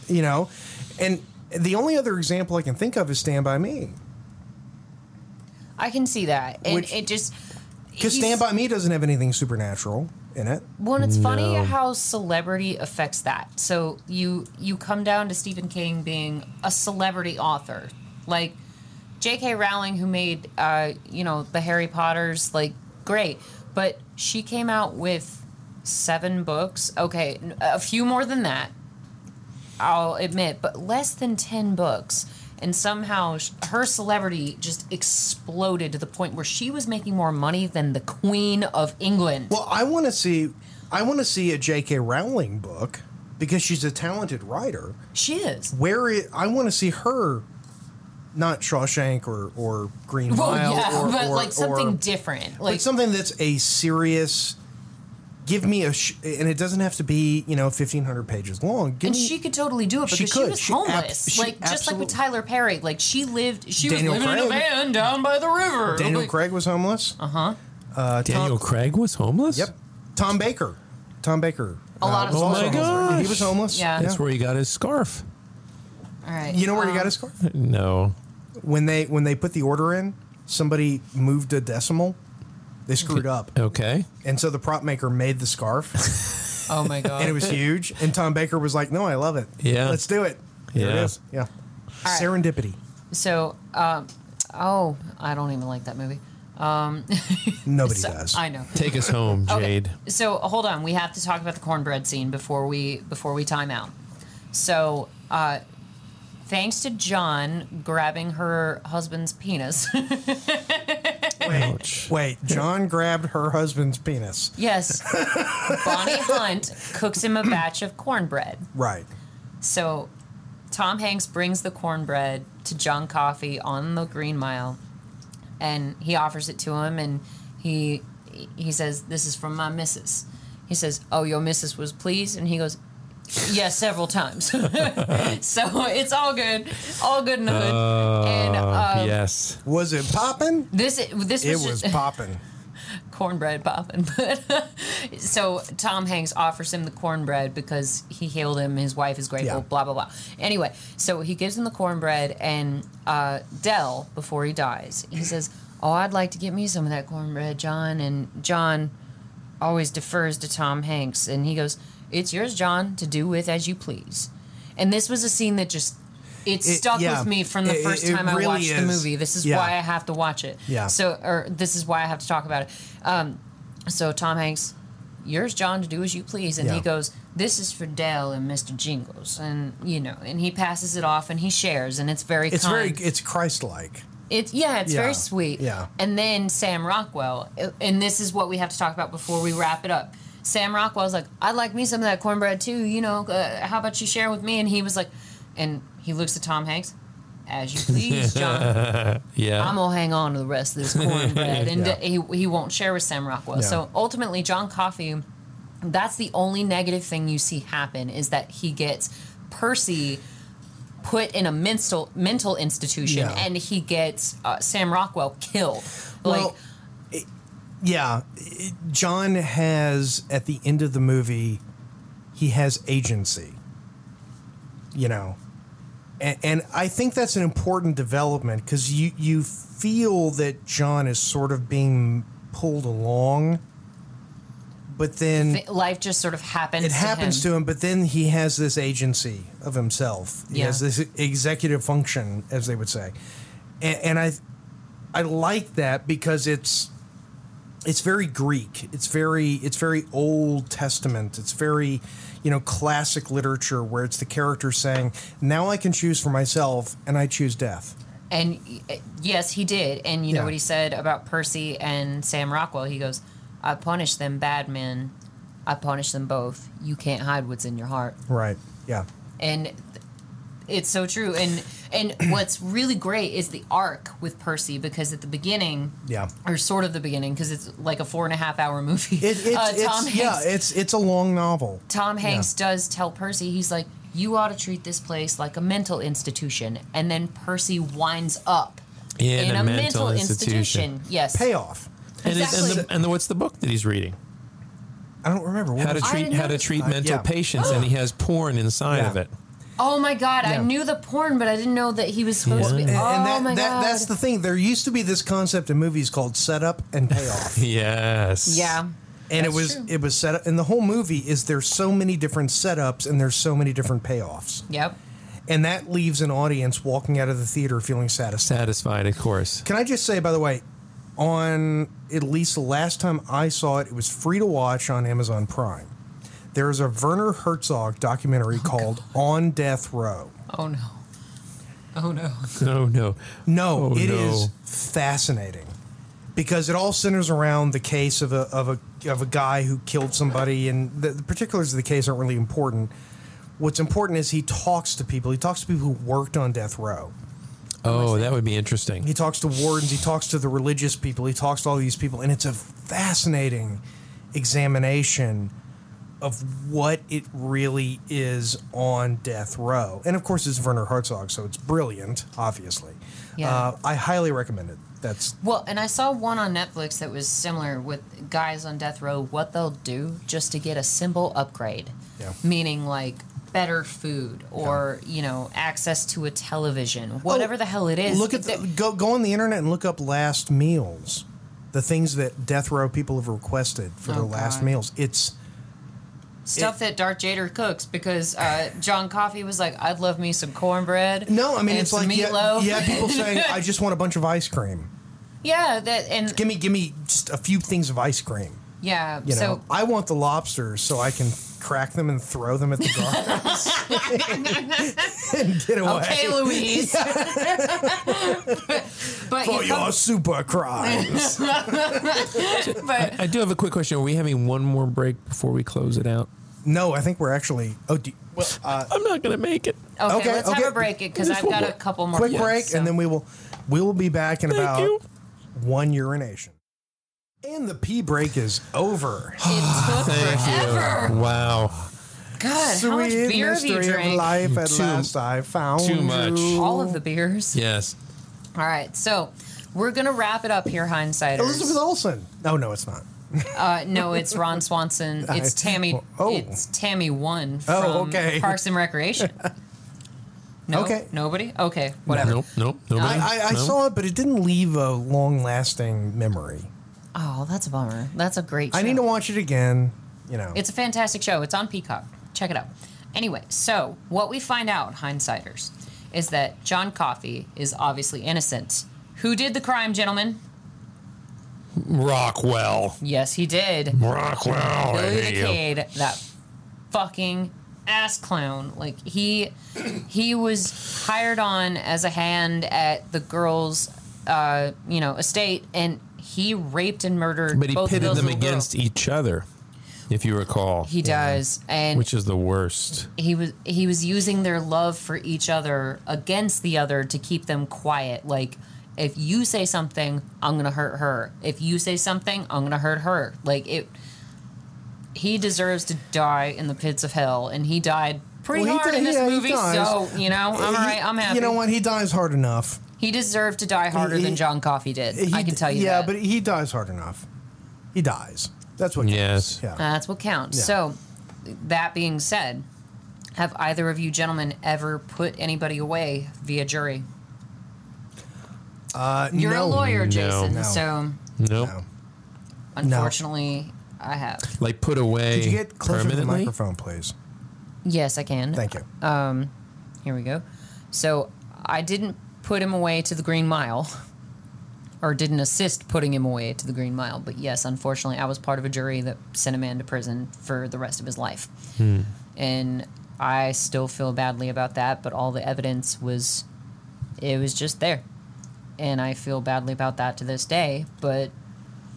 S2: You know? And the only other example I can think of is Stand By Me.
S3: I can see that, and
S2: Which-
S3: it just
S2: Because
S3: he's-
S2: Stand By Me doesn't have anything supernatural in it.
S3: Well, and it's funny how celebrity affects that. So you you come down to Stephen King being a celebrity author, like J.K. Rowling, who made uh, you know the Harry Potter's, like great, but she came out with seven books. Okay, n- a few more than that, I'll admit, but less than ten books. And somehow sh- her celebrity just exploded to the point where she was making more money than the Queen of England.
S2: Well, I want to see, I want to see a J.K. Rowling book because she's a talented writer.
S3: she is.
S2: Where it, I want to see her, not Shawshank or or Green
S3: Well,
S2: Mile,
S3: yeah,
S2: or,
S3: but
S2: or-
S3: like something
S2: or-
S3: different. Like
S2: but something that's a serious. Give me a, sh- and it doesn't have to be you know fifteen hundred pages long. Give
S3: and
S2: me,
S3: she could totally do it
S2: She
S3: because she,
S2: could.
S3: was
S2: She ab-
S3: homeless.
S2: she
S3: like just like
S2: absolute-
S3: with Tyler Perry, like she lived she
S2: Daniel
S3: was living in a
S2: Craig.
S3: van down by the river.
S2: Daniel
S3: Like,
S2: Craig was homeless. Uh-huh. Uh
S4: Daniel
S2: Tom,
S4: Craig was homeless.
S2: Yep. Tom Baker. Tom Baker. Uh,
S3: A lot of
S2: was
S3: Oh
S2: also
S4: my
S2: homeless.
S4: gosh.
S2: He was homeless.
S3: Yeah.
S4: That's where he got his scarf.
S3: All right.
S2: You know where he got
S3: um,
S2: his car?
S4: No.
S2: When they when they put the order in, somebody moved a decimal. They screwed up,
S4: Okay. Oh.
S2: and so the prop maker made the scarf,
S3: Oh my god.
S2: and it was huge. And Tom Baker was like, "No, I love it.
S4: Yeah.
S2: let's do it. Here it
S4: Yeah.
S2: is. Yeah,
S3: right.
S2: serendipity.
S3: so um oh, I don't even like that movie.
S2: Nobody
S3: So,
S2: does.
S3: I know.
S4: Take us home,
S3: Okay.
S4: Jade.
S3: So hold on, we have to talk about the cornbread scene before we before we time out. So uh thanks to John grabbing her husband's penis.
S4: Ouch.
S2: Wait, John grabbed her husband's penis.
S3: yes. Bonnie Hunt cooks him a batch of cornbread.
S2: Right.
S3: So Tom Hanks brings the cornbread to John Coffey on the Green Mile and he offers it to him and he he says, This is from my missus. He says, Oh, your missus was pleased and he goes, Yes, several times. so it's all good. All good in the hood. and uh,
S4: yes.
S2: Was it popping?
S3: this this was,
S2: It
S3: just-
S2: was popping.
S3: cornbread popping. But so Tom Hanks offers him the cornbread because he healed him. His wife is grateful.
S2: Yeah.
S3: Blah blah blah. Anyway, so he gives him the cornbread, and uh, Dell before he dies, he says, "Oh, I'd like to get me some of that cornbread, John." And John always defers to Tom Hanks, and he goes, "It's yours, John, to do with as you please." And this was a scene that just. It
S2: It-
S3: stuck
S2: yeah.
S3: with me from the
S2: It-
S3: first
S2: it
S3: time
S2: really
S3: I watched the
S2: is.
S3: movie. This is
S2: Yeah.
S3: why I have to watch it.
S2: Yeah.
S3: So, or this is why I have to talk about it. Um, so Tom Hanks, yours, John, to do as you please, and he
S2: Yeah.
S3: goes, "This is for Dell and Mister Jingles," and you know, and he passes it off and he shares, and it's very
S2: It's very.
S3: kind.
S2: It's Christ-like.
S3: It's yeah, it's
S2: Yeah.
S3: very sweet.
S2: Yeah.
S3: And then Sam Rockwell, uh, and this is what we have to talk about before we wrap it up. Sam Rockwell's like, I'd like me some of that cornbread too. You know, uh, how about you share with me? And he was like, and he looks at Tom Hanks, as you please, John.
S4: Yeah.
S3: I'm gonna hang on to the rest of this cornbread, and
S2: Yeah.
S3: he he won't share with Sam Rockwell.
S2: No.
S3: So ultimately, John Coffey, that's the only negative thing you see happen is that he gets Percy put in a mental mental institution,
S2: Yeah.
S3: and he gets uh, Sam Rockwell killed. Like
S2: Well, it- yeah, it- John has at the end of the movie, he has agency. You know, and, and I think that's an important development because you you feel that John is sort of being pulled along, but then
S3: th- life just sort of happens.
S2: it happens to him. But then he has this agency of himself. He
S3: Yeah.
S2: has this executive function, as they would say, and, and I, I like that because it's, it's very Greek. It's very it's very Old Testament. It's very, you know, classic literature where it's the character saying, "Now I can choose for myself, and I choose death."
S3: And y- yes, he did. And you know
S2: Yeah.
S3: what he said about Percy and Sam Rockwell? He goes, I punish them bad men. I punish them both. You can't hide what's in your heart.
S2: Right. Yeah.
S3: And th- it's so true. And and what's really great is the arc with Percy because at the beginning,
S2: Yeah.
S3: or sort of the beginning, because it's like a four and a half hour movie.
S2: It, it's,
S3: uh,
S2: it's yeah. It's it's a long novel.
S3: Tom Hanks does tell Percy, he's like, you ought to treat this place like a mental institution. And then Percy winds up
S4: In a mental institution.
S3: Yes.
S2: Payoff.
S4: And, it's- and,
S3: Exactly.
S4: the, and the, what's the book that he's reading?
S2: I don't remember what
S4: How to
S2: was-
S3: I
S4: treat
S3: didn't
S4: How to
S3: notice
S4: treat
S2: that.
S4: mental
S2: Uh, Yeah.
S4: patients, and he has porn inside of
S2: Yeah.
S4: it.
S3: Oh my god, I
S2: Yeah.
S3: knew the porn, but I didn't know that he was supposed to be.
S2: And,
S3: oh
S2: and that,
S3: my
S2: that
S3: god,
S2: that's the thing. There used to be this concept in movies called setup and payoff.
S4: Yes.
S3: yeah.
S2: and it
S3: That's
S2: was
S3: true.
S2: it was set up and the whole movie is there's so many different setups and there's so many different payoffs.
S3: Yep.
S2: And that leaves an audience walking out of the theater feeling satisfied.
S4: Satisfied, of course.
S2: Can I just say by the way, on at least the last time I saw it, it was free to watch on Amazon Prime. There is a Werner Herzog documentary called On Death Row.
S3: Oh no. Oh no.
S4: No, no.
S2: No,
S4: Oh,
S2: it is
S4: no.
S2: fascinating because it all centers around the case of a of a of a guy who killed somebody, and the, the particulars of the case aren't really important. What's important is he talks to people. He talks to people who worked on death row.
S4: Oh, that would be interesting.
S2: He talks to wardens. He talks to the religious people. He talks to all these people, and it's a fascinating examination of what it really is on death row. And of course, it's Werner Herzog, so it's brilliant, obviously.
S3: Yeah.
S2: Uh, I highly recommend it. That's
S3: Well, and I saw one on Netflix that was similar with guys on death row, what they'll do just to get a symbol upgrade.
S2: Yeah.
S3: Meaning like better food or, you know, access to a television, Oh, whatever the hell it is.
S2: Oh, Look at the,
S3: They're-
S2: go go on the internet and look up last meals, the things that death row people have requested for their
S3: Oh,
S2: last
S3: God.
S2: meals. It's
S3: stuff that Darth Jader cooks because uh, John Coffey was like, I'd love me some cornbread.
S2: no, I mean
S3: and
S2: it's
S3: some
S2: like yeah,
S3: meatloaf.
S2: yeah, people saying I just want a bunch of ice cream.
S3: Yeah, that and
S2: Give me give me just a few things of ice cream.
S3: yeah.
S2: You know,
S3: so
S2: I want the lobsters so I can crack them and throw them at the guards and get away.
S3: okay, Louise. but
S2: For
S3: you
S2: your
S3: come,
S2: super crimes.
S3: but
S4: I do have a quick question. Are we having one more break before we close it out?
S2: no, I think we're actually. Oh, do, well, uh,
S4: I'm not going to make it.
S3: okay,
S2: Okay,
S3: let's
S2: okay.
S3: have a break it because
S4: Just
S3: I've
S4: one
S3: got
S4: more-
S3: a couple more.
S2: quick
S3: points,
S2: break,
S3: so-
S2: and then we will we will be back in
S4: Thank
S2: about
S4: you.
S2: one urination. And the pee break is over.
S3: It took forever.
S4: Wow.
S3: God, how much
S2: Sweet
S3: beer have
S2: mystery
S3: you
S2: of
S3: drank?
S2: life at
S4: Too-
S2: last I found
S4: too much.
S2: you.
S3: All of the beers.
S4: Yes.
S3: All right, so we're gonna wrap it up here, hindsight.
S2: Elizabeth Olsen. No, no, it's not.
S3: Uh, no, it's Ron Swanson. It's Tammy.
S2: oh.
S3: It's Tammy One from
S2: Oh, okay.
S3: Parks and Recreation. No,
S2: Okay. Mm.
S3: nobody. Okay, whatever.
S4: Nope. Nope. Nobody.
S2: I, I, I
S4: No?
S2: saw it, but it didn't leave a long-lasting memory.
S3: Oh, that's a bummer. That's a great. Show.
S2: I need to watch it again. You know,
S3: It's a fantastic show. It's on Peacock. Check it out. Anyway, so what we find out, hindsighters, is that John Coffey is obviously innocent. Who did the crime, gentlemen?
S4: Rockwell.
S3: Yes, he did.
S4: Rockwell. I
S3: Billy
S4: hate you.
S3: Kincaid, that fucking ass clown. Like he he was hired on as a hand at the girls' uh, you know, estate and he raped and murdered
S4: But he
S3: both of
S4: pitted
S3: those
S4: them
S3: little girls.
S4: against each other, if you recall,
S3: He does. And
S4: which is the worst.
S3: he was he was using their love for each other against the other to keep them quiet like if you say something i'm gonna hurt her if you say something i'm gonna hurt her like it he deserves to die in the pits of hell and he died pretty
S2: Well, he
S3: hard
S2: di-
S3: in this
S2: yeah, he
S3: movie so
S2: dies.
S3: you know i'm
S2: He-
S3: all right i'm happy
S2: You know what? He dies hard enough.
S3: he deserved to die harder
S2: He-
S3: than john coffey did
S2: He,
S3: i can tell you
S2: Yeah,
S3: that.
S2: but he dies hard enough. He dies. That's what.
S4: Yes.
S2: counts. Yeah.
S3: That's what counts.
S2: Yeah.
S3: So, that being said, have either of you gentlemen ever put anybody away via jury?
S2: Uh,
S3: You're
S2: no.
S3: a lawyer,
S4: No.
S3: Jason.
S2: No.
S3: So,
S4: No.
S2: No.
S3: unfortunately, I have.
S4: Like put away
S2: Could you get closer to the
S4: permanently.
S2: microphone, please?
S3: Yes, I can.
S2: Thank you.
S3: Here we go. So, I didn't put him away to the Green Mile or didn't assist putting him away to the Green Mile. But yes, unfortunately, I was part of a jury that sent a man to prison for the rest of his life. And I still feel badly about that, but all the evidence was, it was just there. And I feel badly about that to this day, but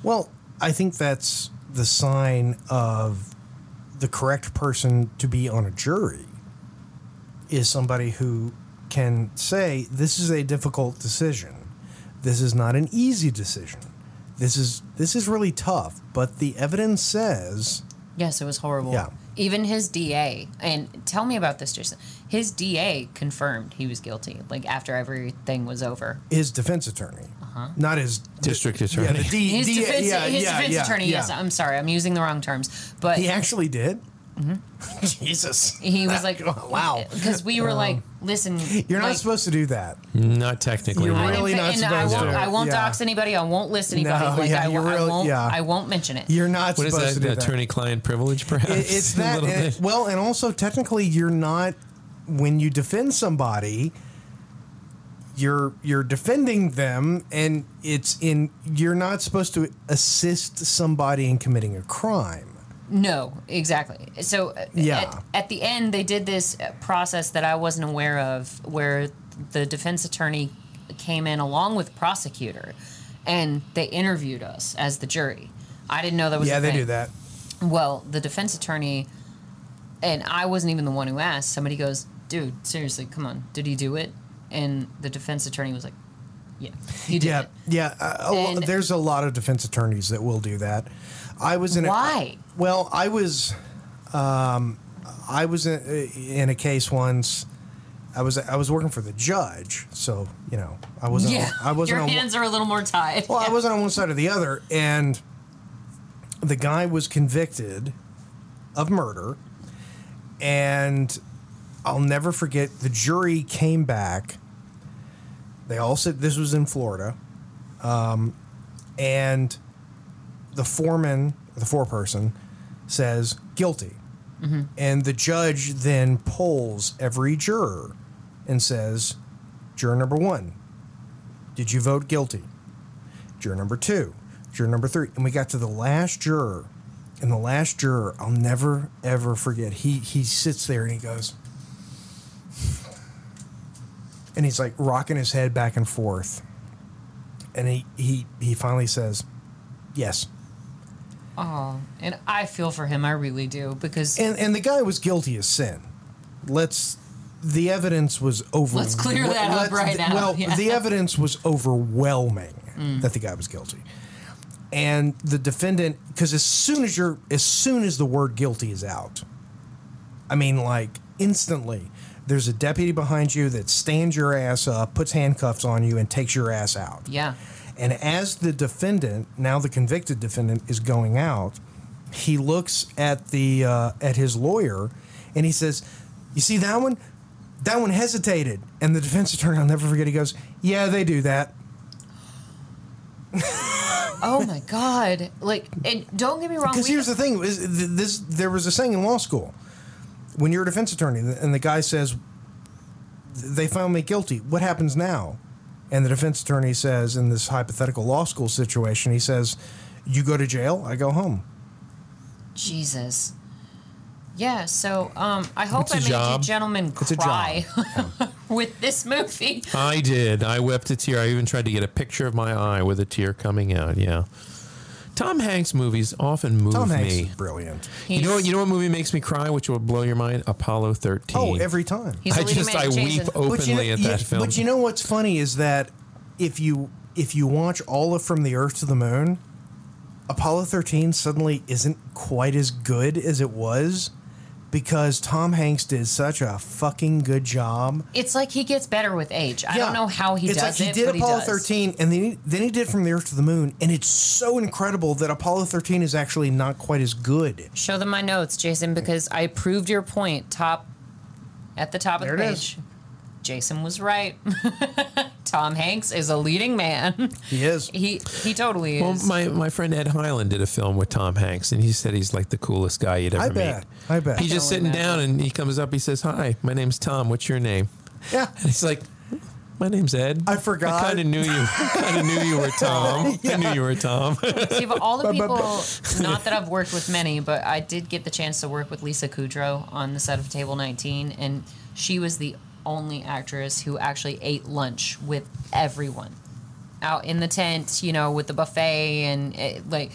S2: Well, I think that's the sign of the correct person to be on a jury is somebody who can say, this is a difficult decision. This is not an easy decision. This is this is really tough, but the evidence says
S3: Yes, it was horrible.
S2: Yeah.
S3: Even his DA, and tell me about this, Jason. His DA confirmed he was guilty, like after everything was over.
S2: his defense attorney, not his
S4: District
S2: Yeah, the
S4: attorney.
S2: D,
S3: Uh-huh. His
S2: D-
S3: defense,
S2: yeah,
S3: his
S2: yeah,
S3: defense
S2: yeah,
S3: attorney,
S2: yeah.
S3: yes, I'm sorry, I'm using the wrong terms. But
S2: he actually did. Jesus.
S3: Mm-hmm. He was like,
S2: Wow.
S3: Because we were like, listen,
S2: You're not
S3: like,
S2: supposed to do that.
S4: Not technically.
S2: You're
S4: no.
S2: really
S3: and-
S2: not
S3: and I
S2: supposed
S3: won't,
S2: to.
S3: I won't
S2: Yeah.
S3: dox anybody. I won't list anybody.
S2: No,
S3: like,
S2: yeah,
S3: I,
S2: you're
S3: I
S2: real-
S3: won't.
S2: yeah.
S3: I won't mention it.
S2: You're not
S4: What is
S2: supposed to
S4: that?
S2: do that.
S4: Attorney-client privilege, perhaps?
S2: It- it's
S4: A
S2: that
S4: little
S2: and it-
S4: bit.
S2: well and also technically you're not when you defend somebody you're you're defending them and it's in you're not supposed to assist somebody in committing a crime
S3: No, exactly. So uh,
S2: Yeah.
S3: at, at the end, they did this uh, process that I wasn't aware of, where the defense attorney came in along with prosecutor, and they interviewed us as the jury. I didn't know that was
S2: yeah
S3: a
S2: they
S3: thing.
S2: do that
S3: Well, the defense attorney, and I wasn't even the one who asked. Somebody goes, "Dude, seriously, come on, did he do it?" And the defense attorney was like, "Yeah, he did."
S2: yeah
S3: it."
S2: yeah uh, a lo-
S3: And-
S2: there's a lot of defense attorneys that will do that i was in
S3: Why?
S2: a well i was um i was in, in a case once I was I was working for the judge, so you know I wasn't
S3: Yeah,
S2: I wasn't
S3: your
S2: on-
S3: hands are a little more tied.
S2: Well, I wasn't on one side or the other, and the guy was convicted of murder, and I'll never forget. The jury came back. They all said this was in Florida, um, and the foreman, the foreperson, says guilty, and the judge then polls every juror and says, juror number one, did you vote guilty? juror number two, juror number three, and we got to the last juror. And the last juror, I'll never ever forget. He he sits there and he goes, and he's like rocking his head back and forth. And he he he finally says, yes.
S3: Oh, and I feel for him. I really do because
S2: And and the guy was guilty as sin. Let's. The evidence was over.
S3: Let's clear that
S2: let's-
S3: up right now.
S2: Well,
S3: Yeah. Mm.
S2: the evidence was overwhelming that the guy was guilty, and the defendant because as soon as you're as soon as the word guilty is out, I mean like instantly, there's a deputy behind you that stands your ass up, puts handcuffs on you, and takes your ass out.
S3: yeah,
S2: And as the defendant, now the convicted defendant, is going out, he looks at the uh, at his lawyer, and he says, "You see that one? That one hesitated." And the defense attorney, I'll never forget, he goes, "Yeah, they do that."
S3: oh my god, like and don't get me wrong.
S2: Because
S3: we-
S2: here's the thing: is th- this there was a saying in law school when you're a defense attorney, and the guy says, "They found me guilty. What happens now?" And the defense attorney says, in this hypothetical law school situation, he says, "You go to jail. I go home."
S3: Jesus. Yeah, so um, I hope
S4: It's a
S3: I made
S4: job.
S3: you gentlemen
S2: It's a
S3: cry with this movie.
S4: I did. I wept a tear. I even tried to get a picture of my eye with a tear coming out. Yeah. Tom Hanks movies often move
S2: Tom Hanks
S4: me.
S2: is brilliant.
S4: You know,
S3: He's-
S4: what, you know what movie makes me cry, which will blow your mind? Apollo 13.
S2: Oh, every time.
S3: He's a
S4: I
S3: leading
S4: just,
S3: man,
S4: I
S3: Jason.
S4: weep openly
S2: you know,
S4: at
S2: you-
S4: that film.
S2: But you know what's funny is that if you if you watch all of From the Earth to the Moon, Apollo 13 suddenly isn't quite as good as it was because Tom Hanks did such a fucking good job.
S3: It's like he gets better with age. I don't know how he
S2: it's
S3: does
S2: like
S3: it,
S2: he did
S3: but
S2: Apollo
S3: he does.
S2: 13 and then he, then he did From the Earth to the Moon and it's so incredible that Apollo 13 is actually not quite as good.
S3: Show them my notes, Jason, because I proved your point. Top at the top
S2: There
S3: of the
S2: it
S3: page. Jason was right. Tom Hanks is a leading man.
S2: He is.
S3: He he totally is.
S4: well, my, my friend Ed Hyland did a film with Tom Hanks, and he said he's like the coolest guy you'd ever
S2: I
S4: meet.
S2: bet. I bet.
S4: He's just
S3: can
S4: sitting
S3: only
S4: down, and he comes up. He says, "Hi, my name's Tom. What's your name?"
S2: yeah.
S4: And he's like, "My name's Ed."
S2: I forgot.
S4: I kind of knew you. kind of knew you were Tom. I knew you were Tom.
S3: See, of all the
S2: bu-
S3: people, not that I've worked with many, but I did get the chance to work with Lisa Kudrow on the set of Table 19, and she was the only actress who actually ate lunch with everyone out in the tent, you know, with the buffet and eh, like.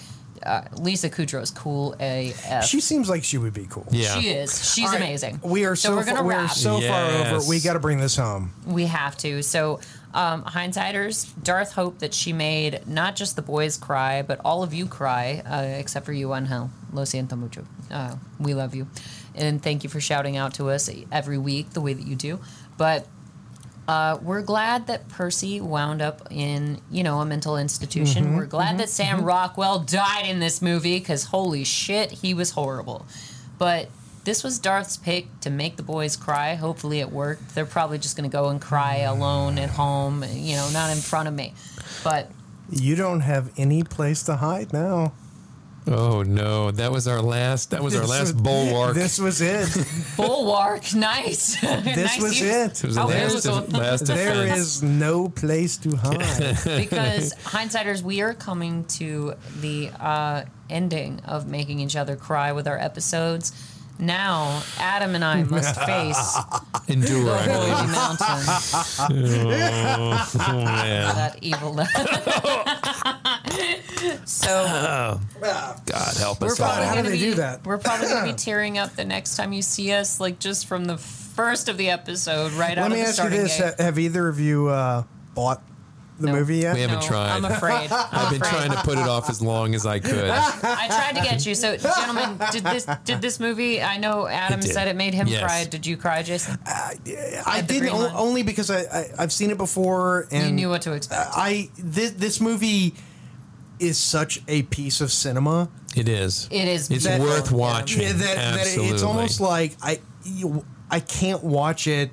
S3: Uh, Lisa Kudrow is cool. AF.
S2: She seems like she would be cool.
S4: Yeah.
S3: She is. She's
S2: All right,
S3: amazing.
S2: We are so,
S3: we're gonna
S2: far, we are
S3: wrap.
S2: so far
S4: Yes.
S2: over. We got to bring this home.
S3: We have to. So, um, hindsighters, Darth hoped that she made not just the boys cry, but all of you cry, uh, except for you, Angel. Lo siento mucho. Uh, we love you. And thank you for shouting out to us every week the way that you do. But uh, we're glad that Percy wound up in, you know, a mental institution. we're glad that Sam Rockwell died in this movie because holy shit, he was horrible. But This was Darth's pick to make the boys cry. Hopefully, it worked. They're probably just going to go and cry alone at home, you know, not in front of me. But
S5: You don't have any place to hide now.
S4: Oh no, that was our last. That was our
S5: This
S4: last
S5: was-
S4: bulwark.
S5: This was it.
S3: bulwark, nice.
S5: This was it.
S4: it was the
S3: Oh,
S4: last,
S3: there was
S4: def- last
S5: There
S4: defense.
S5: is no place to hide.
S3: because hindsiders we are coming to the uh, ending of making each other cry with our episodes now adam and i must face
S4: Endure.
S3: the
S4: I
S3: holy mountain
S4: believe. Oh, man.
S3: that evil so
S4: God help
S2: We're
S4: us
S2: fine.
S4: all.
S2: How do
S3: gonna
S2: they
S3: be-
S2: do that?
S3: we're probably going to be tearing up the next time you see us like just from the first of the episode right
S5: Let
S3: out
S5: me
S3: of the
S5: ask you
S3: starting
S5: this:
S3: gate.
S5: Ha- Have either of you uh, bought the
S3: No.
S5: movie yet?
S4: We haven't
S3: No,
S4: tried.
S3: i'm afraid
S4: I've been trying to put it off as long as I could.
S3: I tried to get you. So, gentlemen, did this did this movie? I know Adam
S4: did.
S3: said it made him
S4: Yes.
S3: cry. Did you cry, Jason?
S2: I
S3: At the
S2: didn't
S3: Green
S2: o-
S3: Line.
S2: only because I, I I've seen it before and
S3: You knew what to expect.
S2: I this this movie is such a piece of cinema
S4: It is.
S3: It is.
S4: It's
S3: beautiful.
S4: worth
S3: Yeah.
S4: watching.
S2: Yeah, that, that
S4: Absolutely.
S2: it's almost like I you, I can't watch it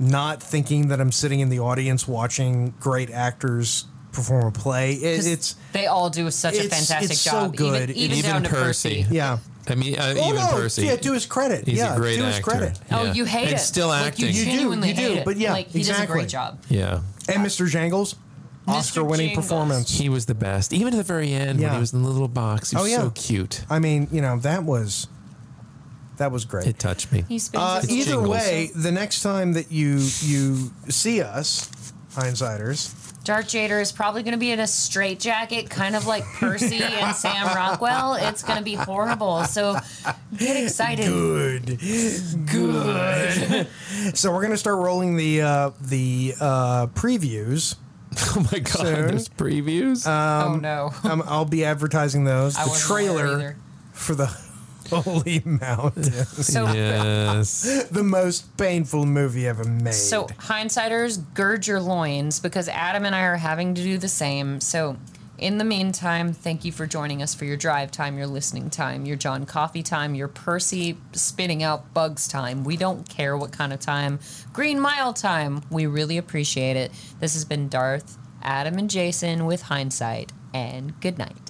S2: not thinking that I'm sitting in the audience watching great actors perform a play. It,
S3: 'Cause
S2: it's
S3: They all do such a
S2: It's-
S3: fantastic
S2: it's so
S3: job.
S2: good.
S3: Even, even
S4: Even
S3: down to Percy.
S4: Percy.
S2: yeah. Oh,
S4: I mean, uh, even Percy.
S2: yeah, to his credit,
S4: He's
S2: yeah,
S4: a great
S2: to his
S4: actor.
S2: credit.
S3: Oh,
S4: Yeah.
S3: you hate
S4: and
S3: it.
S4: still
S3: Like,
S4: acting.
S2: do,
S3: you genuinely
S2: you do,
S3: hate it.
S2: but yeah,
S3: like, he does a
S2: exactly.
S3: great job.
S4: yeah.
S2: And Mr. Jangles,
S3: Mr.
S2: Oscar-winning
S3: Jingles.
S2: performance.
S4: He was the best. Even at the very end when
S2: Yeah.
S4: he was in the little box. He was
S2: Oh, yeah.
S4: so cute.
S2: I mean, you know, that was that was great.
S4: It touched me.
S3: He spins
S2: Uh,
S3: his
S2: either
S4: jingles.
S2: way, the next time that you you see us, hindsiders,
S3: Darth Jader is probably going to be in a straitjacket, kind of like Percy and Sam Rockwell. It's going to be horrible. So get excited.
S2: good, good. so we're gonna start rolling the uh, the uh, previews.
S4: oh my God. There's previews.
S2: Uh,
S3: oh no!
S2: Um, I'll be advertising those.
S3: I
S2: the
S3: wasn't aware
S2: trailer
S3: either.
S2: for the Holy Mountain,
S3: So
S4: yes.
S2: the most painful movie ever made.
S3: So, hindsiders, gird your loins because Adam and I are having to do the same. So, in the meantime, thank you for joining us for your drive time, your listening time, your John Coffee time, your Percy spitting out bugs time. We don't care what kind of time. Green Mile time. We really appreciate it. This has been Darth, Adam, and Jason with Hindsight, and good night.